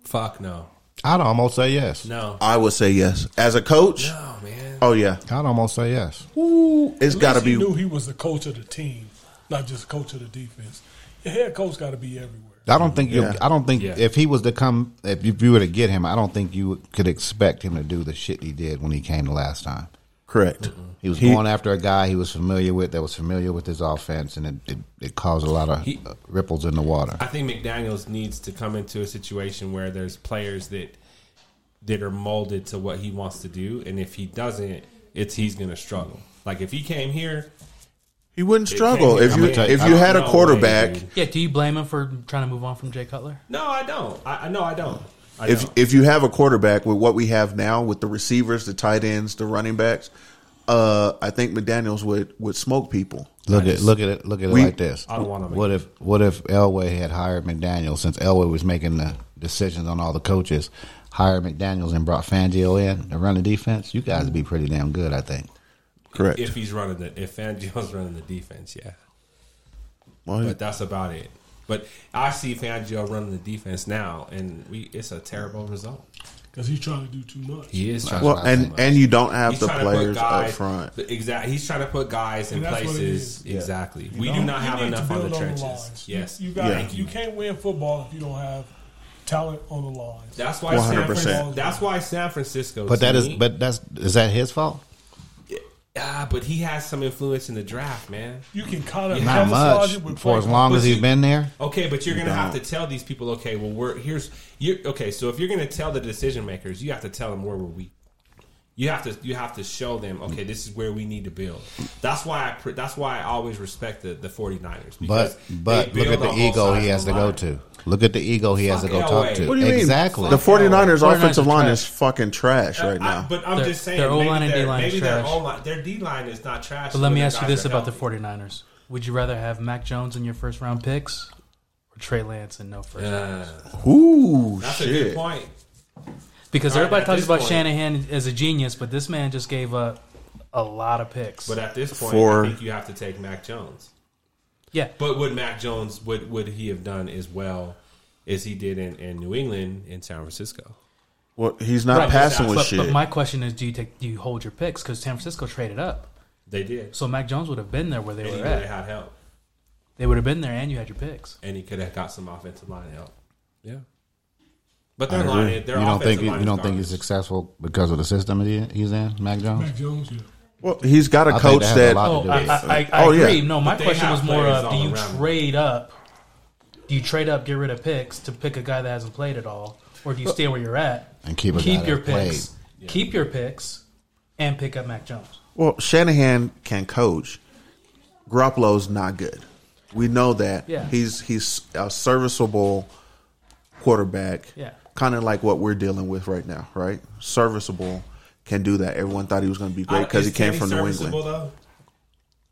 Speaker 4: Fuck no.
Speaker 9: I'd almost say yes.
Speaker 4: No.
Speaker 3: I would say yes. As a coach,
Speaker 4: No man.
Speaker 3: oh yeah.
Speaker 9: I'd almost say yes.
Speaker 3: It's got to
Speaker 8: At least
Speaker 3: be
Speaker 8: He knew he was the coach of the team, not just coach of the defense. Your head coach got to be everywhere.
Speaker 9: I don't think you.
Speaker 3: Yeah.
Speaker 9: I don't think
Speaker 4: Yeah.
Speaker 9: if he was to come, if you, if you were to get him, I don't think you could expect him to do the shit he did when he came the last time.
Speaker 3: correct.
Speaker 9: He was
Speaker 3: He-
Speaker 9: going after a guy he was familiar with, that was familiar with his offense, and it, it, it caused a lot of
Speaker 4: He-
Speaker 9: uh, ripples in the water.
Speaker 4: I think McDaniel's needs to come into a situation where there's players that that are molded to what he wants to do, and if he doesn't, it's he's going to struggle. Like if he came here,
Speaker 3: He wouldn't struggle
Speaker 4: can't
Speaker 3: if you
Speaker 4: get- I'm
Speaker 3: if
Speaker 4: gonna
Speaker 3: you
Speaker 4: tell you,
Speaker 3: had
Speaker 4: I
Speaker 3: a
Speaker 4: don't know,
Speaker 3: quarterback.
Speaker 4: dude.
Speaker 10: Yeah, do you blame him for trying to move on from Jay Cutler?
Speaker 4: no, I don't. I I- no, I don't. I
Speaker 3: If
Speaker 4: don't.
Speaker 3: if you have a quarterback with what we have now with the receivers, the tight ends, the running backs, uh, I think McDaniel's would would smoke people.
Speaker 9: Look at look at it look at it
Speaker 3: We-
Speaker 9: like this.
Speaker 4: I don't wanna make-
Speaker 9: What if what if Elway had hired McDaniel since Elway was making the decisions on all the coaches, hired McDaniels and brought Fangio in to run the defense? You guys would be pretty damn good, I think.
Speaker 3: Correct.
Speaker 4: if he's running the if Fangio's running the defense, yeah.
Speaker 3: Well,
Speaker 4: But that's about it. But I see Fangio running the defense now, and we it's a terrible result.
Speaker 8: because he's trying to do too much.
Speaker 4: He is trying.
Speaker 3: well,
Speaker 9: Not too
Speaker 3: and
Speaker 9: much.
Speaker 3: and you don't have
Speaker 4: He's
Speaker 3: the
Speaker 4: trying to put
Speaker 3: players up
Speaker 4: guys-
Speaker 3: front.
Speaker 4: the- exact- He's trying to put guys in
Speaker 8: And that's what it
Speaker 4: places.
Speaker 8: is.
Speaker 4: Exactly.
Speaker 8: You
Speaker 4: We
Speaker 8: know,
Speaker 4: do not
Speaker 8: you
Speaker 4: have
Speaker 8: need to
Speaker 4: enough on
Speaker 8: build
Speaker 4: the trenches.
Speaker 8: lines. You-
Speaker 4: yes.
Speaker 8: you, got.
Speaker 3: Yeah.
Speaker 8: You can't win football if you don't have talent on the line.
Speaker 4: That's why. San
Speaker 3: 100%.
Speaker 4: Francisco, that's why San Francisco.
Speaker 9: But
Speaker 4: to
Speaker 9: that is
Speaker 4: me-
Speaker 9: but that's is that his fault?
Speaker 4: ah, but he has some influence in the draft, man.
Speaker 8: You can kind of
Speaker 9: Not
Speaker 8: camouflage
Speaker 9: much.
Speaker 8: it with
Speaker 9: For as
Speaker 8: play-
Speaker 9: long
Speaker 4: But
Speaker 9: as he's
Speaker 4: you-
Speaker 9: been there,
Speaker 4: Okay, but you're going to have to tell these people. Okay, well, we're here's you. Okay, so if you're going to tell the decision makers, you have to tell them where we're weak. You have to you have to show them. Okay, this is where we need to build. That's why I pr- that's why I always respect the the 49ers. because
Speaker 9: but but
Speaker 4: they
Speaker 9: look at
Speaker 4: build
Speaker 9: the
Speaker 4: on both
Speaker 9: ego
Speaker 4: sides
Speaker 9: he
Speaker 4: of
Speaker 9: has
Speaker 4: the
Speaker 9: to go
Speaker 4: line.
Speaker 9: to. Look at the ego he has to
Speaker 4: Fuck
Speaker 9: go talk
Speaker 4: Elway.
Speaker 9: to.
Speaker 4: What
Speaker 3: What do you mean?
Speaker 9: exactly.
Speaker 3: The 49ers,
Speaker 10: 49ers
Speaker 3: offensive
Speaker 10: are
Speaker 3: line
Speaker 10: trash.
Speaker 3: is fucking trash right
Speaker 4: Uh, I-
Speaker 3: now.
Speaker 4: but I'm
Speaker 10: Their-
Speaker 4: just saying
Speaker 10: their O-line and
Speaker 4: maybe their-
Speaker 10: D-line is
Speaker 4: maybe their
Speaker 10: trash.
Speaker 4: O line their D line is not trash.
Speaker 10: But let me
Speaker 4: when
Speaker 10: ask you
Speaker 4: their guys
Speaker 10: this
Speaker 4: are
Speaker 10: about the
Speaker 4: healthy.
Speaker 10: 49ers. Would you rather have Mac Jones in your first round picks or Trey Lance and no first?
Speaker 4: Uh,
Speaker 3: Ooh,
Speaker 4: that's a good
Speaker 3: shit.
Speaker 4: point.
Speaker 10: Because
Speaker 4: All right,
Speaker 10: everybody
Speaker 4: at
Speaker 10: talks
Speaker 4: this
Speaker 10: about
Speaker 4: point-
Speaker 10: Shanahan as a genius, but this man just gave up a lot of picks.
Speaker 4: But at this point,
Speaker 3: For-
Speaker 4: I think you have to take Mac Jones.
Speaker 10: yeah,
Speaker 4: But would Mac Jones would would he have done as well as he did in, in New England in San Francisco?
Speaker 3: Well, he's not
Speaker 10: Right,
Speaker 3: passing with
Speaker 10: but,
Speaker 3: shit.
Speaker 10: But my question is, do you take do you hold your picks? Because San Francisco traded up,
Speaker 4: They did.
Speaker 10: so Mac Jones would have been there where they
Speaker 4: And he
Speaker 10: were
Speaker 4: would have
Speaker 10: at.
Speaker 4: had help,
Speaker 10: They would have been there, and you had your picks.
Speaker 4: and he could have got some offensive line help. Yeah, but their
Speaker 9: you
Speaker 4: line, their
Speaker 9: don't
Speaker 4: offensive
Speaker 9: think
Speaker 4: line
Speaker 9: you
Speaker 4: is
Speaker 9: don't think
Speaker 4: garbage.
Speaker 9: he's successful because of the system he- he's in, Mac Jones?
Speaker 8: Mac Jones, yeah.
Speaker 3: well, he's got a
Speaker 9: I think
Speaker 3: coach
Speaker 9: that has a
Speaker 3: that.
Speaker 9: lot
Speaker 10: Oh, I, I, I, I
Speaker 3: Oh, yeah.
Speaker 10: agree. No, my
Speaker 4: But they
Speaker 10: question
Speaker 4: have
Speaker 10: was more
Speaker 4: players
Speaker 10: of: Do
Speaker 4: all
Speaker 10: you
Speaker 4: around.
Speaker 10: trade up? Do you trade up, get rid of picks to pick a guy that hasn't played at all, or do you stay where you're at
Speaker 9: And keep a guy
Speaker 10: keep
Speaker 9: that
Speaker 10: your
Speaker 9: played.
Speaker 10: picks, keep your picks, and pick up Mac Jones?
Speaker 3: Well, Shanahan can coach. Garoppolo's not good. We know that.
Speaker 10: Yeah.
Speaker 3: He's he's a serviceable quarterback.
Speaker 10: Yeah.
Speaker 3: Kind of like what we're dealing with right now, right? Serviceable can do that. Everyone thought he was going to be great because he
Speaker 4: Uh, Is
Speaker 3: came
Speaker 4: Teddy
Speaker 3: from New
Speaker 4: serviceable,
Speaker 3: England.
Speaker 4: Though?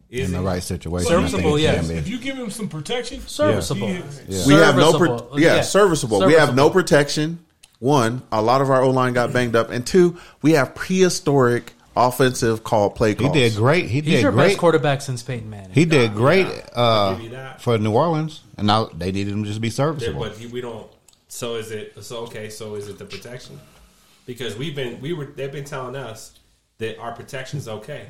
Speaker 4: Is
Speaker 9: in the
Speaker 4: he?
Speaker 9: right situation. I
Speaker 10: Serviceable,
Speaker 9: think he
Speaker 10: yeah.
Speaker 9: can be.
Speaker 8: If you give him some protection,
Speaker 10: Serviceable.
Speaker 8: he is.
Speaker 3: We have no
Speaker 10: Serviceable.
Speaker 3: pro- yeah,
Speaker 10: Yeah.
Speaker 3: serviceable. We have no
Speaker 10: Serviceable.
Speaker 3: protection. One, a lot of our O line got banged up, and two, we have prehistoric offensive call play
Speaker 9: He
Speaker 3: calls.
Speaker 9: did great. He
Speaker 10: He's
Speaker 9: did
Speaker 10: your
Speaker 9: great.
Speaker 10: best quarterback since Peyton Manning.
Speaker 9: He did great
Speaker 4: give you
Speaker 9: uh,
Speaker 4: that.
Speaker 9: for New Orleans, and now they needed him to just be
Speaker 4: There-
Speaker 9: serviceable.
Speaker 4: but he, we don't. So is it? So okay. So is it the protection? Because we've been we were they've been telling us that our protection's
Speaker 9: [laughs]
Speaker 4: okay,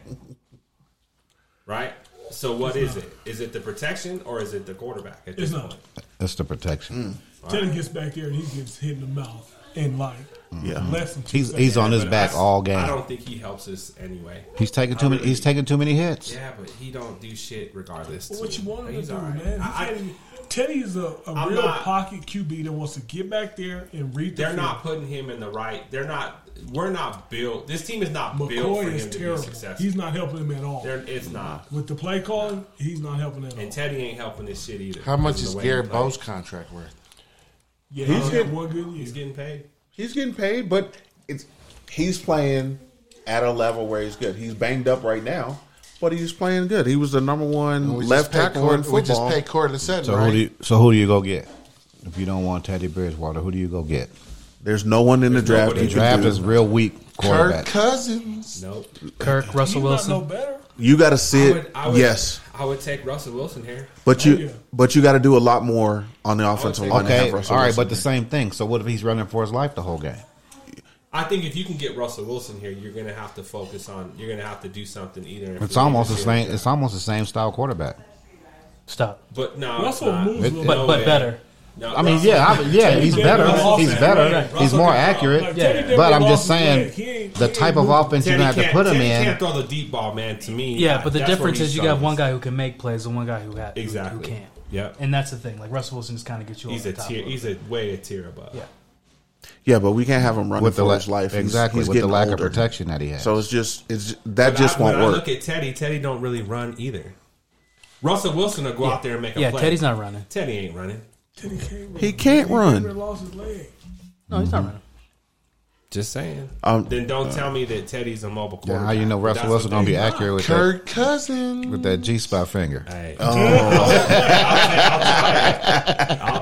Speaker 4: right? So what is it? Is it the protection or is it the quarterback? At
Speaker 8: It's
Speaker 4: this
Speaker 8: not.
Speaker 4: point?
Speaker 9: That's the protection.
Speaker 8: Teddy gets back there and he gets hit in the mouth and like
Speaker 3: Yeah.
Speaker 8: less than two
Speaker 9: He's he's on his
Speaker 4: But
Speaker 9: back
Speaker 4: I s-
Speaker 9: all
Speaker 4: I
Speaker 9: game.
Speaker 4: don't think he helps us anyway.
Speaker 9: He's taking too many. He's taking too many hits.
Speaker 4: Yeah, but he don't do shit regardless.
Speaker 8: Well, what
Speaker 4: too.
Speaker 8: you want him to
Speaker 4: He's
Speaker 8: do,
Speaker 4: all right.
Speaker 8: man? He
Speaker 4: I- I-
Speaker 8: can't even- Teddy is a, a
Speaker 4: I'm
Speaker 8: real
Speaker 4: not-
Speaker 8: pocket QB that wants to get back there and read. The
Speaker 4: they're
Speaker 8: field.
Speaker 4: not putting him in the right. They're not. We're not built. This team is not built for
Speaker 8: McCoy
Speaker 4: him
Speaker 8: is
Speaker 4: to
Speaker 8: terrible.
Speaker 4: be successful.
Speaker 8: He's not helping him at all.
Speaker 4: They're- it's not.
Speaker 8: With the play calling, he's not helping at all.
Speaker 10: Oh.
Speaker 4: And Teddy ain't helping this shit either.
Speaker 5: How much
Speaker 4: Because of
Speaker 5: is
Speaker 4: the way he
Speaker 5: Garrett
Speaker 4: plays.
Speaker 5: Bowe's contract worth?
Speaker 8: yeah, he's
Speaker 4: getting-
Speaker 8: getting one good year.
Speaker 4: He's getting paid.
Speaker 3: He's getting paid, but it's he's playing at a level where he's good. He's banged up right now, but he's playing good. He was the number one
Speaker 5: We
Speaker 3: left
Speaker 5: just paid
Speaker 3: tackle
Speaker 5: Cord-
Speaker 3: in
Speaker 5: We just
Speaker 3: football.
Speaker 5: paid Cortland Sutton,
Speaker 9: So who
Speaker 5: right?
Speaker 9: do you, so who do you go get? If you don't want Teddy Bridgewater, who do you go get?
Speaker 3: There's no one in the draft.
Speaker 4: nobody
Speaker 3: you
Speaker 4: in
Speaker 3: can
Speaker 9: Draft
Speaker 3: do.
Speaker 9: is real weak
Speaker 5: Kirk
Speaker 9: quarterback.
Speaker 5: Cousins.
Speaker 4: Nope.
Speaker 10: Kirk,
Speaker 8: he's
Speaker 10: Russell
Speaker 8: not no
Speaker 10: Wilson.
Speaker 8: better.
Speaker 3: You got to
Speaker 4: I
Speaker 3: sit.
Speaker 4: would- I would-
Speaker 3: yes,
Speaker 4: I would take Russell Wilson here.
Speaker 3: but you
Speaker 8: yeah.
Speaker 3: but you got to do a lot more on the offensive line. to
Speaker 9: Okay,
Speaker 3: have
Speaker 9: all
Speaker 3: Russell
Speaker 9: right,
Speaker 3: Wilson.
Speaker 9: but the same thing. So what if he's running for his life the whole game?
Speaker 4: I think if you can get Russell Wilson here, you're going to have to focus on. You're going to have to do something either. in
Speaker 9: It's
Speaker 4: free
Speaker 9: almost the
Speaker 4: agency
Speaker 9: same.
Speaker 4: or-
Speaker 9: It's almost the same style quarterback.
Speaker 10: Stop.
Speaker 4: But no,
Speaker 8: Russell
Speaker 4: it's not.
Speaker 8: moves a little
Speaker 10: But
Speaker 4: No
Speaker 10: but
Speaker 4: way.
Speaker 10: better.
Speaker 4: No,
Speaker 9: I mean,
Speaker 4: Russell-
Speaker 9: yeah, I, yeah, he's
Speaker 8: Teddy
Speaker 9: better.
Speaker 8: Bridgewater
Speaker 9: He's
Speaker 8: offense,
Speaker 9: better.
Speaker 8: right.
Speaker 9: He's
Speaker 8: Russell
Speaker 9: more
Speaker 8: can throw.
Speaker 9: accurate.
Speaker 8: Like, Teddy did
Speaker 9: But
Speaker 8: with
Speaker 9: I'm just
Speaker 8: offense, yeah,
Speaker 9: saying
Speaker 8: he ain't-
Speaker 9: the
Speaker 8: he
Speaker 9: type
Speaker 8: ain't
Speaker 9: of
Speaker 8: moving.
Speaker 9: offense you're
Speaker 4: Teddy
Speaker 9: gonna have to
Speaker 4: can't-
Speaker 9: put him
Speaker 4: Teddy
Speaker 9: in.
Speaker 4: can't throw the deep ball, man. To me,
Speaker 10: Yeah, but the
Speaker 4: that's where
Speaker 10: difference
Speaker 4: he
Speaker 10: is you got
Speaker 4: struggles.
Speaker 10: one guy who can make plays and one guy who ha- who-
Speaker 4: Exactly.
Speaker 10: who can't.
Speaker 4: Yep.
Speaker 10: And that's the thing. Like Russell Wilson just kind of gets you.
Speaker 4: He's
Speaker 10: over
Speaker 4: a
Speaker 10: the top
Speaker 4: tier.
Speaker 10: little
Speaker 4: He's a way a tier above.
Speaker 10: bit. yeah.
Speaker 3: Yeah, but we can't have him running
Speaker 9: with the
Speaker 3: for
Speaker 9: la-
Speaker 3: his life. He's-
Speaker 9: exactly
Speaker 3: he's
Speaker 9: with the
Speaker 3: getting
Speaker 9: lack
Speaker 3: older.
Speaker 9: of protection that he has.
Speaker 3: So it's just it's that just
Speaker 4: I,
Speaker 3: won't
Speaker 4: when I
Speaker 3: work.
Speaker 4: look at Teddy. Teddy don't really run either. Russell Wilson will go out there and make a
Speaker 10: yeah,
Speaker 4: play.
Speaker 10: Teddy's not running.
Speaker 4: Teddy ain't running.
Speaker 8: Teddy Cameron.
Speaker 3: He can't
Speaker 8: Cameron
Speaker 3: run.
Speaker 8: lost his leg.
Speaker 10: No, he's
Speaker 9: Mm-hmm.
Speaker 10: not running.
Speaker 4: Just saying.
Speaker 3: Um,
Speaker 4: then don't tell me that Teddy's a mobile
Speaker 9: Then
Speaker 4: quarterback.
Speaker 9: uh, how you know Russell Wilson gonna be accurate with that,
Speaker 5: Kirk Cousin.
Speaker 9: with that G spot finger?
Speaker 4: Hey. [laughs] I'll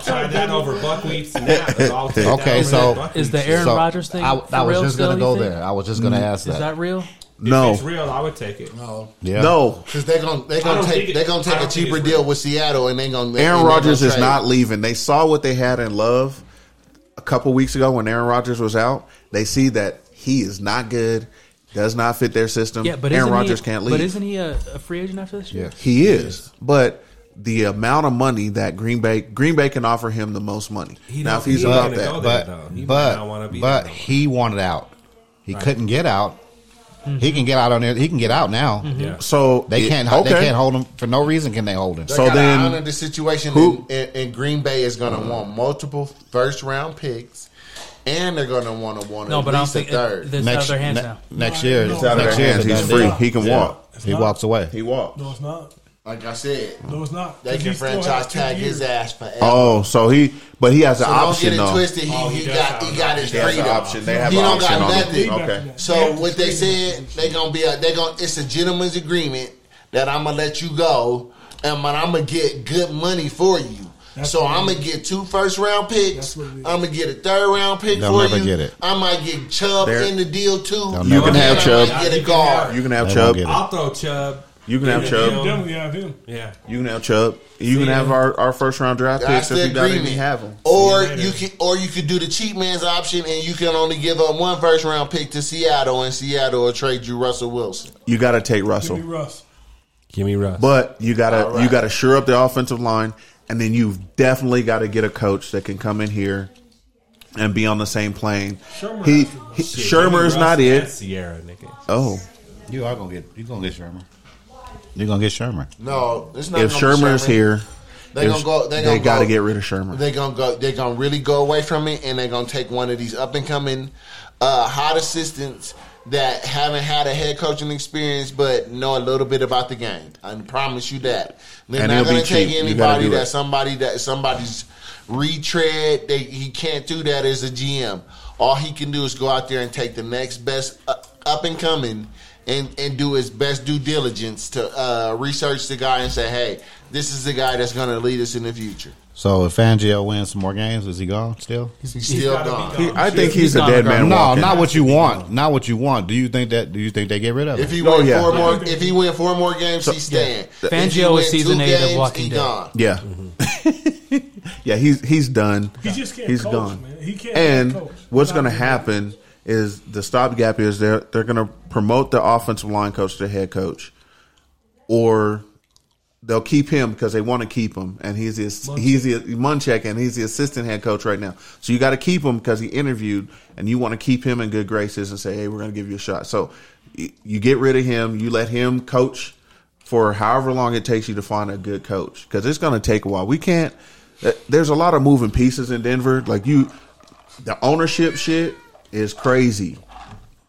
Speaker 4: try that over buckwheats and apples. I'll take that
Speaker 9: Okay,
Speaker 4: over
Speaker 9: so-
Speaker 4: that buckwheat.
Speaker 10: Is the Aaron
Speaker 9: So,
Speaker 10: Rodgers thing?
Speaker 9: I,
Speaker 10: for
Speaker 9: I was
Speaker 10: real
Speaker 9: just
Speaker 10: still,
Speaker 9: gonna
Speaker 10: you
Speaker 9: go
Speaker 10: think? Mm-hmm.
Speaker 9: there. I um, was just gonna ask
Speaker 10: Is
Speaker 9: that.
Speaker 10: that real?
Speaker 4: if
Speaker 3: No,
Speaker 4: it's real, I would take it.
Speaker 5: No,
Speaker 9: yeah.
Speaker 3: no.
Speaker 5: because they're gonna they're
Speaker 4: I
Speaker 5: gonna
Speaker 4: don't think
Speaker 5: take
Speaker 4: it-
Speaker 5: they're gonna
Speaker 4: I
Speaker 5: take a
Speaker 4: don't think
Speaker 5: cheaper
Speaker 4: it's
Speaker 5: deal
Speaker 4: real.
Speaker 5: with Seattle, and they're gonna.
Speaker 3: Aaron
Speaker 5: and they're
Speaker 3: Rodgers
Speaker 5: gonna
Speaker 3: is
Speaker 5: trade.
Speaker 3: not leaving. They saw what they had in love a couple weeks ago when Aaron Rodgers was out. They see that he is not good, does not fit their system.
Speaker 10: Yeah, but
Speaker 3: Aaron
Speaker 10: isn't he-
Speaker 3: Rodgers can't leave.
Speaker 10: But isn't he a, a free agent after this year?
Speaker 9: Yeah.
Speaker 3: He is, but the amount of money that Green Bay Green Bay can offer him the most money.
Speaker 4: He
Speaker 3: now,
Speaker 4: don't-
Speaker 3: if he's
Speaker 4: he
Speaker 3: about
Speaker 4: ain't gonna
Speaker 3: that,
Speaker 4: go there,
Speaker 9: but
Speaker 4: though. He might not wanna
Speaker 9: but
Speaker 4: be
Speaker 9: but
Speaker 4: there, though.
Speaker 9: he wanted out. He couldn't get out.
Speaker 10: Mm-hmm.
Speaker 9: He can get out on there. He can get out now.
Speaker 4: Yeah.
Speaker 3: so
Speaker 9: They
Speaker 3: it-
Speaker 9: can't. They can't hold him for no reason. Can they hold him?
Speaker 5: They
Speaker 3: So
Speaker 5: gotta
Speaker 3: then-
Speaker 5: honor the situation,
Speaker 3: Who- Uh-huh.
Speaker 5: and, and, and Green Bay is gonna want multiple first round picks, and they're gonna want to want
Speaker 10: No,
Speaker 5: at
Speaker 10: but I don't
Speaker 5: least
Speaker 10: think
Speaker 5: a third.
Speaker 10: it, it's out of their hands
Speaker 9: ne-
Speaker 10: now.
Speaker 9: Next year,
Speaker 8: It's out of
Speaker 9: next
Speaker 8: their
Speaker 9: year
Speaker 8: hands.
Speaker 9: it's a
Speaker 3: He's
Speaker 9: done
Speaker 3: free.
Speaker 9: deal.
Speaker 3: He can
Speaker 9: Yeah.
Speaker 3: walk.
Speaker 9: He walks away.
Speaker 3: He walked.
Speaker 8: No, it's not.
Speaker 5: like I said,
Speaker 8: No, it's not.
Speaker 5: they
Speaker 8: 'Cause
Speaker 5: can
Speaker 8: he still
Speaker 5: franchise
Speaker 8: has two
Speaker 5: tag his
Speaker 8: years.
Speaker 5: ass forever.
Speaker 3: Oh, so he but he has an
Speaker 5: so don't get
Speaker 3: option
Speaker 5: it
Speaker 3: though.
Speaker 5: twisted. He,
Speaker 4: Oh, he
Speaker 5: he,
Speaker 4: does
Speaker 5: got
Speaker 4: have
Speaker 5: he
Speaker 4: an
Speaker 5: got
Speaker 4: option.
Speaker 5: his
Speaker 3: He has an
Speaker 5: freedom.
Speaker 3: option. They have
Speaker 5: he
Speaker 3: an
Speaker 5: don't
Speaker 3: option
Speaker 5: got
Speaker 3: on him.
Speaker 5: nothing.
Speaker 3: Okay.
Speaker 5: So what they said, they gonna be a, they gonna it's a gentleman's agreement that I'm gonna let you go, and but I'm gonna get good money for you.
Speaker 8: That's
Speaker 5: so
Speaker 8: what
Speaker 5: I'm
Speaker 8: it
Speaker 5: gonna get two first round picks.
Speaker 8: That's what it
Speaker 5: I'm
Speaker 8: is.
Speaker 5: gonna get a third round pick
Speaker 9: They'll
Speaker 5: for
Speaker 9: never
Speaker 5: you.
Speaker 9: get it.
Speaker 5: I might get Chubb
Speaker 3: They're-
Speaker 5: in the deal too.
Speaker 9: They'll You never
Speaker 3: can get have
Speaker 5: And I
Speaker 3: Chubb.
Speaker 5: might Get
Speaker 4: You can
Speaker 5: a guard.
Speaker 3: You can have
Speaker 9: They won't
Speaker 3: Chubb.
Speaker 9: get it.
Speaker 4: I'll throw Chubb.
Speaker 3: You can have
Speaker 4: Yeah.
Speaker 3: Chubb.
Speaker 8: You definitely have him.
Speaker 4: Yeah.
Speaker 3: You can have Chubb. You can
Speaker 4: ya.
Speaker 3: have our, our first round draft picks
Speaker 5: That's the
Speaker 3: if you don't
Speaker 5: agreement.
Speaker 3: even have them.
Speaker 5: Or
Speaker 4: See you later.
Speaker 5: you can, or you could do the cheap man's option, and you can only give up one first round pick to Seattle, and Seattle will trade you Russell Wilson.
Speaker 3: You got to take
Speaker 8: Give me
Speaker 3: Russell,
Speaker 8: Russ.
Speaker 4: Give me Russ.
Speaker 3: but you got to
Speaker 5: All right.
Speaker 3: you got to shore up the offensive line, and then you've definitely got to get a coach that can come in here and be on the same plane.
Speaker 8: Shermer
Speaker 3: he,
Speaker 8: has to go.
Speaker 3: he
Speaker 4: Shit, give me
Speaker 3: Shermer's
Speaker 4: Russ
Speaker 3: not
Speaker 4: and
Speaker 3: it.
Speaker 4: Sierra, nigga.
Speaker 3: Oh,
Speaker 9: You are gonna get. You gonna get Shermer. You are gonna get Shermer.
Speaker 5: No, it's not.
Speaker 3: if
Speaker 5: gonna be
Speaker 3: Shermer's
Speaker 5: Sherman.
Speaker 3: here,
Speaker 5: they
Speaker 3: if-
Speaker 5: gonna go. They,
Speaker 3: they
Speaker 5: gonna
Speaker 3: got to
Speaker 5: go-
Speaker 3: get rid of Shermer.
Speaker 5: They gonna go. They gonna really go away from it, and they gonna take one of these up and coming uh, hot assistants that haven't had a head coaching experience, but know a little bit about the game. I promise you that. They're
Speaker 3: And
Speaker 5: not
Speaker 3: it'll be
Speaker 5: gonna take
Speaker 3: cheap. You gotta
Speaker 5: anybody
Speaker 3: do
Speaker 5: that
Speaker 3: it.
Speaker 5: somebody that somebody's retread. They, he can't do that as a GM. All he can do is go out there and take the next best uh, up and coming. And, and do his best due diligence to uh, research the guy and say, hey, this is the guy that's going to lead us in the future.
Speaker 9: So if Fangio wins some more games, is he gone still?
Speaker 5: He's still
Speaker 4: gotta be
Speaker 5: gone.
Speaker 4: gone.
Speaker 3: I think
Speaker 10: He's
Speaker 3: he's a
Speaker 10: not
Speaker 3: dead
Speaker 10: gonna-
Speaker 3: man.
Speaker 9: no,
Speaker 3: walking.
Speaker 9: not what you want. Not what you want. Do you think that? Do you think they get rid of him?
Speaker 5: If he
Speaker 3: Oh,
Speaker 5: win
Speaker 3: yeah.
Speaker 5: four more, if he win four more games, he's staying.
Speaker 10: Yeah.
Speaker 5: If he
Speaker 10: Fangio
Speaker 5: win
Speaker 10: is season
Speaker 5: two
Speaker 10: eight of
Speaker 5: games,
Speaker 10: Walking
Speaker 5: he
Speaker 10: Dead.
Speaker 5: Gone.
Speaker 3: Yeah, yeah. [laughs] He's he's done.
Speaker 8: He just can't
Speaker 3: He's
Speaker 8: coach,
Speaker 3: gone.
Speaker 8: man. He can't
Speaker 3: And
Speaker 8: coach.
Speaker 3: what's
Speaker 8: Not
Speaker 3: going to
Speaker 8: good.
Speaker 3: happen is the stopgap is they're they're going to promote the offensive line coach to head coach, or they'll keep him because they want to keep him, and he's the, ass- he's the Munchak, and he's the assistant head coach right now. So you got to keep him because he interviewed, and you want to keep him in good graces and say, hey, we're going to give you a shot. So y- you get rid of him, you let him coach for however long it takes you to find a good coach because it's going to take a while. We can't. uh, There's a lot of moving pieces in Denver. Like you, the ownership shit is crazy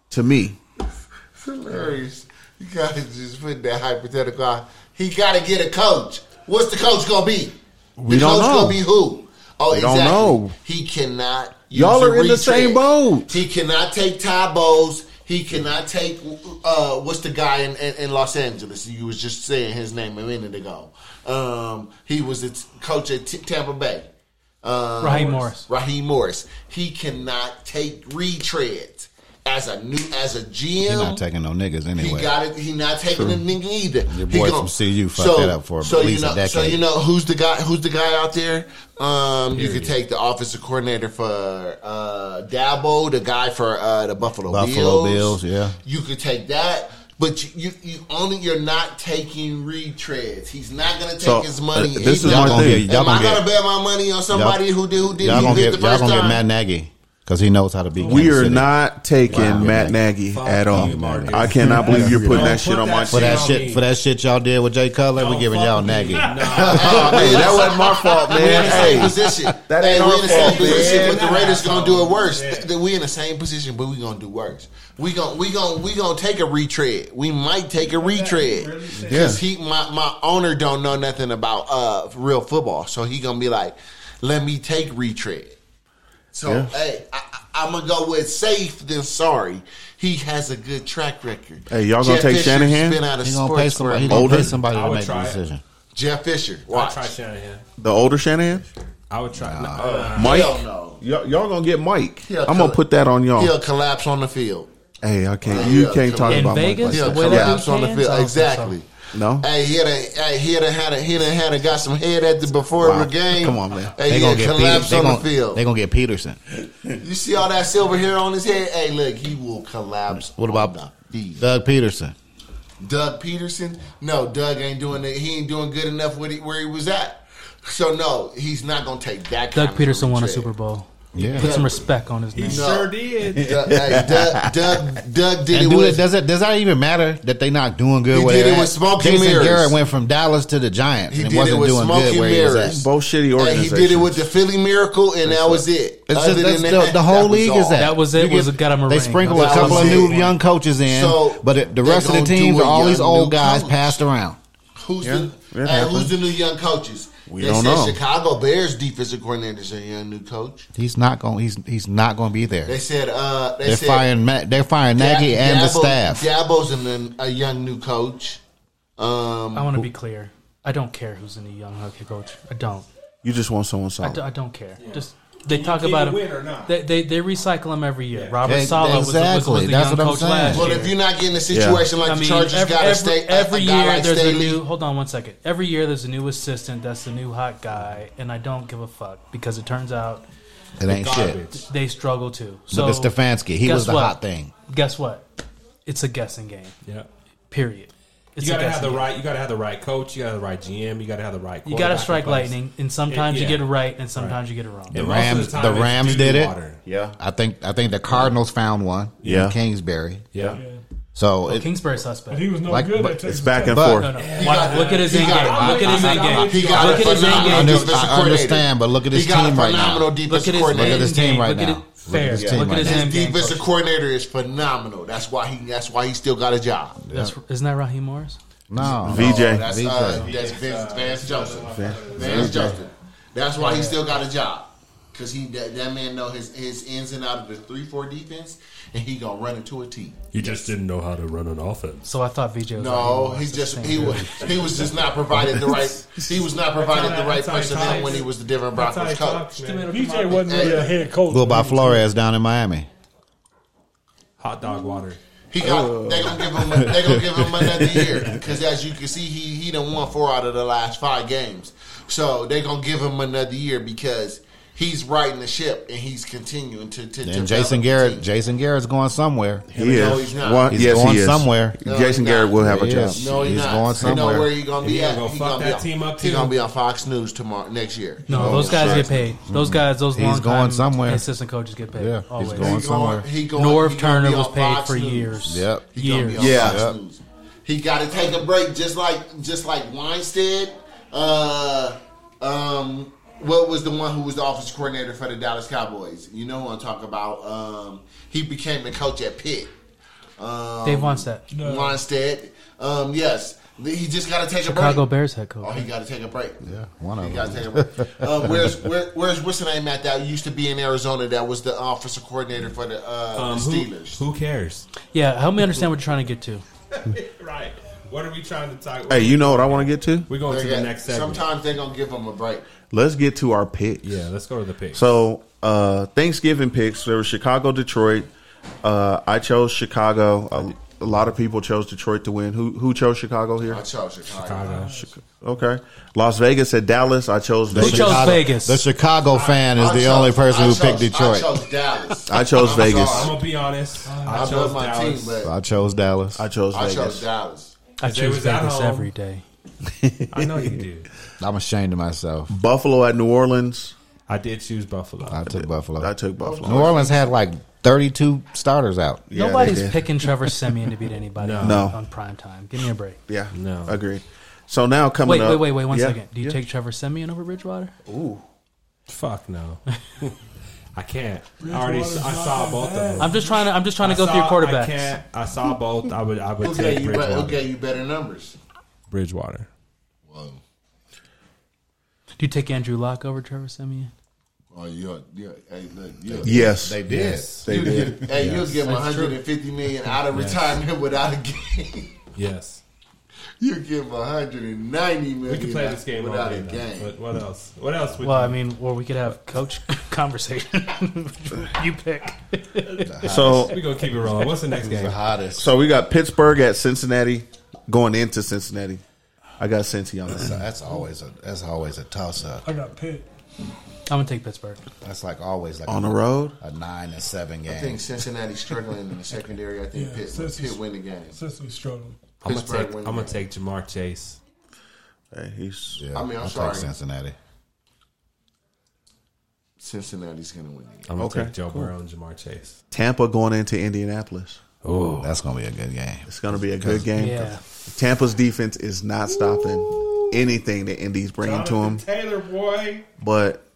Speaker 3: to me.
Speaker 5: It's hilarious. You guys just put that hypothetical. out. He got to get a coach. What's the coach gonna be?
Speaker 3: We
Speaker 5: the
Speaker 3: don't
Speaker 5: coach
Speaker 3: know.
Speaker 5: gonna be who? Oh,
Speaker 3: We don't know.
Speaker 5: He cannot. use
Speaker 3: Y'all
Speaker 5: a
Speaker 3: are in the
Speaker 5: retread.
Speaker 3: same boat.
Speaker 5: He cannot take Ty Bowles. He cannot take uh, what's the guy in, in, in Los Angeles? You was just saying his name a minute ago. Um, he was the t- coach at T- Tampa Bay. Um,
Speaker 10: Raheem Morris.
Speaker 5: Raheem Morris. He cannot take retreads as a new as a GM.
Speaker 9: He's not taking no niggas anyway.
Speaker 5: He got it. He not taking the nigga either.
Speaker 9: Your
Speaker 5: He
Speaker 9: boy
Speaker 5: gon-
Speaker 9: from CU fucked that up for at least
Speaker 5: you
Speaker 9: a
Speaker 5: know, So
Speaker 9: decade.
Speaker 5: you know who's the guy? Who's the guy out there? Um, you could take the offensive coordinator for uh, Dabo, the guy for uh, the Buffalo,
Speaker 9: Buffalo
Speaker 5: Bills.
Speaker 9: Bills, yeah.
Speaker 5: you could take that. But you, you, you only you're not taking retreads. He's not going to take
Speaker 3: So,
Speaker 5: his money.
Speaker 3: uh, this
Speaker 5: He
Speaker 3: is my
Speaker 5: not gonna-
Speaker 3: thing.
Speaker 5: Am
Speaker 9: Y'all
Speaker 5: I
Speaker 9: gonna
Speaker 5: going
Speaker 9: get-
Speaker 5: to bet my money on somebody
Speaker 9: y'all-
Speaker 5: who did who did
Speaker 9: y'all
Speaker 5: who
Speaker 9: gonna
Speaker 5: did
Speaker 9: get
Speaker 5: the
Speaker 9: y'all
Speaker 5: first
Speaker 9: gonna get
Speaker 5: time?
Speaker 9: Matt Nagy because he knows how to beat.
Speaker 3: We
Speaker 9: Kansas
Speaker 3: are
Speaker 9: City.
Speaker 3: not taking
Speaker 9: Wow.
Speaker 3: Matt Nagy
Speaker 4: Fuck
Speaker 3: at all.
Speaker 4: you, Marcus.
Speaker 3: I cannot believe you're putting
Speaker 9: Don't
Speaker 3: that shit
Speaker 4: put
Speaker 3: on my
Speaker 4: that
Speaker 3: shit.
Speaker 9: for that
Speaker 4: Don't
Speaker 9: shit.
Speaker 4: me.
Speaker 9: For that shit y'all did with Jay Cutler, we giving y'all
Speaker 4: [laughs]
Speaker 9: Nagy.
Speaker 3: Oh, man, that wasn't my fault,
Speaker 5: We're in the same
Speaker 3: man. Hey,
Speaker 5: position.
Speaker 3: that
Speaker 5: hey,
Speaker 3: ain't
Speaker 5: we're
Speaker 3: our
Speaker 5: in the same
Speaker 3: fault,
Speaker 5: position,
Speaker 3: man.
Speaker 5: but the Raiders gonna do it worse. Th- th- we in the same position, but we gonna do worse. We gonna we gonna we gonna take a retread. We might take a retread because he my my owner don't know nothing about uh real football, so he gonna be like, let me take retread. So
Speaker 3: Yeah.
Speaker 5: hey, I, I, I'm gonna go with safe than sorry. He has a good track record.
Speaker 3: Hey, y'all gonna take
Speaker 5: Fisher's
Speaker 3: Shanahan?
Speaker 5: Been out of
Speaker 9: He gonna pay
Speaker 5: sports
Speaker 9: somebody. He
Speaker 5: forever.
Speaker 9: gonna
Speaker 3: Older?
Speaker 9: pay somebody
Speaker 4: I
Speaker 9: to
Speaker 4: would
Speaker 9: make the
Speaker 4: try it.
Speaker 9: decision.
Speaker 5: Jeff Fisher.
Speaker 4: I'd
Speaker 5: Watch.
Speaker 4: try Shanahan.
Speaker 3: the older Shanahan,
Speaker 4: I would try. Uh, Nah.
Speaker 3: Mike.
Speaker 5: Hell no.
Speaker 3: Y'all, y'all gonna get Mike.
Speaker 5: He'll
Speaker 3: I'm
Speaker 5: tell
Speaker 3: gonna
Speaker 5: it.
Speaker 3: put that on
Speaker 5: He'll
Speaker 3: y'all.
Speaker 5: collapse on the field.
Speaker 3: Hey, I can't. You
Speaker 5: Yeah,
Speaker 3: can't talk
Speaker 10: in
Speaker 3: about Mike.
Speaker 10: Vegas,
Speaker 3: Like
Speaker 5: He'll
Speaker 10: the
Speaker 3: that.
Speaker 10: way that
Speaker 5: collapse
Speaker 10: dude
Speaker 5: on the
Speaker 10: can?
Speaker 5: field.
Speaker 10: I don't think
Speaker 5: Exactly.
Speaker 3: No.
Speaker 5: Hey, he'd have, he'd have had, a, he'd have had a, got some head at the before
Speaker 3: Wow.
Speaker 5: the game.
Speaker 3: Come on, man.
Speaker 5: Hey, he'd collapse
Speaker 9: Peter-
Speaker 5: on
Speaker 9: they
Speaker 5: the
Speaker 9: gonna-
Speaker 5: field.
Speaker 9: They gonna get Peterson.
Speaker 5: you see all that silver hair on his head? Hey, look, he will collapse.
Speaker 9: What about
Speaker 5: on the field.
Speaker 9: Doug Peterson?
Speaker 5: Doug Peterson? No, Doug ain't doing it. He ain't doing good enough with it where he was at. So no, he's not gonna take that. kind
Speaker 10: Doug
Speaker 5: of
Speaker 10: Peterson won a
Speaker 5: retread.
Speaker 10: Super Bowl.
Speaker 9: Yeah.
Speaker 10: Put some respect on his name.
Speaker 5: No.
Speaker 4: did.
Speaker 5: Doug, hey, Doug, Doug, Doug did
Speaker 9: And
Speaker 5: it
Speaker 9: do it,
Speaker 5: with.
Speaker 9: does it does that even matter that they not doing good?
Speaker 5: He
Speaker 9: where
Speaker 5: did
Speaker 9: they
Speaker 5: it
Speaker 9: at?
Speaker 5: with smoke and
Speaker 9: Jason
Speaker 5: mirrors.
Speaker 9: Garrett went from Dallas to the Giants
Speaker 5: He
Speaker 9: and
Speaker 5: did it
Speaker 9: wasn't
Speaker 5: with
Speaker 9: doing
Speaker 5: smoke
Speaker 9: good
Speaker 5: and
Speaker 9: where he was at.
Speaker 5: mirrors.
Speaker 3: Both shitty
Speaker 5: Hey, he
Speaker 3: organizations.
Speaker 5: did it with the Philly Miracle, and that was it.
Speaker 9: It's
Speaker 5: Other
Speaker 9: just, that's
Speaker 5: than
Speaker 9: the,
Speaker 5: that,
Speaker 9: the whole
Speaker 5: that was
Speaker 9: league is
Speaker 5: all.
Speaker 9: that.
Speaker 10: That was it,
Speaker 9: You
Speaker 10: was a- got 'em a
Speaker 9: They
Speaker 10: ring.
Speaker 9: sprinkle a
Speaker 5: That
Speaker 9: couple
Speaker 5: was
Speaker 9: of
Speaker 5: it.
Speaker 9: new young coaches in,
Speaker 5: So,
Speaker 9: but it, the
Speaker 5: they
Speaker 9: rest of the
Speaker 5: gonna
Speaker 9: teams
Speaker 5: do
Speaker 9: are
Speaker 5: a
Speaker 9: all these
Speaker 5: young
Speaker 9: old
Speaker 5: new
Speaker 9: guys
Speaker 5: coach.
Speaker 9: passed around.
Speaker 5: Who's
Speaker 3: Yeah,
Speaker 5: the
Speaker 3: it
Speaker 5: hey,
Speaker 3: happens.
Speaker 5: who's the new young coaches?
Speaker 3: We
Speaker 5: they
Speaker 3: don't
Speaker 5: said
Speaker 3: know.
Speaker 5: Chicago Bears defensive coordinator is a young new coach.
Speaker 9: He's not going. He's he's not going to be there.
Speaker 5: They said uh, they
Speaker 9: They are
Speaker 5: said
Speaker 9: firing. Ma- they're firing
Speaker 5: Da-
Speaker 9: Nagy and the
Speaker 5: Dabo-
Speaker 9: staff.
Speaker 5: Dabo's in an, a young new coach. Um,
Speaker 10: I want to be clear. I don't care who's in the young hockey coach. I don't.
Speaker 3: You just want someone
Speaker 10: I, do,
Speaker 3: solid.
Speaker 10: not care. Just they talk about him.
Speaker 4: win or not.
Speaker 10: They, they they recycle him every year. Robert
Speaker 9: Yeah,
Speaker 10: Sala was, the- was, was
Speaker 9: exactly.
Speaker 10: the
Speaker 9: That's
Speaker 10: young
Speaker 9: what I'm
Speaker 10: coach
Speaker 9: saying.
Speaker 10: last
Speaker 5: but
Speaker 10: year.
Speaker 5: if you're not getting a situation like the Chargers, got to stay uh,
Speaker 10: every
Speaker 5: a guy
Speaker 10: year
Speaker 5: like
Speaker 10: there's
Speaker 5: Staley.
Speaker 10: a new. Hold on one second. Every year there's a new assistant that's the new hot guy, and I don't give a fuck because it turns out
Speaker 9: It ain't shit.
Speaker 4: Garbage.
Speaker 10: they struggle too. So
Speaker 9: Look at Stefanski. He was
Speaker 10: guess
Speaker 9: the
Speaker 10: what?
Speaker 9: hot thing.
Speaker 10: Guess what? It's a guessing game.
Speaker 4: Yeah.
Speaker 10: Period. It's
Speaker 4: You gotta
Speaker 10: a
Speaker 4: have
Speaker 10: guessing
Speaker 4: the
Speaker 10: game.
Speaker 4: right. You gotta have the right coach. You gotta have the right GM. You gotta have the right.
Speaker 10: You gotta
Speaker 4: quarterback
Speaker 10: strike
Speaker 4: in place.
Speaker 10: lightning, and sometimes
Speaker 4: Yeah.
Speaker 10: you get it right, and sometimes you get it wrong.
Speaker 9: The
Speaker 4: And most of
Speaker 9: Rams.
Speaker 4: the
Speaker 9: The,
Speaker 4: time it's
Speaker 9: Rams
Speaker 4: doo-doo
Speaker 9: did it.
Speaker 4: water.
Speaker 3: Yeah.
Speaker 9: I think. I think the Cardinals found one.
Speaker 3: Yeah.
Speaker 9: in Kingsbury.
Speaker 4: Yeah.
Speaker 9: So it,
Speaker 10: Kingsbury
Speaker 8: But
Speaker 10: suspect.
Speaker 8: he was no
Speaker 9: Like,
Speaker 8: good
Speaker 9: but
Speaker 8: at Texas
Speaker 3: It's back
Speaker 8: Tech.
Speaker 3: and
Speaker 9: But-
Speaker 3: forth.
Speaker 10: No, no. Watch, look at his
Speaker 5: He
Speaker 10: end game.
Speaker 5: got-
Speaker 10: Look at his end
Speaker 5: He
Speaker 10: game.
Speaker 5: got
Speaker 10: Look
Speaker 5: a
Speaker 10: at his end
Speaker 5: phenomenal
Speaker 9: I,
Speaker 10: game.
Speaker 9: under-
Speaker 5: defensive
Speaker 9: I
Speaker 5: coordinator.
Speaker 9: understand, but look at
Speaker 5: He
Speaker 9: his
Speaker 5: got a
Speaker 9: team right now.
Speaker 5: phenomenal
Speaker 10: Look at
Speaker 5: defensive
Speaker 10: his
Speaker 9: Look
Speaker 5: coordinator.
Speaker 9: at his
Speaker 10: end game.
Speaker 9: team right
Speaker 10: Look at
Speaker 9: now.
Speaker 10: it-
Speaker 9: Look at
Speaker 10: Fair.
Speaker 9: his team
Speaker 10: Look at
Speaker 9: right
Speaker 10: his
Speaker 9: now.
Speaker 10: end
Speaker 5: His
Speaker 10: game.
Speaker 5: defensive
Speaker 10: coach.
Speaker 5: coordinator is phenomenal. That's why he. That's why he still got a job.
Speaker 10: That's- Isn't that Raheem Morris?
Speaker 9: No,
Speaker 3: VJ.
Speaker 5: That's uh, that's Vince, Vance Joseph. Vance Joseph. That's why he still got a job. Cause he that, that man know his his ins and out of the three four defense, and he gonna run into a team.
Speaker 4: You just didn't know how to run an offense.
Speaker 10: So I thought VJ was. Raheem
Speaker 5: No,
Speaker 10: Morris.
Speaker 5: he's just
Speaker 10: Same
Speaker 5: he
Speaker 10: dude.
Speaker 5: was he was just not provided the right he was not provided the right
Speaker 7: That's how he
Speaker 5: personnel
Speaker 7: talks.
Speaker 5: when he was the Denver Broncos coach.
Speaker 8: BJ wasn't really a head coach.
Speaker 9: Go by Flores down in Miami.
Speaker 4: Hot dog water.
Speaker 5: He
Speaker 9: Uh.
Speaker 5: got they gonna give him they gonna give him another year because as you can see he he done won four out of the last five games, so they gonna give him another year because he's riding the ship and he's continuing to to.
Speaker 9: And
Speaker 5: develop
Speaker 9: Jason
Speaker 5: the
Speaker 9: Garrett.
Speaker 5: team.
Speaker 9: Jason Garrett's going somewhere.
Speaker 3: He
Speaker 5: No,
Speaker 3: is.
Speaker 5: he's not.
Speaker 3: One-
Speaker 9: He's
Speaker 3: yes,
Speaker 9: going
Speaker 3: he is.
Speaker 9: somewhere.
Speaker 5: No,
Speaker 3: Jason
Speaker 5: he's
Speaker 3: Garrett
Speaker 5: not.
Speaker 3: will have a
Speaker 9: He
Speaker 3: job.
Speaker 9: is.
Speaker 5: no, he's,
Speaker 9: He's
Speaker 5: not.
Speaker 9: going
Speaker 5: You
Speaker 9: somewhere.
Speaker 5: know where he gonna
Speaker 4: And
Speaker 5: be
Speaker 4: he
Speaker 5: at?
Speaker 4: gonna go
Speaker 5: He
Speaker 4: fuck
Speaker 5: gonna be
Speaker 4: that
Speaker 5: on-
Speaker 4: team up
Speaker 5: He
Speaker 4: too.
Speaker 5: gonna be on Fox News tomorrow next year.
Speaker 10: No,
Speaker 9: Oh,
Speaker 10: those guys get paid. Those
Speaker 3: Mm-hmm.
Speaker 10: guys, those
Speaker 9: He's
Speaker 10: long
Speaker 9: going somewhere.
Speaker 10: assistant coaches get paid.
Speaker 9: Yeah, he's
Speaker 10: always.
Speaker 9: going
Speaker 5: He
Speaker 9: somewhere.
Speaker 5: going, he going,
Speaker 10: Norv
Speaker 5: he gonna
Speaker 10: Turner
Speaker 5: be
Speaker 10: was
Speaker 5: on
Speaker 10: paid
Speaker 5: Fox
Speaker 10: for
Speaker 5: News.
Speaker 10: years.
Speaker 9: Yep.
Speaker 5: He gonna be
Speaker 10: Years.
Speaker 5: on
Speaker 3: Yeah.
Speaker 5: Fox News. He got to take a break, just like just like Weinstead. Uh, um, what was the one who was the offensive coordinator for the Dallas Cowboys? You know who I'm talking about. Um, he became the coach at Pitt. Um,
Speaker 10: Dave wants that.
Speaker 5: Weinstead. Um, yes, he just got to take
Speaker 10: Chicago
Speaker 5: a break.
Speaker 10: Bears head
Speaker 5: Oh,
Speaker 10: coach.
Speaker 5: he got to take a break.
Speaker 9: Yeah, one
Speaker 5: He
Speaker 9: of
Speaker 5: got to
Speaker 9: them.
Speaker 5: take a break. Um, where's where, where's what's the name at that used to be in Arizona that was the offensive coordinator for the, uh,
Speaker 4: Um,
Speaker 5: the
Speaker 4: who,
Speaker 5: Steelers?
Speaker 4: who cares?
Speaker 10: Yeah, help me understand what you're trying to get to.
Speaker 4: right. What are we trying to talk?
Speaker 3: Hey, you know what I want to get to?
Speaker 4: We're going
Speaker 5: They
Speaker 4: to
Speaker 5: got-
Speaker 4: the next segment.
Speaker 5: Sometimes they're gonna give them a break.
Speaker 3: Let's get to our picks.
Speaker 4: Yeah, let's go to the picks.
Speaker 3: So uh, Thanksgiving picks. There was Chicago, Detroit. Uh, I chose Chicago. A, a lot of people chose Detroit to win. Who who chose Chicago here?
Speaker 5: I chose Chicago.
Speaker 4: Chicago.
Speaker 3: Okay. Las Vegas at Dallas. I chose
Speaker 10: Who
Speaker 3: Vegas.
Speaker 10: chose
Speaker 9: Chicago-
Speaker 10: Vegas?
Speaker 9: The Chicago fan is
Speaker 5: I
Speaker 9: the
Speaker 5: chose-
Speaker 9: only person
Speaker 5: I
Speaker 9: who
Speaker 5: chose-
Speaker 9: picked
Speaker 5: I
Speaker 9: Detroit.
Speaker 5: chose Dallas.
Speaker 3: I chose
Speaker 5: I'm
Speaker 3: Vegas.
Speaker 4: I'm
Speaker 5: sorry.
Speaker 4: gonna be honest. I,
Speaker 5: I,
Speaker 4: chose
Speaker 5: love my
Speaker 4: Dallas.
Speaker 5: team, but
Speaker 9: I chose Dallas.
Speaker 3: I chose
Speaker 5: I
Speaker 3: Vegas.
Speaker 5: chose Dallas.
Speaker 10: I
Speaker 4: they
Speaker 10: choose
Speaker 4: was at
Speaker 10: Vegas
Speaker 4: home.
Speaker 10: every day.
Speaker 4: [laughs] I know you do.
Speaker 9: I'm ashamed of myself.
Speaker 3: Buffalo at New Orleans.
Speaker 4: I did choose Buffalo.
Speaker 9: I took Buffalo.
Speaker 3: I took Buffalo.
Speaker 9: New Orleans had like 32 starters out.
Speaker 3: Yeah, they
Speaker 10: Nobody's
Speaker 3: did. [laughs]
Speaker 10: picking Trevor Simeon to beat anybody on,
Speaker 3: No.
Speaker 10: on prime time. Give me a break.
Speaker 3: Yeah,
Speaker 4: No.
Speaker 3: agreed. So now coming
Speaker 10: Wait,
Speaker 3: up,
Speaker 10: wait, wait, wait. One
Speaker 3: Yeah,
Speaker 10: second. Do you
Speaker 3: yeah.
Speaker 10: take Trevor Simeon over Bridgewater?
Speaker 3: Ooh,
Speaker 4: Fuck no. [laughs] I can't. I already I
Speaker 8: Bridgewater's not
Speaker 4: saw
Speaker 8: that
Speaker 4: both
Speaker 8: bad.
Speaker 4: of them.
Speaker 10: I'm just trying to. I'm just trying to
Speaker 4: I
Speaker 10: go
Speaker 4: saw-
Speaker 10: through your quarterbacks.
Speaker 4: I can't. I saw both. I would. I would
Speaker 5: Who
Speaker 4: take
Speaker 5: gave, you better,
Speaker 4: Bridgewater.
Speaker 5: who gave you better numbers?
Speaker 4: Bridgewater.
Speaker 5: Whoa.
Speaker 10: Do you take Andrew Luck over Trevor Simeon?
Speaker 5: Oh, yeah, yeah. Hey, look, yeah.
Speaker 3: yes,
Speaker 9: They did.
Speaker 4: Yes.
Speaker 3: they
Speaker 5: you
Speaker 3: did.
Speaker 5: Get, hey, you'll get
Speaker 10: That's true.
Speaker 5: 150 million out of
Speaker 4: Yes.
Speaker 5: retirement without a game. [laughs]
Speaker 4: Yes.
Speaker 5: you give 190 million.
Speaker 4: We can play this game all
Speaker 5: without
Speaker 4: day.
Speaker 5: a
Speaker 4: though.
Speaker 5: game.
Speaker 4: What, what else? What else? Would
Speaker 10: Well, I
Speaker 4: you-
Speaker 10: mean, or we could have coach conversation. you pick.
Speaker 3: So
Speaker 4: we gonna keep it rolling. What's the next game?
Speaker 9: The hottest.
Speaker 3: so we got Pittsburgh at Cincinnati, going into Cincinnati. I got Cincy on this
Speaker 9: So
Speaker 3: side.
Speaker 9: that's always a that's always a toss up.
Speaker 8: I got Pitt.
Speaker 10: I'm gonna take Pittsburgh.
Speaker 9: That's like always like
Speaker 3: On the road,
Speaker 9: a nine and seven
Speaker 5: I think
Speaker 9: game.
Speaker 5: Cincinnati's struggling in the secondary. I think
Speaker 8: Yeah,
Speaker 5: Pitt,
Speaker 8: since
Speaker 5: Pitt
Speaker 8: it's-
Speaker 5: win the game.
Speaker 8: Since we struggling,
Speaker 4: I'm gonna
Speaker 5: Pittsburgh
Speaker 4: take.
Speaker 5: win
Speaker 4: I'm
Speaker 5: the
Speaker 4: gonna
Speaker 5: game.
Speaker 4: take Jamar Chase.
Speaker 3: hey, he's
Speaker 9: Yeah,
Speaker 5: I mean, I'm
Speaker 9: I'll take
Speaker 5: sorry.
Speaker 9: Cincinnati.
Speaker 5: Cincinnati's going to win the game.
Speaker 4: I'm gonna
Speaker 3: Okay,
Speaker 4: take Joe Burrow and Jamar Chase.
Speaker 3: Tampa going into Indianapolis.
Speaker 4: Oh,
Speaker 9: That's gonna be a good game.
Speaker 3: It's going to be a good game.
Speaker 10: Yeah.
Speaker 3: Tampa's defense is not stopping anything that Indy's bringing to them.
Speaker 4: Taylor boy.
Speaker 3: but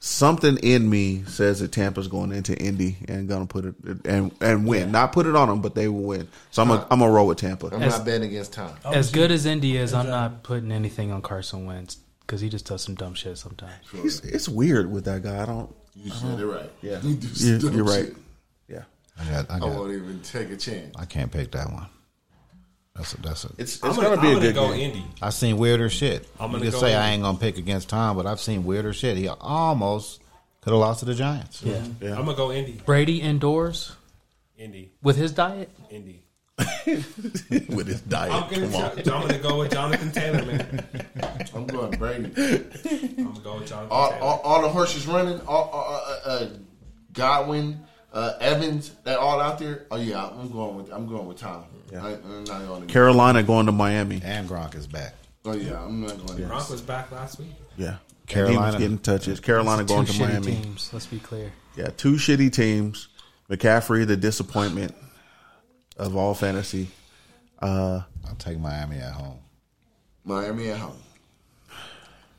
Speaker 3: something in me says that Tampa's going into Indy and going to put it and and win. Not put it on them, but they will win. So I'm a, I'm gonna roll with Tampa.
Speaker 5: I'm
Speaker 10: As-
Speaker 5: not betting against Tom.
Speaker 10: As good as Indy Oh, is, uh, I'm not putting anything on Carson Wentz because he just does some dumb shit sometimes.
Speaker 3: It's, it's weird with that guy. I don't.
Speaker 5: You said it right.
Speaker 3: Yeah.
Speaker 5: You do
Speaker 3: You're,
Speaker 5: dumb
Speaker 3: you're right.
Speaker 5: shit.
Speaker 3: Yeah.
Speaker 9: I got I
Speaker 5: I
Speaker 9: got
Speaker 4: Oh,
Speaker 5: won't even take a chance.
Speaker 9: I can't pick that one. That's a, that's a,
Speaker 3: It's it's
Speaker 4: I'm
Speaker 3: gonna,
Speaker 4: gonna
Speaker 3: be a
Speaker 4: I'm
Speaker 3: good
Speaker 4: gonna go
Speaker 3: game.
Speaker 4: Indy.
Speaker 9: I've seen weirder shit.
Speaker 4: I'm
Speaker 9: you
Speaker 4: gonna
Speaker 9: can
Speaker 4: go
Speaker 9: say
Speaker 4: with
Speaker 9: I ain't gonna pick against Tom, but I've seen weirder shit. He almost could have lost to the
Speaker 10: [laughs]
Speaker 9: Giants.
Speaker 10: Yeah.
Speaker 4: I'm gonna go Indy.
Speaker 10: Brady indoors
Speaker 4: Indy.
Speaker 10: with his diet.
Speaker 4: Indy.
Speaker 3: with his diet.
Speaker 4: I'm gonna,
Speaker 3: Come on.
Speaker 4: jo- I'm gonna go with Jonathan Taylor, man.
Speaker 3: [laughs]
Speaker 5: I'm going Brady.
Speaker 4: I'm gonna go with Jonathan
Speaker 5: all,
Speaker 4: Taylor.
Speaker 5: all, all the horses running. All, all, uh, uh, Godwin, uh, Evans, they all out there. Oh yeah, I'm going with I'm going with Tom. I, am not going. To,
Speaker 3: Carolina going to Miami.
Speaker 9: And Gronk is back.
Speaker 5: oh yeah, I'm not going. to
Speaker 4: Broncos back last week.
Speaker 3: Yeah. He
Speaker 9: Carolina.
Speaker 3: was getting touches. Carolina
Speaker 10: Two
Speaker 3: going to
Speaker 10: shitty
Speaker 3: Miami.
Speaker 10: teams. Let's be clear.
Speaker 3: Yeah, two shitty teams. McCaffrey, the disappointment of all fantasy. Uh,
Speaker 9: I'll take Miami at home.
Speaker 5: Miami at home.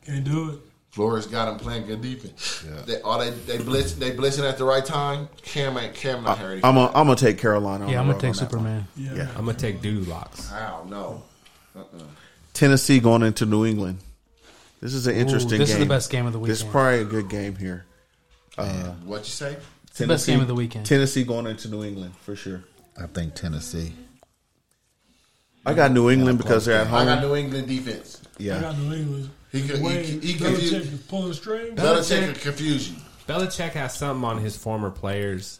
Speaker 8: can't do it.
Speaker 5: Flores got him playing good defense.
Speaker 9: Yeah.
Speaker 5: They all they they blitz they blitzing at the right time. Cam ain't Cam not hurry.
Speaker 3: I'm gonna I'm gonna take Carolina. on
Speaker 10: Yeah,
Speaker 3: the
Speaker 10: I'm gonna
Speaker 3: road
Speaker 10: take
Speaker 3: on that one.
Speaker 10: Superman.
Speaker 8: Yeah,
Speaker 3: Yeah.
Speaker 4: I'm gonna take Dude Locks.
Speaker 5: I don't know.
Speaker 3: Tennessee going into New England. This is an interesting.
Speaker 10: this is
Speaker 3: game.
Speaker 10: the best game of the
Speaker 3: This is
Speaker 10: weekend.
Speaker 3: probably a good game here.
Speaker 5: What you say?
Speaker 3: Tennessee,
Speaker 10: best game of the weekend.
Speaker 3: Tennessee going into New England for sure.
Speaker 9: I think Tennessee.
Speaker 3: I got New England because they're at
Speaker 5: I got
Speaker 3: home.
Speaker 5: New England defense.
Speaker 8: I
Speaker 3: Yeah,
Speaker 8: got New England.
Speaker 5: He could- he
Speaker 8: Wayne,
Speaker 5: could- he could
Speaker 8: Belichick
Speaker 5: use-
Speaker 8: is pulling strings.
Speaker 5: Belichick could confuse you.
Speaker 4: Belichick has something on his former players,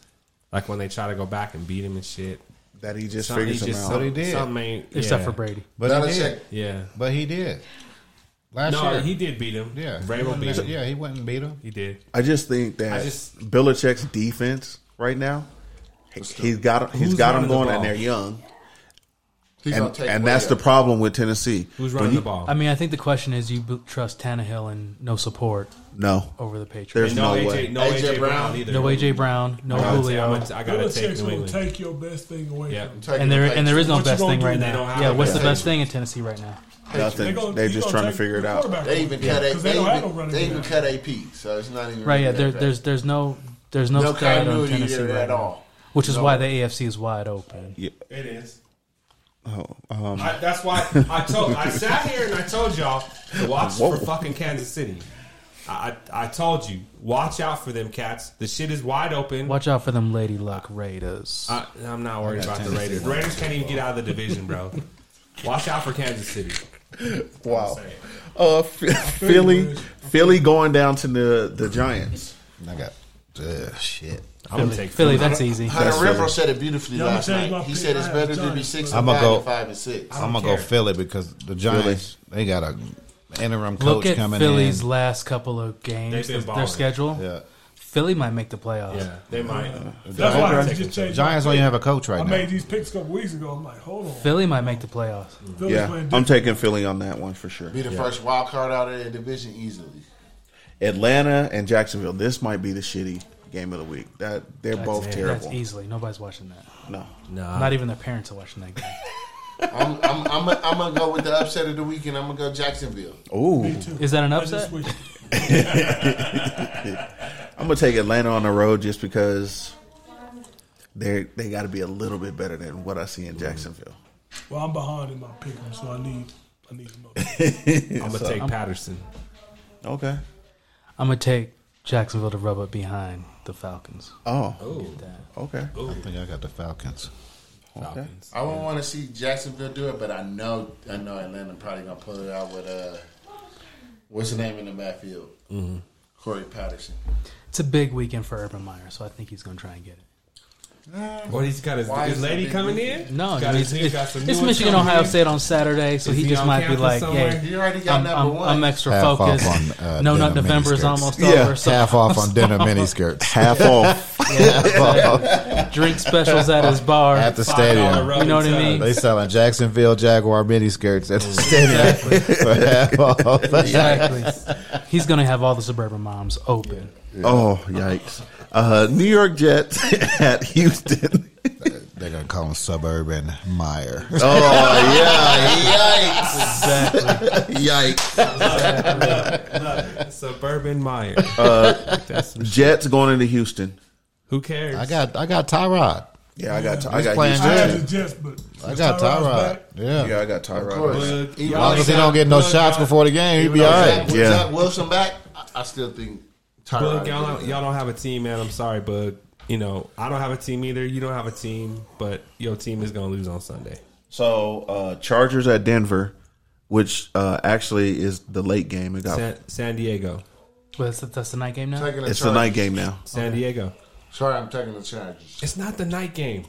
Speaker 4: like when they try to go back and beat him and shit.
Speaker 3: that he just
Speaker 4: Something, he
Speaker 3: figures them
Speaker 4: just,
Speaker 3: out.
Speaker 9: But he did.
Speaker 4: something ain't-
Speaker 10: Except
Speaker 4: yeah.
Speaker 10: for Brady.
Speaker 9: But he
Speaker 5: Belichick
Speaker 9: did.
Speaker 4: Yeah.
Speaker 9: But he did. Last
Speaker 4: No,
Speaker 9: year.
Speaker 4: he did beat him.
Speaker 9: yeah.
Speaker 4: Vrabel
Speaker 9: He
Speaker 4: beat
Speaker 9: went-
Speaker 4: him.
Speaker 9: Yeah, he went and beat him.
Speaker 4: He did.
Speaker 3: I just think that
Speaker 4: I just-
Speaker 3: Belichick's defense right now, he- he's got he's
Speaker 4: Who's
Speaker 3: got them
Speaker 4: running the
Speaker 3: going,
Speaker 4: ball?
Speaker 3: and they're young,
Speaker 5: He's gonna
Speaker 3: and,
Speaker 5: take
Speaker 3: and
Speaker 5: away
Speaker 3: that's the
Speaker 5: a-
Speaker 3: problem with Tennessee.
Speaker 4: Who's
Speaker 3: When
Speaker 4: running
Speaker 3: you-
Speaker 4: the ball?
Speaker 10: I mean, I think the question is, you b- trust Tannehill and no support
Speaker 3: No,
Speaker 10: over the Patriots?
Speaker 3: There's
Speaker 4: And
Speaker 3: no
Speaker 4: no, AJ,
Speaker 3: way.
Speaker 4: no
Speaker 5: AJ
Speaker 4: AJ, Brown,
Speaker 5: Brown.
Speaker 4: either.
Speaker 10: no AJ Brown, no
Speaker 4: I gotta take-
Speaker 10: Julio,
Speaker 4: I'm gonna- I gotta take
Speaker 8: Belichick's
Speaker 4: New
Speaker 8: gonna
Speaker 4: England.
Speaker 8: take your best thing away
Speaker 4: Yeah.
Speaker 8: from you.
Speaker 5: taking
Speaker 10: and
Speaker 5: the
Speaker 10: there and there is no
Speaker 8: What you
Speaker 10: best
Speaker 8: gonna
Speaker 10: thing
Speaker 8: do?
Speaker 10: right
Speaker 8: They
Speaker 10: now.
Speaker 4: don't have
Speaker 10: Yeah,
Speaker 4: a
Speaker 10: what's the
Speaker 4: best
Speaker 10: best thing in Tennessee right now?
Speaker 3: nothing.
Speaker 8: gonna-
Speaker 3: They're
Speaker 8: he
Speaker 3: just
Speaker 8: gonna
Speaker 3: trying to
Speaker 8: take
Speaker 3: figure it
Speaker 8: the
Speaker 3: out.
Speaker 8: quarterback
Speaker 5: They
Speaker 8: away.
Speaker 5: even
Speaker 8: 'Cause
Speaker 5: cut a,
Speaker 8: they
Speaker 5: they,
Speaker 8: don't have no
Speaker 5: even,
Speaker 8: running
Speaker 5: they even
Speaker 8: back.
Speaker 5: cut AP, so it's not even
Speaker 10: Right? Yeah,
Speaker 5: really
Speaker 10: there,
Speaker 5: that
Speaker 10: there's there's no there's no,
Speaker 5: No
Speaker 10: stud on
Speaker 5: continuity
Speaker 10: Tennessee
Speaker 5: there
Speaker 10: right
Speaker 5: at
Speaker 10: now,
Speaker 5: all.
Speaker 10: which is
Speaker 5: No.
Speaker 10: why the AFC is wide open.
Speaker 4: It is. Oh, I, that's why I told. I sat here and I told y'all to watch for fucking Kansas City. I, I I told you, watch out for them cats. The shit is wide open.
Speaker 10: Watch out for them Lady Luck Raiders.
Speaker 4: I, I'm not worried about the Raiders. The Raiders can't even get out of the division,
Speaker 10: [laughs]
Speaker 4: bro. Watch out for Kansas City.
Speaker 3: Wow. Uh, Philly, Philly going down to the the Giants.
Speaker 9: I got ugh, shit.
Speaker 4: I'm gonna take
Speaker 10: Philly,
Speaker 4: Philly.
Speaker 10: that's easy.
Speaker 5: Hunter Renfro said it beautifully
Speaker 8: Y'all
Speaker 5: last
Speaker 8: change my
Speaker 5: night. He
Speaker 8: pick.
Speaker 5: said it's
Speaker 8: I
Speaker 5: better
Speaker 8: have
Speaker 5: to be
Speaker 8: Giants.
Speaker 5: six and
Speaker 9: I'ma
Speaker 5: five
Speaker 9: go-
Speaker 5: than five and six.
Speaker 9: I'm gonna
Speaker 4: care.
Speaker 9: go Philly because the Giants they got a interim
Speaker 10: Look
Speaker 9: coach
Speaker 10: at
Speaker 9: coming
Speaker 10: Philly's
Speaker 9: in.
Speaker 10: last couple of
Speaker 4: They've
Speaker 10: games,
Speaker 4: been
Speaker 10: their
Speaker 4: balling.
Speaker 10: schedule.
Speaker 9: Yeah.
Speaker 10: Philly might make the playoffs.
Speaker 4: Yeah, they might.
Speaker 8: That's why I just changed.
Speaker 9: Giants don't even have a coach
Speaker 8: I
Speaker 9: right now.
Speaker 8: made these picks a couple weeks ago. I'm like, hold on.
Speaker 10: Philly might make the playoffs.
Speaker 8: Philly's
Speaker 3: Yeah,
Speaker 8: playing
Speaker 3: I'm taking Philly on that one for sure.
Speaker 5: Be the first wild card out of the division easily.
Speaker 3: Atlanta and Jacksonville. This might be the shitty game of the week. That they're both
Speaker 10: That's-
Speaker 3: terrible.
Speaker 10: That's easily. Nobody's watching that.
Speaker 3: No,
Speaker 4: Nah.
Speaker 10: Not even their parents are watching that game.
Speaker 5: I'm, I'm, I'm, I'm gonna go with the upset of the weekend. I'm gonna go Jacksonville.
Speaker 9: Oh,
Speaker 3: ooh,
Speaker 10: Is that an
Speaker 8: I just
Speaker 10: upset?
Speaker 8: wish
Speaker 3: I'm gonna take Atlanta on the road just because they they got to be a little bit better than what I see in Jacksonville.
Speaker 8: Well, I'm behind in my pick 'em, so I need I need some upset.
Speaker 4: I'm gonna take Patterson.
Speaker 3: Okay.
Speaker 10: I'm gonna take Jacksonville to rub up behind the Falcons.
Speaker 3: Oh,
Speaker 10: That.
Speaker 3: okay.
Speaker 9: I think I got the Falcons.
Speaker 4: Falcons.
Speaker 5: I wouldn't want to see Jacksonville do it, but I know I know Atlanta probably gonna pull it out with uh, what's the name in the backfield? Mm-hmm. Corey Patterson.
Speaker 10: It's a big weekend for Urban Meyer, so I think he's gonna try and get it.
Speaker 4: Well, he's got his,
Speaker 5: Why
Speaker 4: his
Speaker 5: is it
Speaker 4: lady
Speaker 5: big
Speaker 4: coming
Speaker 5: weekend?
Speaker 4: in.
Speaker 10: No,
Speaker 4: He's got
Speaker 10: it's,
Speaker 4: his- he's got some new
Speaker 10: it's
Speaker 4: ones
Speaker 10: Michigan
Speaker 4: coming
Speaker 10: Ohio
Speaker 4: in. [laughs]
Speaker 10: State on Saturday, so
Speaker 4: Is
Speaker 10: he
Speaker 4: he
Speaker 10: just
Speaker 4: on
Speaker 10: might be
Speaker 4: campus
Speaker 10: like,
Speaker 4: somewhere?
Speaker 10: "Hey,
Speaker 5: You already got
Speaker 10: I'm,
Speaker 5: number
Speaker 10: I'm,
Speaker 5: one.
Speaker 10: I'm extra
Speaker 9: Half off
Speaker 10: focused."
Speaker 9: on, uh,
Speaker 10: no, not
Speaker 9: denim
Speaker 10: November is
Speaker 9: miniskirts.
Speaker 10: almost
Speaker 3: Yeah,
Speaker 10: over. So
Speaker 9: Half off on denim miniskirts.
Speaker 3: Half
Speaker 9: [laughs]
Speaker 3: off.
Speaker 10: [laughs] drink specials at his bar.
Speaker 9: At the
Speaker 4: $5
Speaker 9: stadium.
Speaker 4: rub
Speaker 10: You know what
Speaker 4: and
Speaker 10: I mean?
Speaker 4: tug.
Speaker 9: They selling Jacksonville Jaguar miniskirts at the stadium for
Speaker 3: [laughs]
Speaker 9: half off.
Speaker 10: exactly.
Speaker 9: [laughs]
Speaker 10: He's gonna have all the suburban moms open.
Speaker 3: Oh yikes! Uh, New York Jets [laughs] at Houston.
Speaker 9: They're gonna call him Suburban Meyer.
Speaker 3: Oh
Speaker 10: Exactly.
Speaker 3: yeah, yikes! Yikes!
Speaker 4: Suburban Meyer. That's some sh-
Speaker 3: Jets going into Houston.
Speaker 4: who cares?
Speaker 9: I got I got Tyrod.
Speaker 3: Yeah, I got. I
Speaker 9: He's
Speaker 3: got
Speaker 9: playing
Speaker 8: I
Speaker 3: Houston.
Speaker 9: [laughs]
Speaker 8: had
Speaker 9: Yeah.
Speaker 8: the Jets, but
Speaker 9: I got Tyrod. Yeah.
Speaker 3: Yeah, I got Tyrod.
Speaker 4: Look, y'all
Speaker 5: As
Speaker 9: As long as
Speaker 4: ain't
Speaker 9: he don't
Speaker 4: got-
Speaker 9: get no
Speaker 4: look,
Speaker 9: shots
Speaker 4: y'all-
Speaker 9: before the game, he'll be all
Speaker 5: Zach,
Speaker 9: right.
Speaker 5: with
Speaker 3: Yeah.
Speaker 5: Zach Wilson back, I, I still think Tyrod.
Speaker 4: Bug, y'all don't, y'all don't have a team, man. I'm sorry, but you know I don't have a team either. You don't have a team, but your team is gonna lose on Sunday.
Speaker 3: So uh, Chargers at Denver, which uh, actually is the late game. It got
Speaker 4: San, San Diego,
Speaker 10: Well, that's, that's the night game now.
Speaker 5: taking the
Speaker 3: it's the night game now.
Speaker 4: San Diego.
Speaker 5: Sorry, I'm taking the Chargers.
Speaker 4: It's not the night game.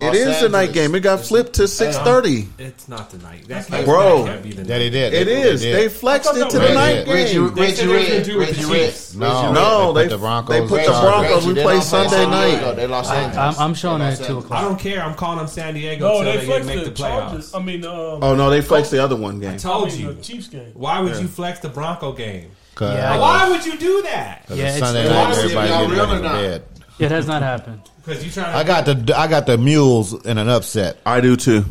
Speaker 5: Los
Speaker 3: it is the night
Speaker 5: Angeles.
Speaker 3: game. It got flipped to six thirty.
Speaker 4: It's not the night. That can't,
Speaker 3: Bro.
Speaker 4: that can't be the
Speaker 9: That
Speaker 4: night.
Speaker 9: he did.
Speaker 3: It is.
Speaker 9: did.
Speaker 3: They flexed it to
Speaker 9: Reggie-
Speaker 3: the night
Speaker 5: Reggie,
Speaker 3: game.
Speaker 4: They
Speaker 5: Reggie
Speaker 4: said they was gonna
Speaker 5: Red,
Speaker 4: do with
Speaker 5: Reggie
Speaker 4: the
Speaker 5: Red.
Speaker 4: Chiefs.
Speaker 9: No,
Speaker 3: No,
Speaker 9: they
Speaker 3: they
Speaker 9: put the Broncos.
Speaker 3: they put the
Speaker 9: down.
Speaker 3: Broncos.
Speaker 5: Reggie,
Speaker 3: We
Speaker 5: they
Speaker 3: play
Speaker 5: don't play
Speaker 3: Sunday
Speaker 5: San Diego.
Speaker 3: night.
Speaker 5: They Los Angeles.
Speaker 10: I'm, I'm showing
Speaker 5: They
Speaker 10: it
Speaker 5: Los
Speaker 10: at two
Speaker 5: Angeles.
Speaker 4: I
Speaker 10: o'clock.
Speaker 4: don't care. I'm calling them San Diego
Speaker 8: no,
Speaker 4: until
Speaker 8: they
Speaker 4: they,
Speaker 8: flexed
Speaker 4: make the
Speaker 8: the
Speaker 4: playoffs.
Speaker 8: Chargers. I mean, um,
Speaker 3: Oh no, they flexed the other one game.
Speaker 8: I
Speaker 4: Told
Speaker 8: mean,
Speaker 4: you.
Speaker 8: the Chiefs game.
Speaker 4: Why would you flex the Bronco game?
Speaker 9: 'Cause-
Speaker 10: Yeah, I-
Speaker 4: Why would you do that?
Speaker 9: Cause
Speaker 10: Yeah,
Speaker 9: it's
Speaker 10: it's-
Speaker 9: Sunday
Speaker 10: it's
Speaker 9: Uh, night,
Speaker 5: honestly,
Speaker 9: everybody
Speaker 5: y'all
Speaker 9: getting
Speaker 5: real
Speaker 9: ready
Speaker 5: or
Speaker 9: to
Speaker 5: not?
Speaker 9: bed.
Speaker 10: It has not happened.
Speaker 4: Because you trying.
Speaker 9: I got the I got the mules in an upset.
Speaker 3: I do too,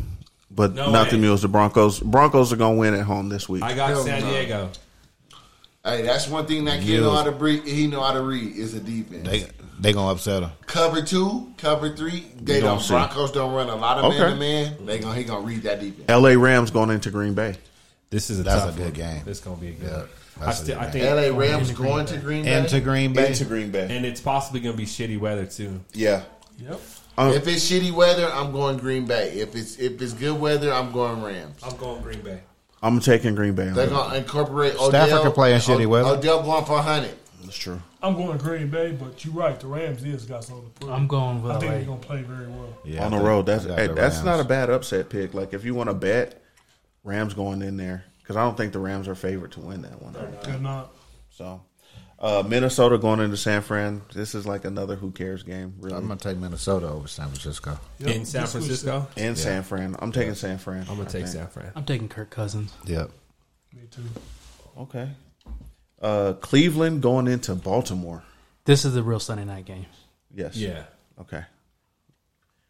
Speaker 3: but
Speaker 4: No
Speaker 3: not the
Speaker 4: way.
Speaker 3: Mules. The Broncos. Broncos are gonna win at home this week.
Speaker 4: I got
Speaker 5: Hell
Speaker 4: San
Speaker 5: no.
Speaker 4: Diego.
Speaker 5: Hey, that's one thing that kid know how to read. He know how to read is the defense.
Speaker 9: They they gonna upset them.
Speaker 5: cover two, cover three. They
Speaker 3: don't
Speaker 5: don't.
Speaker 3: see.
Speaker 5: Broncos don't run a lot of
Speaker 3: Okay.
Speaker 5: man to man. They gonna he gonna read that defense.
Speaker 3: L.A. Rams going into Green Bay.
Speaker 4: This is a
Speaker 9: That's
Speaker 4: tough
Speaker 9: a good
Speaker 4: one.
Speaker 9: game.
Speaker 4: This gonna be a good.
Speaker 9: Yeah,
Speaker 4: one. I,
Speaker 9: that's a
Speaker 4: still,
Speaker 9: good
Speaker 4: I think,
Speaker 5: L.A. Rams going to Green Bay.
Speaker 9: Into Green Bay.
Speaker 3: Into Green Bay.
Speaker 4: and it's possibly gonna be shitty weather too.
Speaker 3: Yeah.
Speaker 8: Yep.
Speaker 5: if it's shitty weather, I'm going Green Bay. If it's if it's good weather, I'm going Rams.
Speaker 4: I'm going Green Bay.
Speaker 3: I'm taking Green Bay. on
Speaker 5: They're
Speaker 3: that.
Speaker 9: Mm-hmm.
Speaker 5: gonna incorporate Odell.
Speaker 9: Stafford can play in shitty
Speaker 5: Od-
Speaker 9: weather.
Speaker 5: Odell going for hundred.
Speaker 3: That's true.
Speaker 8: I'm going Green Bay, but you're right. The Rams is got something to prove.
Speaker 10: I'm going with
Speaker 8: I think
Speaker 10: LA.
Speaker 8: they're gonna play very well.
Speaker 9: Yeah,
Speaker 3: on the
Speaker 9: I think-
Speaker 3: road. That's
Speaker 9: I got
Speaker 3: hey,
Speaker 9: the
Speaker 3: that's
Speaker 9: Rams.
Speaker 3: not a bad upset pick. Like if you want to bet, Rams going in there because I don't think the Rams are favored to win that one.
Speaker 8: They're not.
Speaker 3: So uh, Minnesota going into San Fran. This is like another who cares game. Really,
Speaker 9: I'm gonna take Minnesota over San Francisco.
Speaker 8: Yep.
Speaker 4: In San
Speaker 8: This was-
Speaker 4: Francisco,
Speaker 3: and San Fran. I'm taking San Fran.
Speaker 4: I'm gonna
Speaker 3: I
Speaker 4: take
Speaker 3: think.
Speaker 4: San Fran.
Speaker 10: I'm taking Kirk Cousins.
Speaker 9: Yep.
Speaker 8: Me too.
Speaker 3: Okay. Uh, Cleveland going into Baltimore.
Speaker 10: This is the real Sunday night game.
Speaker 3: Yes.
Speaker 4: Yeah,
Speaker 3: Okay.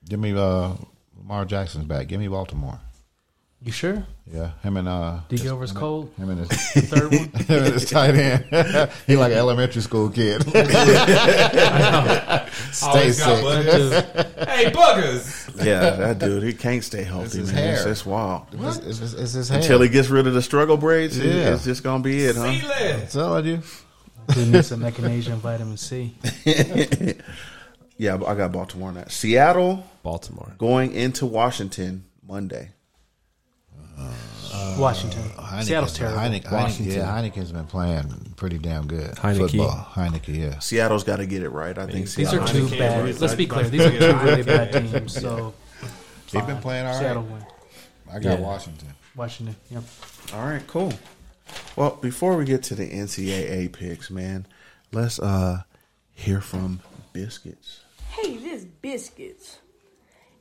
Speaker 9: Give me uh, Lamar Jackson's back. Give me Baltimore.
Speaker 10: You sure?
Speaker 9: Yeah, him and uh,
Speaker 10: D.
Speaker 9: [laughs]
Speaker 10: Gilbert's cold.
Speaker 9: him and his,
Speaker 10: Third one.
Speaker 9: him and his tight end. [laughs] he like an elementary school kid. Stay
Speaker 4: Always got
Speaker 9: sick.
Speaker 4: buggers. hey buggers!
Speaker 3: Yeah, that dude. He can't
Speaker 9: [laughs]
Speaker 3: stay healthy,
Speaker 9: his
Speaker 3: man. It's,
Speaker 9: hair.
Speaker 3: it's wild.
Speaker 9: It's, it's, it's- it's his hair.
Speaker 3: Until he gets rid of the struggle braids, it-
Speaker 9: Yeah.
Speaker 3: it's just gonna be it, huh?
Speaker 4: See less.
Speaker 9: I'm telling you.
Speaker 10: Dude needs some echinacea and vitamin C.
Speaker 3: Yeah, I got Baltimore on that. Seattle
Speaker 4: Baltimore.
Speaker 3: going into Washington Monday.
Speaker 10: Washington. Seattle's terrible.
Speaker 9: Uh, Heineken, Heineken,
Speaker 4: Washington.
Speaker 9: yeah, Heineken's been playing pretty damn good.
Speaker 4: Heineke.
Speaker 9: Football. Heineken, yeah.
Speaker 3: Seattle's got to get it right. I think
Speaker 10: These
Speaker 3: Seattle.
Speaker 10: are two
Speaker 4: Heineken,
Speaker 10: bad.
Speaker 4: Bruce,
Speaker 10: Let's
Speaker 4: I-
Speaker 10: be clear. These are two
Speaker 9: [laughs]
Speaker 10: really bad teams. So
Speaker 9: They've been playing all right.
Speaker 10: Seattle win.
Speaker 9: I got
Speaker 4: Yeah.
Speaker 9: Washington.
Speaker 10: Washington. Yep.
Speaker 3: All right, cool. Well, before we get to the NCAA picks, man, let's uh hear from Biscuits. [laughs]
Speaker 6: Hey, this biscuits.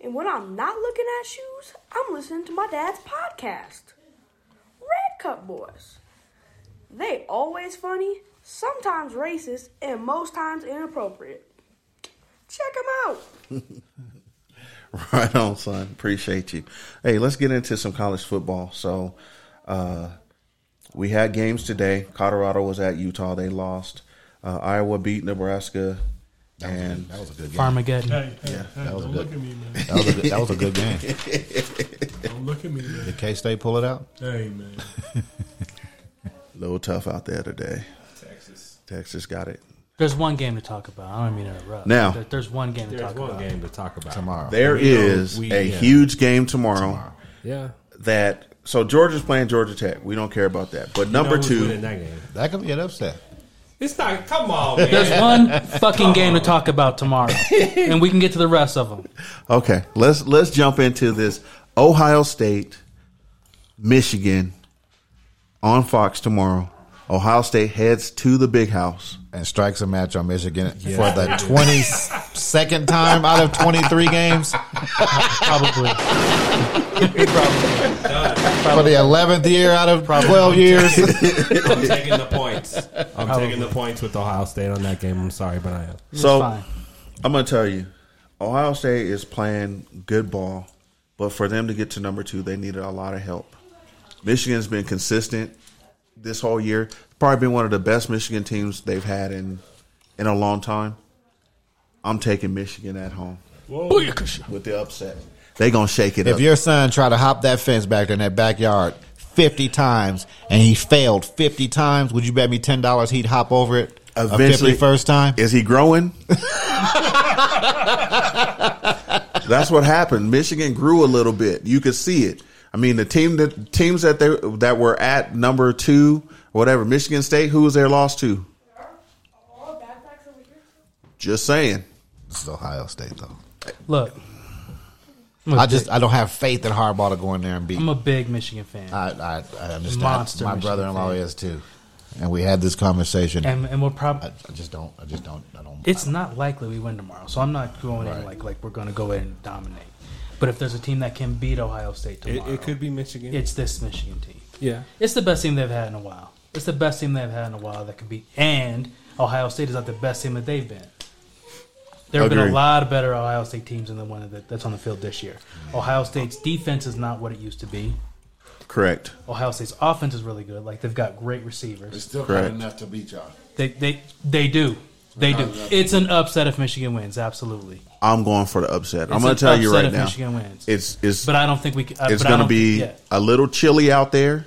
Speaker 6: And when I'm not looking at shoes, I'm listening to my dad's podcast. Red Cup Boys. They always funny, sometimes racist, and most times inappropriate. Check him out.
Speaker 3: Right on, son. Appreciate you. Hey, let's get into some college football. So, uh, we had games today. Colorado was at Utah. They lost. Uh, Iowa beat Nebraska.
Speaker 9: was a-
Speaker 3: and
Speaker 9: that was a good game.
Speaker 10: Farmageddon.
Speaker 8: Hey, hey,
Speaker 3: Yeah,
Speaker 8: hey,
Speaker 9: that was
Speaker 8: don't
Speaker 9: good.
Speaker 8: look at me, man.
Speaker 9: That was a good, that was a good game.
Speaker 8: Don't
Speaker 9: [laughs]
Speaker 8: look at me, man.
Speaker 9: Did K State pull it out?
Speaker 8: Hey, man.
Speaker 3: a little tough out there today.
Speaker 4: Texas.
Speaker 3: Texas got it.
Speaker 10: There's one game to talk about. I don't mean to interrupt.
Speaker 3: Now.
Speaker 10: There- there's one game to
Speaker 4: There's
Speaker 10: talk
Speaker 4: one
Speaker 10: about.
Speaker 4: game to talk about.
Speaker 9: Tomorrow.
Speaker 3: There
Speaker 4: We know
Speaker 3: is
Speaker 4: we-
Speaker 3: a
Speaker 4: yeah.
Speaker 3: huge game tomorrow,
Speaker 4: Yeah.
Speaker 3: that. So, Georgia's playing Georgia Tech. We don't care about that. But number
Speaker 4: Who's winning
Speaker 3: two,
Speaker 4: that game.
Speaker 9: That could be an upset.
Speaker 4: It's not. Come on, man. [laughs]
Speaker 10: There's one fucking game to talk
Speaker 9: [laughs]
Speaker 10: about tomorrow, and we can get to the rest of them.
Speaker 3: okay, let's let's jump into this Ohio State, Michigan, on Fox tomorrow. Ohio State heads to the big house.
Speaker 9: And strikes a match on Michigan for the 22nd time out of 23 games.
Speaker 10: Probably.
Speaker 9: For the 11th year out of 12 years.
Speaker 4: I'm taking the points. I'm taking the points with Ohio State on that game. I'm sorry, but I am.
Speaker 3: so
Speaker 10: fine.
Speaker 3: I'm gonna tell you, Ohio State is playing good ball, but for them to get to number two, they needed a lot of help. Michigan's been consistent this whole year. Probably been one of the best Michigan teams they've had in in a long time. I'm taking Michigan at home with the upset. They gonna shake it
Speaker 9: If
Speaker 3: up.
Speaker 9: your son tried to hop that fence back there in that backyard 50 times and he failed 50 times, would you bet me $10 he'd hop over it eventually first time?
Speaker 3: Is he
Speaker 10: [laughs]
Speaker 3: growing? That's what happened. Michigan grew a little bit. You could see it. I mean, the team that teams that they that were at number two, whatever Michigan State, who was their loss to? Just saying.
Speaker 9: This is Ohio State, though.
Speaker 10: Look, I'm a
Speaker 9: I
Speaker 10: big-
Speaker 9: just I don't have faith in Harbaugh to go in there and beat.
Speaker 10: I'm a big Michigan fan,
Speaker 9: I, I, I understand.
Speaker 10: Monster
Speaker 9: My
Speaker 10: Michigan
Speaker 9: brother-in-law
Speaker 10: fan.
Speaker 9: is too, and we had this conversation.
Speaker 10: and and we're probably.
Speaker 9: I, I just don't. I just don't. I don't.
Speaker 10: It's not likely we win tomorrow, so I'm not going in
Speaker 9: Right.
Speaker 10: like like we're going to go in and dominate. But if there's a team that can beat Ohio State
Speaker 4: It,
Speaker 10: tomorrow,
Speaker 4: it could be Michigan.
Speaker 10: It's this Michigan team.
Speaker 4: yeah.
Speaker 10: It's the best team they've had in a while. It's the best team they've had in a while that could be. And Ohio State is not the best team that they've been. There have been a
Speaker 3: Agreed.
Speaker 10: lot of better Ohio State teams than the one that, that's on the field this year. Ohio State's defense is not what it used to be.
Speaker 3: Correct.
Speaker 10: Ohio State's offense is really good. Like they've got great receivers.
Speaker 5: It's still
Speaker 3: Correct.
Speaker 5: not enough to beat y'all.
Speaker 10: They they they do. They do. It's an upset if Michigan wins. Absolutely.
Speaker 3: I'm going for the upset. I'm
Speaker 10: It's
Speaker 3: going
Speaker 10: an
Speaker 3: to tell you
Speaker 10: upset
Speaker 3: right
Speaker 10: if
Speaker 3: now.
Speaker 10: Michigan wins.
Speaker 3: It's it's
Speaker 10: But I don't think we. c- I-
Speaker 3: it's
Speaker 10: Uh, but
Speaker 3: going
Speaker 10: I
Speaker 3: to
Speaker 10: don't
Speaker 3: be
Speaker 10: think- yeah.
Speaker 3: a little chilly out there.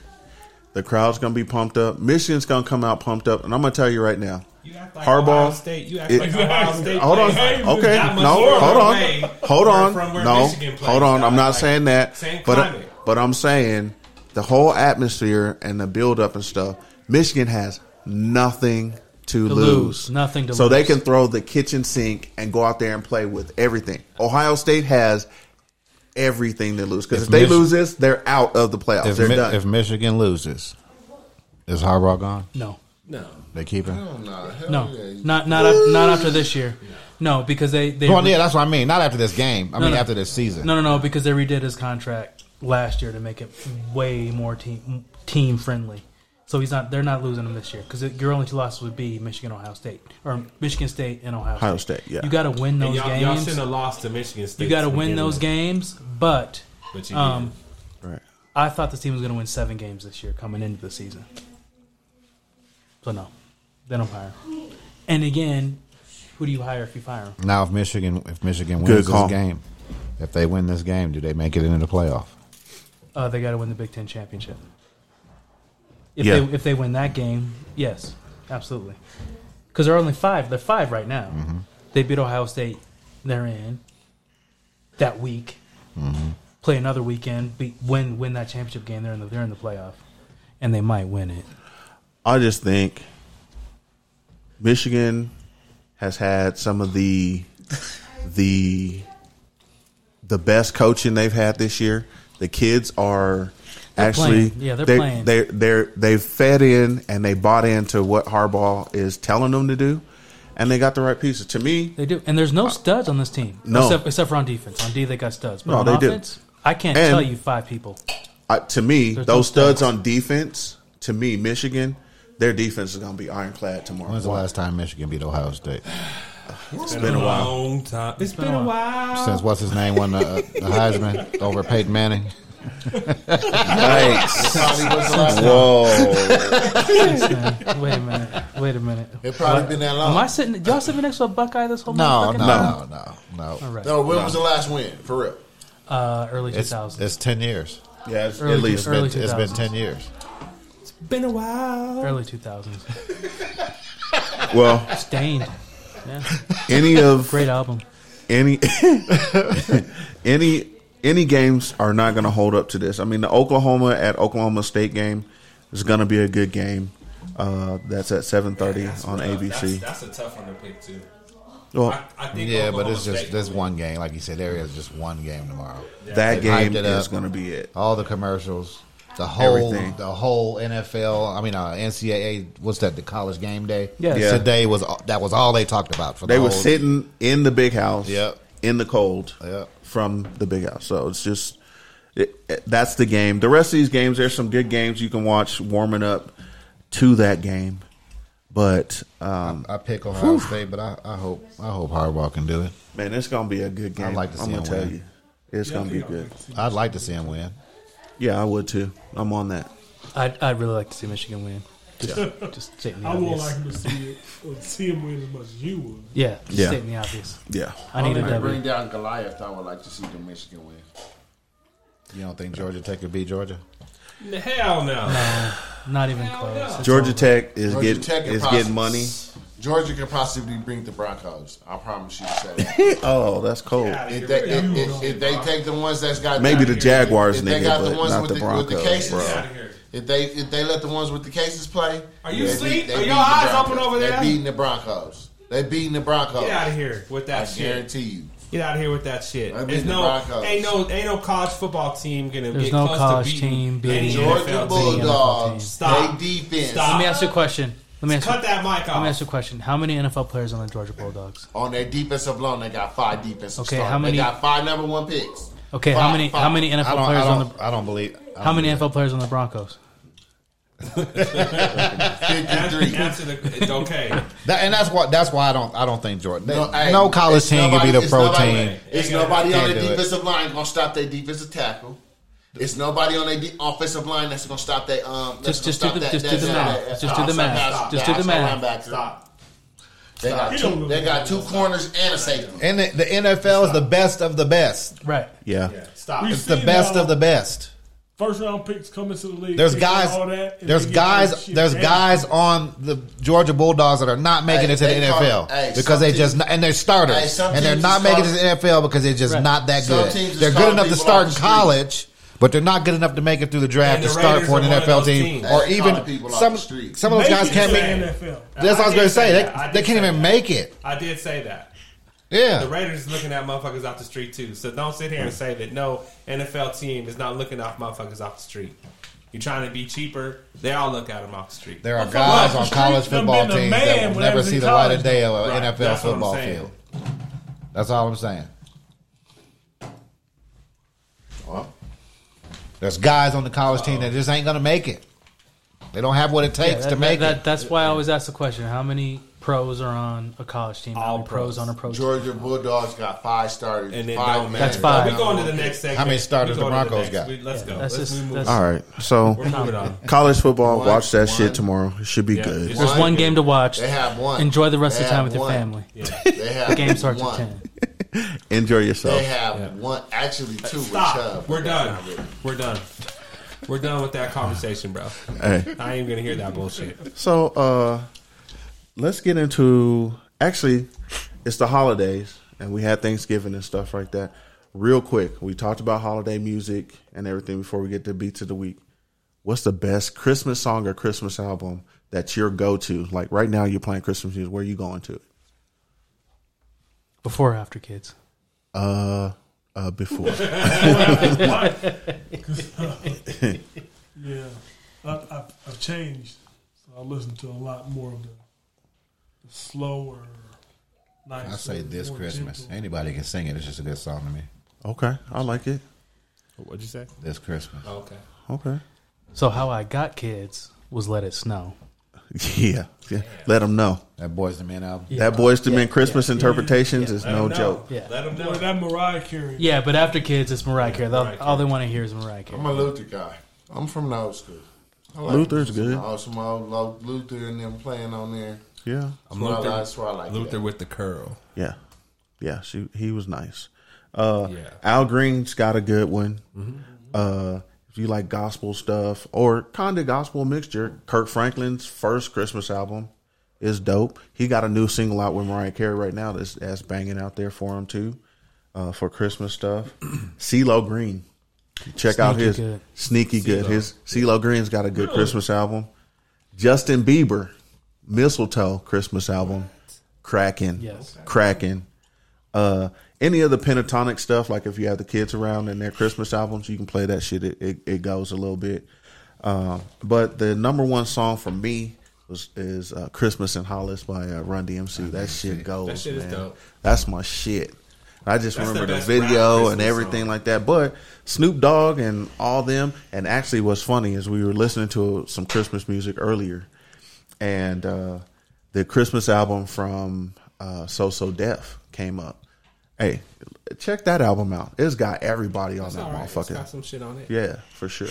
Speaker 3: The crowd's going to be pumped up. Michigan's going to come out pumped up, and I'm going to tell you right now.
Speaker 4: You act like
Speaker 3: Harbaugh,
Speaker 4: Ohio State. You act
Speaker 3: it-
Speaker 4: like Ohio State.
Speaker 3: [laughs] Hold on.
Speaker 4: plays
Speaker 3: Okay.
Speaker 4: that much
Speaker 3: No.
Speaker 4: further
Speaker 3: Hold
Speaker 4: away
Speaker 3: on. Hold on.
Speaker 4: from where
Speaker 3: No.
Speaker 4: Michigan plays.
Speaker 3: Hold on. I'm not
Speaker 4: Like,
Speaker 3: saying that.
Speaker 4: Same
Speaker 3: But
Speaker 4: climate.
Speaker 3: but I'm saying the whole atmosphere and the build up and stuff. Michigan has nothing to,
Speaker 10: To
Speaker 3: lose.
Speaker 10: lose. Nothing to
Speaker 3: so they
Speaker 10: lose.
Speaker 3: can throw the kitchen sink and go out there and play with everything. Ohio State has everything to lose because
Speaker 9: If
Speaker 3: if, they
Speaker 9: Mich-
Speaker 3: lose this, they're out of the playoffs.
Speaker 9: If,
Speaker 3: they're
Speaker 9: Mi-
Speaker 3: done.
Speaker 9: if Michigan loses, is Harbaugh gone?
Speaker 10: No.
Speaker 9: They keep him.
Speaker 5: Oh, no, hell
Speaker 10: No.
Speaker 5: yeah.
Speaker 10: Not not af- not after this year. No, because they they.
Speaker 9: Well, yeah, that's what I mean. Not after this game. I mean
Speaker 10: no.
Speaker 9: after this season.
Speaker 10: No, no, no, because they redid his contract last year to make it way more team team friendly. So he's not. They're not losing him this year because your only two losses would be Michigan, Ohio State, or Michigan State and Ohio.
Speaker 3: Ohio State, yeah.
Speaker 10: You got to win
Speaker 4: And
Speaker 10: those
Speaker 4: y'all, y'all
Speaker 10: games.
Speaker 4: shouldn't have lost to Michigan State.
Speaker 10: you got
Speaker 4: to
Speaker 10: to win
Speaker 4: begin
Speaker 10: those
Speaker 4: with.
Speaker 10: games, but
Speaker 4: But you
Speaker 10: um,
Speaker 4: didn't.
Speaker 3: right.
Speaker 10: I thought this team was going to win seven games this year coming into the season. So no, they don't hire. And again, who do you hire if you fire him?
Speaker 9: Now if Michigan if Michigan
Speaker 3: Good
Speaker 9: wins
Speaker 3: call.
Speaker 9: this game, if they win this game, do they make it into the playoff?
Speaker 10: Uh, they got to win the Big Ten championship. If
Speaker 3: Yeah.
Speaker 10: they if they win that game, yes, absolutely. Because they're only five. They're five right now.
Speaker 3: Mm-hmm.
Speaker 10: They beat Ohio State. They're in that week.
Speaker 3: Mm-hmm.
Speaker 10: Play another weekend. Be, win win that championship game. They're in the they're in the playoff, and they might win it.
Speaker 3: I just think Michigan has had some of the the the best coaching they've had this year. The kids are
Speaker 10: They're
Speaker 3: actually
Speaker 10: playing. Yeah, they're
Speaker 3: they,
Speaker 10: playing.
Speaker 3: They they're they've fed in and they bought into what Harbaugh is telling them to do, and they got the right pieces. To me,
Speaker 10: They do. And there's no studs on this team.
Speaker 3: Uh, No.
Speaker 10: except, except for on defense. On D, they got studs. But
Speaker 3: No,
Speaker 10: on
Speaker 3: they do.
Speaker 10: offense, I can't
Speaker 3: And-
Speaker 10: tell you five people.
Speaker 3: I, to me,
Speaker 10: There's no
Speaker 3: those studs
Speaker 10: studs.
Speaker 3: on defense. To me, Michigan, Their defense is going to be ironclad tomorrow.
Speaker 9: When's the last time Michigan beat Ohio State?
Speaker 3: It's been a while.
Speaker 4: Long time. it's been a
Speaker 10: Uh,
Speaker 4: while.
Speaker 9: Since what's his name won the, uh, the Heisman over Peyton Manning?
Speaker 3: Yikes. Whoa.
Speaker 10: Wait a minute. Wait a minute.
Speaker 5: It probably
Speaker 10: What?
Speaker 5: been that long.
Speaker 10: Am I sitting? Y'all sitting next to a Buckeye this whole
Speaker 9: No,
Speaker 10: motherfucking
Speaker 9: no, no,
Speaker 10: time?
Speaker 9: no, no.
Speaker 10: All right.
Speaker 5: no, when was the last win? For real.
Speaker 10: Uh, early
Speaker 9: It's,
Speaker 10: 2000s.
Speaker 9: it's ten years.
Speaker 3: Yeah, it's,
Speaker 10: Early
Speaker 3: at least
Speaker 9: It's
Speaker 10: Early
Speaker 9: been, it's been
Speaker 10: 2000s.
Speaker 9: ten years.
Speaker 4: been a while.
Speaker 10: early 2000s.
Speaker 3: well,
Speaker 10: Stained.
Speaker 3: any of
Speaker 10: [laughs] Great album.
Speaker 3: any [laughs] any any games are not going to hold up to this. I mean, the Oklahoma at Oklahoma State game is going to be a good game. Uh, that's at seven thirty on ABC.
Speaker 4: That's, a tough one to pick too.
Speaker 3: well,
Speaker 4: I, I think
Speaker 9: Yeah,
Speaker 4: Oklahoma
Speaker 9: but it's just
Speaker 4: State-
Speaker 9: this one game. Like you said, there is just one game tomorrow.
Speaker 3: that
Speaker 9: They hyped
Speaker 3: game
Speaker 9: it
Speaker 3: is
Speaker 9: up.
Speaker 3: going to be it.
Speaker 9: All the commercials, the whole
Speaker 3: Everything.
Speaker 9: the whole NFL. I mean, uh, NCAA. What's that? The college game day.
Speaker 10: Yes.
Speaker 3: Yeah.
Speaker 9: Today was all- that was all they talked about for
Speaker 3: They
Speaker 9: the
Speaker 3: were
Speaker 9: whole-
Speaker 3: sitting in the big house,
Speaker 9: Yep.
Speaker 3: in the cold,
Speaker 9: Yep.
Speaker 3: from the big house. So it's just it, it- that's the game. The rest of these games, there's some good games you can watch warming up to that game, but um,
Speaker 9: I pick Ohio State, but I, I hope I hope Harbaugh can do it.
Speaker 3: Man, it's gonna be a good game.
Speaker 9: I'd like to see
Speaker 3: I'm gonna
Speaker 9: him
Speaker 3: tell
Speaker 9: win.
Speaker 3: you, it's gonna be good.
Speaker 9: I'd like to see him win.
Speaker 3: Yeah, I would too. I'm on that.
Speaker 10: I'd, I'd really like to see Michigan win. Just, just stating the
Speaker 8: I would
Speaker 10: obvious.
Speaker 8: like him to see it, or see him win as much as you would.
Speaker 10: yeah, just
Speaker 3: Yeah.
Speaker 10: stating the obvious.
Speaker 3: Yeah,
Speaker 10: I need a
Speaker 5: If they bring
Speaker 10: W.
Speaker 5: down Goliath, I would like to see the Michigan win.
Speaker 9: You don't think Georgia Tech could beat Georgia?
Speaker 4: Hell no.
Speaker 10: Not even close. It's
Speaker 3: Georgia
Speaker 10: over.
Speaker 3: Tech is
Speaker 5: Georgia
Speaker 3: getting
Speaker 5: Tech could
Speaker 3: is
Speaker 5: possi-
Speaker 3: getting money.
Speaker 5: Georgia could possibly bring the Broncos. I promise you.
Speaker 3: [laughs]
Speaker 5: Say.
Speaker 3: oh, that's cold.
Speaker 5: if, they, if, if, if they take the ones that's got
Speaker 3: Maybe the Jaguars,
Speaker 5: if
Speaker 3: nigga,
Speaker 5: they got
Speaker 3: but
Speaker 5: the ones
Speaker 3: not
Speaker 5: with
Speaker 3: the
Speaker 5: the,
Speaker 3: Broncos,
Speaker 5: with the cases,
Speaker 3: bro.
Speaker 5: If they if they let the ones with the cases play,
Speaker 4: Are you
Speaker 5: they
Speaker 4: asleep?
Speaker 5: they
Speaker 4: Are your
Speaker 5: the
Speaker 4: eyes
Speaker 5: Broncos.
Speaker 4: open over there?
Speaker 5: They beating the Broncos. They beating the Broncos.
Speaker 4: Get out of here with that
Speaker 5: I
Speaker 4: shit.
Speaker 5: guarantee you.
Speaker 4: Get out of here with that shit.
Speaker 5: I mean,
Speaker 4: There's
Speaker 5: the
Speaker 4: no
Speaker 5: Broncos.
Speaker 4: ain't no ain't no college football team gonna
Speaker 10: There's
Speaker 4: get
Speaker 10: no
Speaker 4: close
Speaker 10: college
Speaker 4: to beating
Speaker 10: team beating
Speaker 4: any
Speaker 10: Georgia
Speaker 5: Georgia
Speaker 4: NFL team.
Speaker 10: Bulldog.
Speaker 5: Bulldogs.
Speaker 4: Stop.
Speaker 5: They defense
Speaker 4: Stop.
Speaker 10: Let me ask you a question. Let me ask you,
Speaker 4: Cut that mic
Speaker 10: let me
Speaker 4: off.
Speaker 10: ask you a question. How many NFL players on the Georgia Bulldogs?
Speaker 5: on their defensive line. They got five defensive.
Speaker 10: Okay,
Speaker 5: starters.
Speaker 10: how many-
Speaker 5: They got five number one picks.
Speaker 10: Okay, how
Speaker 5: Five,
Speaker 10: many how
Speaker 5: five.
Speaker 10: many
Speaker 9: I
Speaker 10: NFL
Speaker 9: don't. I
Speaker 10: players on
Speaker 9: don't,
Speaker 10: the
Speaker 9: I don't believe. I
Speaker 10: how
Speaker 9: don't
Speaker 10: many
Speaker 9: believe
Speaker 10: NFL players on the Broncos?
Speaker 5: Fifty-three.
Speaker 4: Answer the it's okay.
Speaker 9: That, and that's what. That's why I don't. I don't think Georgia. No,
Speaker 5: hey,
Speaker 9: college
Speaker 5: it's
Speaker 9: team
Speaker 5: nobody-
Speaker 9: can be the
Speaker 5: it's
Speaker 9: pro
Speaker 5: nobody-
Speaker 9: team.
Speaker 5: It's nobody on
Speaker 9: Can't
Speaker 5: the
Speaker 9: do it.
Speaker 5: defensive line gonna stop their defensive tackle. It's nobody on their de- offensive line that's gonna stop their um. that's
Speaker 10: Just- just
Speaker 5: gonna
Speaker 10: do the-
Speaker 5: stop
Speaker 10: just
Speaker 5: that-
Speaker 10: do
Speaker 5: that-
Speaker 10: the
Speaker 5: that-
Speaker 10: math.
Speaker 5: that-
Speaker 10: Just do the
Speaker 5: outside-
Speaker 10: math.
Speaker 5: outside-
Speaker 10: Just do the
Speaker 5: outside
Speaker 10: math.
Speaker 5: linebacker. They got
Speaker 8: He don't
Speaker 5: two.
Speaker 8: look
Speaker 5: They
Speaker 8: like
Speaker 5: got
Speaker 8: that.
Speaker 5: two corners and a safety.
Speaker 9: And the, the NFL is the best of the best.
Speaker 10: Right.
Speaker 3: Yeah,
Speaker 4: Stop.
Speaker 8: We
Speaker 9: It's the
Speaker 8: see
Speaker 9: best
Speaker 8: now
Speaker 9: of the best.
Speaker 8: first round picks coming to the league.
Speaker 9: There's
Speaker 8: they get
Speaker 9: guys.
Speaker 8: all that, and
Speaker 9: There's
Speaker 8: they get that
Speaker 9: guys.
Speaker 8: shit
Speaker 9: There's
Speaker 8: down.
Speaker 9: guys on the Georgia Bulldogs that are not making
Speaker 5: Hey,
Speaker 9: it to the
Speaker 5: they call-
Speaker 9: NFL
Speaker 5: hey,
Speaker 9: because they
Speaker 5: some
Speaker 9: just
Speaker 5: teams-
Speaker 9: not, and they're starters
Speaker 5: Hey, some
Speaker 9: and they're
Speaker 5: teams
Speaker 9: not
Speaker 5: just
Speaker 9: making
Speaker 5: call-
Speaker 9: it to the NFL because they're just
Speaker 10: Right.
Speaker 9: not that
Speaker 5: Some
Speaker 9: good.
Speaker 5: teams just
Speaker 9: They're
Speaker 5: call
Speaker 9: good enough to
Speaker 5: people
Speaker 9: start
Speaker 5: off
Speaker 9: in
Speaker 5: the street.
Speaker 9: college, but they're not good enough to make it through the draft
Speaker 4: And
Speaker 9: to
Speaker 4: the
Speaker 9: start
Speaker 4: Raiders
Speaker 9: for
Speaker 4: are
Speaker 9: an
Speaker 4: one of
Speaker 9: NFL
Speaker 4: those
Speaker 9: team
Speaker 4: teams.
Speaker 9: or
Speaker 5: They
Speaker 9: even
Speaker 5: call people off
Speaker 9: some
Speaker 5: the street.
Speaker 9: some of those
Speaker 8: Make
Speaker 9: guys
Speaker 8: it
Speaker 9: can't
Speaker 8: to
Speaker 9: make.
Speaker 8: the NFL.
Speaker 9: That's what I was
Speaker 4: did
Speaker 9: going to say.
Speaker 4: that. I
Speaker 9: They,
Speaker 4: did
Speaker 9: they can't
Speaker 4: say
Speaker 9: even
Speaker 4: that.
Speaker 9: make it.
Speaker 4: I did say that. The
Speaker 9: Yeah.
Speaker 4: Raiders is looking at motherfuckers off the street too. So don't sit here and say that no NFL team is not looking off motherfuckers off the street. You're trying to be cheaper. They all look at them off the street.
Speaker 9: There are
Speaker 8: Motherfucker,
Speaker 9: guys
Speaker 8: the
Speaker 9: on
Speaker 8: streets
Speaker 9: college
Speaker 8: done
Speaker 9: football
Speaker 8: been the
Speaker 9: teams
Speaker 8: man
Speaker 9: that will
Speaker 8: when I
Speaker 9: never
Speaker 8: was
Speaker 9: see
Speaker 8: in
Speaker 9: the light of
Speaker 8: college.
Speaker 9: day of
Speaker 4: Right,
Speaker 9: an NFL
Speaker 4: that's what I'm
Speaker 9: football
Speaker 4: saying.
Speaker 9: field. That's all I'm saying.
Speaker 5: Well,
Speaker 9: There's guys on the college team that just ain't going to make it. They don't have what it
Speaker 10: Yeah,
Speaker 9: takes
Speaker 10: that-
Speaker 9: to make
Speaker 10: that-
Speaker 9: it.
Speaker 10: That's why I always ask the question: How many pros are on a college team? How
Speaker 4: All
Speaker 10: many pros on a pro team?
Speaker 5: Georgia Bulldogs got five starters.
Speaker 4: And it
Speaker 5: five
Speaker 4: don't matter.
Speaker 10: That's five.
Speaker 4: We going to the next segment.
Speaker 9: How many starters
Speaker 4: We going
Speaker 9: the
Speaker 4: to
Speaker 9: Broncos
Speaker 4: next-
Speaker 9: got?
Speaker 4: we- let's go.
Speaker 10: That's
Speaker 4: Let's
Speaker 10: just-
Speaker 4: move
Speaker 10: that's-
Speaker 4: on.
Speaker 3: all right. So
Speaker 4: We're moving on.
Speaker 3: college football,
Speaker 5: One,
Speaker 3: watch that
Speaker 5: one.
Speaker 3: shit tomorrow. It should be
Speaker 4: Yeah,
Speaker 3: good.
Speaker 4: it's
Speaker 10: There's
Speaker 5: One.
Speaker 10: one game to watch.
Speaker 5: They have one.
Speaker 10: Enjoy the rest
Speaker 5: They
Speaker 10: of the time
Speaker 5: have
Speaker 10: with your
Speaker 5: one.
Speaker 10: family.
Speaker 5: They have
Speaker 10: The game starts
Speaker 5: one.
Speaker 10: at ten.
Speaker 3: Enjoy yourself.
Speaker 8: Oh,
Speaker 5: They have one, actually two
Speaker 4: Stop.
Speaker 5: with Chubb.
Speaker 4: We're
Speaker 5: That's
Speaker 4: done.
Speaker 5: not really-
Speaker 4: We're done. We're done with that conversation, bro.
Speaker 3: Hey,
Speaker 4: I ain't gonna hear that bullshit.
Speaker 3: so uh, let's get into actually, it's the holidays and we had Thanksgiving and stuff like that. Real quick, we talked about holiday music and everything before we get to beats of the week. what's the best Christmas song or Christmas album that's your go to? Like right now, you're playing Christmas music. Where are you going to?
Speaker 10: Before or after kids?
Speaker 3: Uh, uh, before.
Speaker 8: Yeah, I, I, I've changed. So I listen to a lot more of the, the slower.
Speaker 9: I say this
Speaker 8: more
Speaker 9: Christmas.
Speaker 8: gentle.
Speaker 9: Anybody can sing it. It's just a good song to me.
Speaker 3: okay, I like it.
Speaker 4: What'd you say?
Speaker 9: This Christmas.
Speaker 4: Oh, Okay.
Speaker 3: Okay, [laughs]
Speaker 10: So how I got kids was Let It Snow.
Speaker 3: Yeah, yeah. let them know.
Speaker 9: That Boys to Men album.
Speaker 3: That Boys to Men Christmas interpretations is no joke.
Speaker 10: Yeah.
Speaker 11: Let them know that Mariah Carey.
Speaker 10: Yeah, but after kids, it's Mariah Carey. They'll- All they want to hear is Mariah Carey.
Speaker 12: I'm a Luther guy. I'm from the old school. I
Speaker 3: Luther's
Speaker 12: some-
Speaker 3: good.
Speaker 12: Oh, some old Lo- Luther and them playing on there.
Speaker 3: Yeah.
Speaker 12: I'm Luther. I, that's why I like
Speaker 4: Luther
Speaker 12: That.
Speaker 4: with the curl.
Speaker 3: Yeah, yeah. She he was nice. Uh,
Speaker 4: Yeah.
Speaker 3: Al Green's got a good one.
Speaker 10: Mm-hmm.
Speaker 3: Uh, if you like gospel stuff or kind of gospel mixture, Kirk Franklin's first Christmas album is dope. He got a new single out with Mariah Carey right now that's, that's banging out there for him too, uh, for Christmas
Speaker 10: [clears throat]
Speaker 3: stuff. CeeLo Green, check out
Speaker 10: Sneaky
Speaker 3: his
Speaker 10: good. E
Speaker 3: sneaky good. His CeeLo Green's got a good Christmas album. Justin Bieber, Mistletoe Christmas album, cracking,
Speaker 10: Yes.
Speaker 3: cracking. Uh, any of the pentatonic stuff, like if you have the kids around and their Christmas albums, you can play that shit. It it, it goes a little bit. Uh, but the number one song for me was is uh, "Christmas in Hollis" by uh, Run DMC. That shit goes,
Speaker 4: That shit is
Speaker 3: man.
Speaker 4: dope.
Speaker 3: That's my shit. I just
Speaker 4: That's the
Speaker 3: remember the,
Speaker 4: best rap
Speaker 3: video
Speaker 4: Christmas
Speaker 3: and everything
Speaker 4: song.
Speaker 3: like that. But Snoop Dogg and all them, and actually, what's funny is we were listening to some Christmas music earlier, and uh, the Christmas album from uh, So So Def came up. Hey, check that album out. It's got everybody on
Speaker 4: That's
Speaker 3: that
Speaker 4: all right. It's
Speaker 3: motherfucker.
Speaker 4: got some shit on it.
Speaker 3: Yeah, for sure.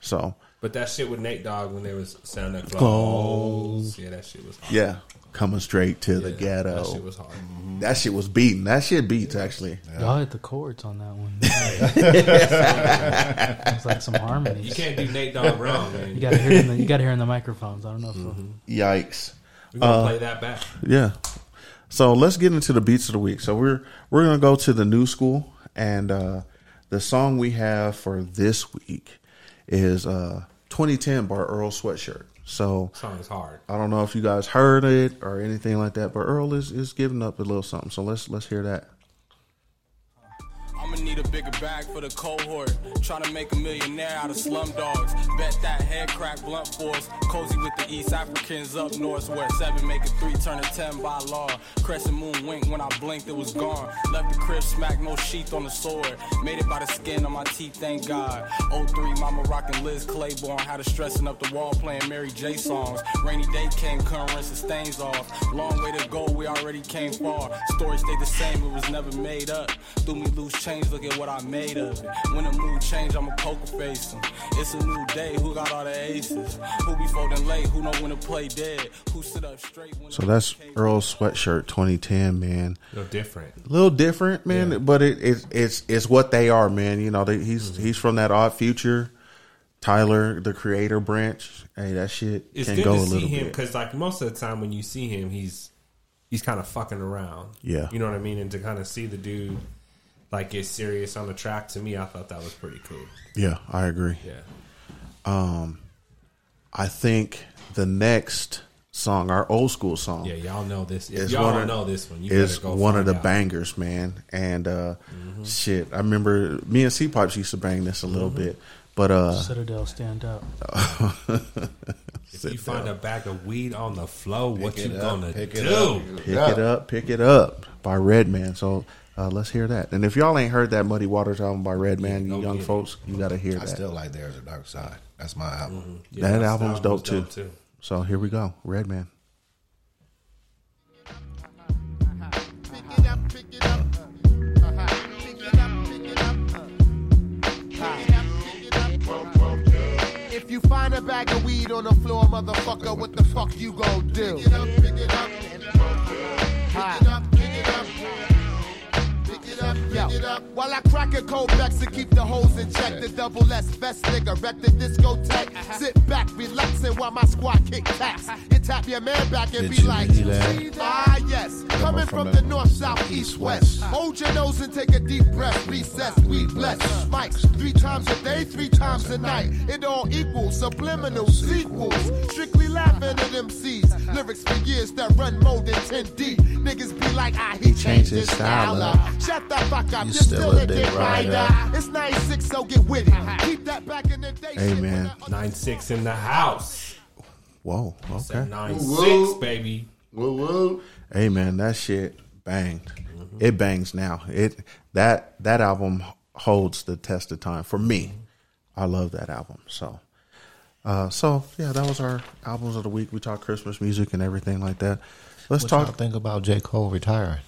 Speaker 3: So
Speaker 4: But that shit with Nate Dogg when there was sound that goals. Yeah, that shit was hard.
Speaker 3: yeah, coming straight to the ghetto.
Speaker 4: That shit was hard.
Speaker 3: beaten. That shit beats actually.
Speaker 10: Y'all hit the chords on that [laughs] one. it's like some harmonies.
Speaker 4: You can't do Nate Dogg wrong, man.
Speaker 10: You gotta hear in the you gotta hear in the microphones. I don't know if
Speaker 3: Yikes.
Speaker 4: We're
Speaker 3: Uh,
Speaker 4: gonna play that back.
Speaker 3: Yeah. So let's get into the beats of the week. So we're we're gonna go to the new school, and uh, the song we have for this week is uh, 2010 by Earl Sweatshirt. So
Speaker 4: Song is hard.
Speaker 3: I don't know if you guys heard it or anything like that, but Earl is, is giving up a little something. So let's let's hear that.
Speaker 8: I'ma need a bigger bag for the cohort. Tryna make a millionaire out of slum dogs. Bet that head crack blunt force. Cozy with the East Africans up north, where seven make a three turn to ten by law. Crescent moon wink when I blinked, it was gone. Left the crib, smacked no sheath on the sword. Made it by the skin on my teeth, thank God. 03, mama rockin' Liz Claiborne. Had her stressin' up the wall playing Mary J songs. Rainy day came, couldn't rinse the stains off. Long way to go, we already came far. Story stayed the same, it was never made up. Threw me loose change, look at what I made of it. When the mood change, I'ma poker face 'em. It's a new day, who got all the aces? Who be folding late, who know when to play dead? Who sit up straight when
Speaker 3: So
Speaker 8: the
Speaker 3: that's
Speaker 8: came
Speaker 3: Earl Sweatshirt 2010, man.
Speaker 4: A little different.
Speaker 3: A little different, man, but it, it's it's it's what they are, man. You know, they, he's he's from that odd future, Tyler, the creator branch. Hey, that shit
Speaker 4: It's
Speaker 3: can
Speaker 4: good
Speaker 3: go
Speaker 4: to
Speaker 3: a
Speaker 4: see
Speaker 3: little
Speaker 4: him
Speaker 3: bit.
Speaker 4: because, like, most of the time when you see him, he's he's kind of fucking around.
Speaker 3: Yeah.
Speaker 4: you know what I mean. And to kind of see the dude like get serious on the track, to me, I thought that was pretty cool.
Speaker 3: Yeah, I agree.
Speaker 4: Yeah,
Speaker 3: I think the next song, our old school song,
Speaker 4: yeah, y'all know this. If
Speaker 3: is
Speaker 4: y'all
Speaker 3: one
Speaker 4: don't
Speaker 3: of,
Speaker 4: know this one. You
Speaker 3: is
Speaker 4: better go
Speaker 3: one of
Speaker 4: find
Speaker 3: the
Speaker 4: out. Mm-hmm.
Speaker 3: bangers, man. And uh, shit, I remember me and C Pipes used to bang this a little bit, but uh,
Speaker 10: Citadel stand up.
Speaker 4: If you find a bag of weed on the floor, what
Speaker 9: Pick
Speaker 4: you
Speaker 9: it up,
Speaker 4: gonna
Speaker 9: pick it
Speaker 4: do?
Speaker 9: up.
Speaker 3: Pick it up, pick it up by Redman. So uh, let's hear that. And if y'all ain't heard that Muddy Waters album by Redman,
Speaker 4: Yeah,
Speaker 3: you
Speaker 4: go
Speaker 3: young
Speaker 4: get it.
Speaker 3: folks, you got to hear
Speaker 9: I
Speaker 3: that.
Speaker 9: still like There's a Dark Side. That's my album.
Speaker 4: Yeah,
Speaker 3: that
Speaker 4: that
Speaker 3: album's dope,
Speaker 4: album's
Speaker 3: too.
Speaker 4: dope, too.
Speaker 3: So here we go, Redman.
Speaker 5: If you find a bag of weed on the floor, motherfucker, what the fuck you gon' do? Pick it up, pick it up, pick it up, pick it up. Pick it up, pick it up. While I crack a cold back to keep the hoes in check, the double S vest nigga wreck the discotheque. Sit back, relaxing while my squad kick taps. And tap your man back and
Speaker 9: Did
Speaker 5: be
Speaker 9: you
Speaker 5: like,
Speaker 9: see that?
Speaker 5: ah yes, coming
Speaker 9: from
Speaker 5: from the
Speaker 9: the
Speaker 5: north, south, east, west. Hold your nose and take a deep breath. Recess, we bless. Mics three times a day, three times a night. It all equals subliminal sequels. Strictly laughing at MCs. Lyrics for years that run more than 10 deep. Niggas be like, ah, he changed his style up. Shut the fuck up, you're
Speaker 9: You still
Speaker 5: still
Speaker 9: a
Speaker 5: a
Speaker 9: dick
Speaker 5: dick rider.
Speaker 9: rider.
Speaker 5: It's 96, so get with it. Keep that back in the day. shit when
Speaker 3: man.
Speaker 5: the-
Speaker 4: Nine six in the house.
Speaker 3: Whoa, okay.
Speaker 4: Nine
Speaker 12: Whoa.
Speaker 4: six, baby.
Speaker 12: Woo woo.
Speaker 3: Hey man, that shit banged. It bangs now. It that that album holds the test of time for me. I love that album. So Uh, so yeah, that was our albums of the week. We talked Christmas music and everything like that. Let's
Speaker 9: What
Speaker 3: talk.
Speaker 9: y'all think about J Cole retiring.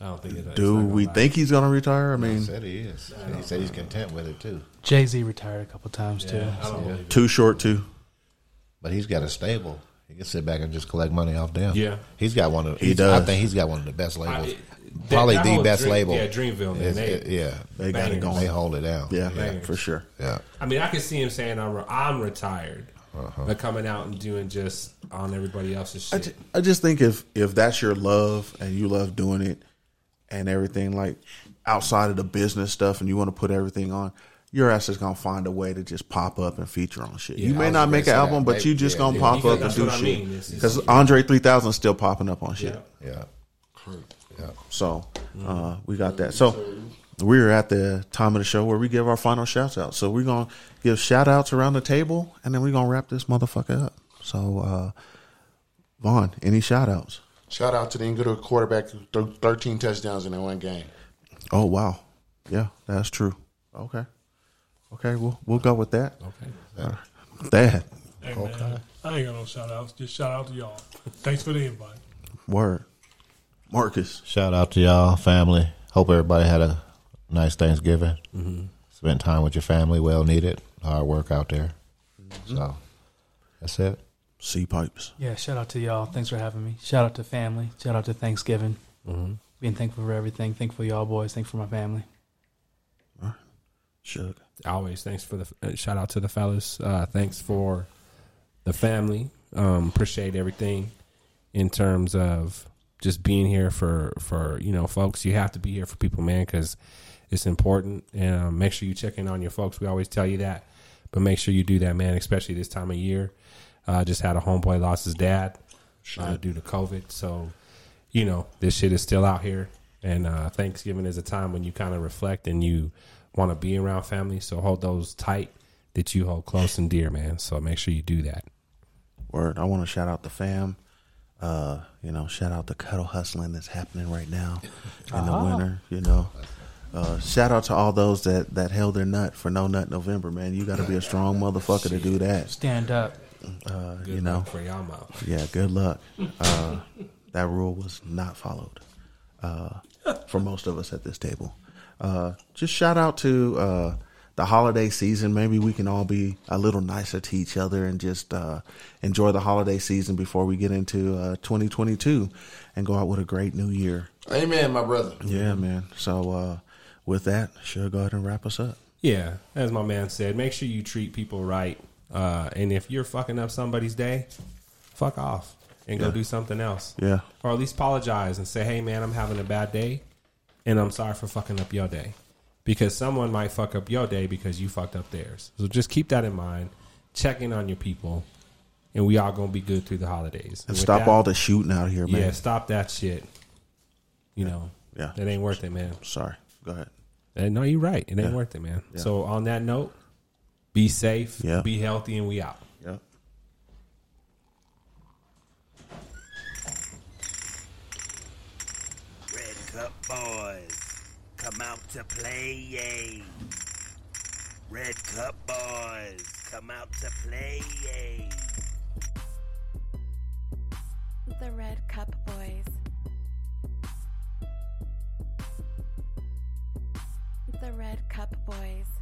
Speaker 4: I don't think it
Speaker 3: Do we think he's going to retire? I
Speaker 9: No,
Speaker 3: mean,
Speaker 9: he said he is. And he said he's content with it too.
Speaker 10: Jay Z retired a couple times too. So-
Speaker 3: too short too.
Speaker 9: But he's got a stable. He can sit back and just collect money off them.
Speaker 4: Yeah.
Speaker 9: he's got one of.
Speaker 3: He
Speaker 9: He does.
Speaker 3: does.
Speaker 9: I think he's got one of the best labels.
Speaker 4: that-
Speaker 9: Probably
Speaker 4: that
Speaker 9: the
Speaker 4: whole
Speaker 9: best
Speaker 4: Dream-
Speaker 9: label.
Speaker 4: yeah, Dreamville, man,
Speaker 9: It's-
Speaker 4: they-
Speaker 9: it- yeah,
Speaker 4: They got it going.
Speaker 9: They hold it down.
Speaker 3: Yeah, for sure.
Speaker 9: Yeah.
Speaker 4: I mean, I could see him saying, "I'm, re- I'm retired,"
Speaker 9: Uh-huh.
Speaker 4: but coming out and doing just on everybody else's
Speaker 3: I
Speaker 4: shit.
Speaker 3: just, I just think if if that's your love and you love doing it and everything like outside of the business stuff and you want to put everything on your ass is gonna find a way to just pop up and feature on shit.
Speaker 4: Yeah,
Speaker 3: you
Speaker 4: I
Speaker 3: may
Speaker 4: was
Speaker 3: not
Speaker 4: gonna
Speaker 3: make an
Speaker 4: say
Speaker 3: album,
Speaker 4: that.
Speaker 3: but
Speaker 4: Like,
Speaker 3: you just
Speaker 4: yeah,
Speaker 3: gonna
Speaker 4: yeah.
Speaker 3: pop
Speaker 4: Because
Speaker 3: up and
Speaker 4: that's
Speaker 3: do
Speaker 4: what I mean. It's-
Speaker 3: shit.
Speaker 4: it's-
Speaker 3: Because Andre three thousand still popping up on shit.
Speaker 9: Yeah. Yeah.
Speaker 3: So uh, we got that. So we're at the time of the show where we give our final shouts out. So we're gonna give shout outs around the table and then we're gonna wrap this motherfucker up. So uh Vaughn, any shout outs?
Speaker 5: Shout out to the Inglewood quarterback who threw 13 touchdowns in that one game.
Speaker 3: Oh wow. Yeah, that's true. Okay. Okay, we'll we'll go with that. Okay. That
Speaker 8: Hey, man, I ain't got no shout outs. Just shout out to y'all. Thanks for the invite.
Speaker 3: word. Marcus.
Speaker 9: Shout out to y'all, family. Hope everybody had a nice Thanksgiving.
Speaker 3: Mhm.
Speaker 9: Spent time with your family, well needed. Hard work out there. So that's it.
Speaker 3: Sea pipes.
Speaker 10: Yeah, shout out to y'all. Thanks for having me. Shout out to family. Shout out to Thanksgiving.
Speaker 4: Mm-hmm.
Speaker 3: Mhm.
Speaker 10: Being thankful for everything. Thankful for y'all boys. Thankful for my family.
Speaker 3: Shook.
Speaker 4: Always thanks for the uh, shout out to the fellas. Uh, thanks for the family. Um, appreciate everything in terms of just being here for for you know folks. You have to be here for people, man, because it's important. And um, make sure you check in on your folks. We always tell you that, but make sure you do that, man. Especially this time of year. Uh, just had a homeboy lost his dad uh, due to COVID, so you know, this shit is still out here. And uh, Thanksgiving is a time when you kind of reflect and you want to be around family. So hold those tight that you hold close and dear, man. So make sure you do that.
Speaker 3: Word. I want to shout out the fam. Uh, you know, shout out the cuddle hustling that's happening right now in the
Speaker 13: Ah.
Speaker 3: winter. You know, uh, shout out to all those that that held their nut for No Nut November. Man, you got to be a strong motherfucker to do that.
Speaker 10: Stand up.
Speaker 3: Uh, you know,
Speaker 4: for y'all mouth.
Speaker 3: Yeah, good luck. Uh, that rule was not followed uh, for most of us at this table. Uh, just shout out to uh, the holiday season. Maybe we can all be a little nicer to each other and just uh, enjoy the holiday season before we get into uh, 2022 and go out with a great new year.
Speaker 5: Amen, my brother.
Speaker 3: Yeah, man. So uh, with that, sure, go ahead and wrap us up.
Speaker 4: Yeah, as my man said, make sure you treat people right. Uh, and if you're fucking up somebody's day, fuck off and
Speaker 3: Yeah.
Speaker 4: go do something else.
Speaker 3: Yeah.
Speaker 4: Or at least apologize and say, hey, man, I'm having a bad day and I'm sorry for fucking up your day. Because someone might fuck up your day because you fucked up theirs. So just keep that in mind. Check in on your people. And we all going to be good through the holidays.
Speaker 3: And
Speaker 4: with
Speaker 3: stop
Speaker 4: that-
Speaker 3: all the shooting out here, man.
Speaker 4: Yeah, stop that shit. You know,
Speaker 3: Yeah.
Speaker 4: it ain't worth it, man.
Speaker 3: Sorry. Go ahead.
Speaker 4: Uh, no, you're right. It ain't
Speaker 3: Yeah.
Speaker 4: worth it, man.
Speaker 3: Yeah.
Speaker 4: So on that note, be safe,
Speaker 3: Yeah.
Speaker 4: be healthy, and we out.
Speaker 3: Yeah.
Speaker 1: Red Cup Boys, come out to play, yay. Red Cup Boys, come out to play, yay.
Speaker 2: The Red Cup Boys. The Red Cup Boys.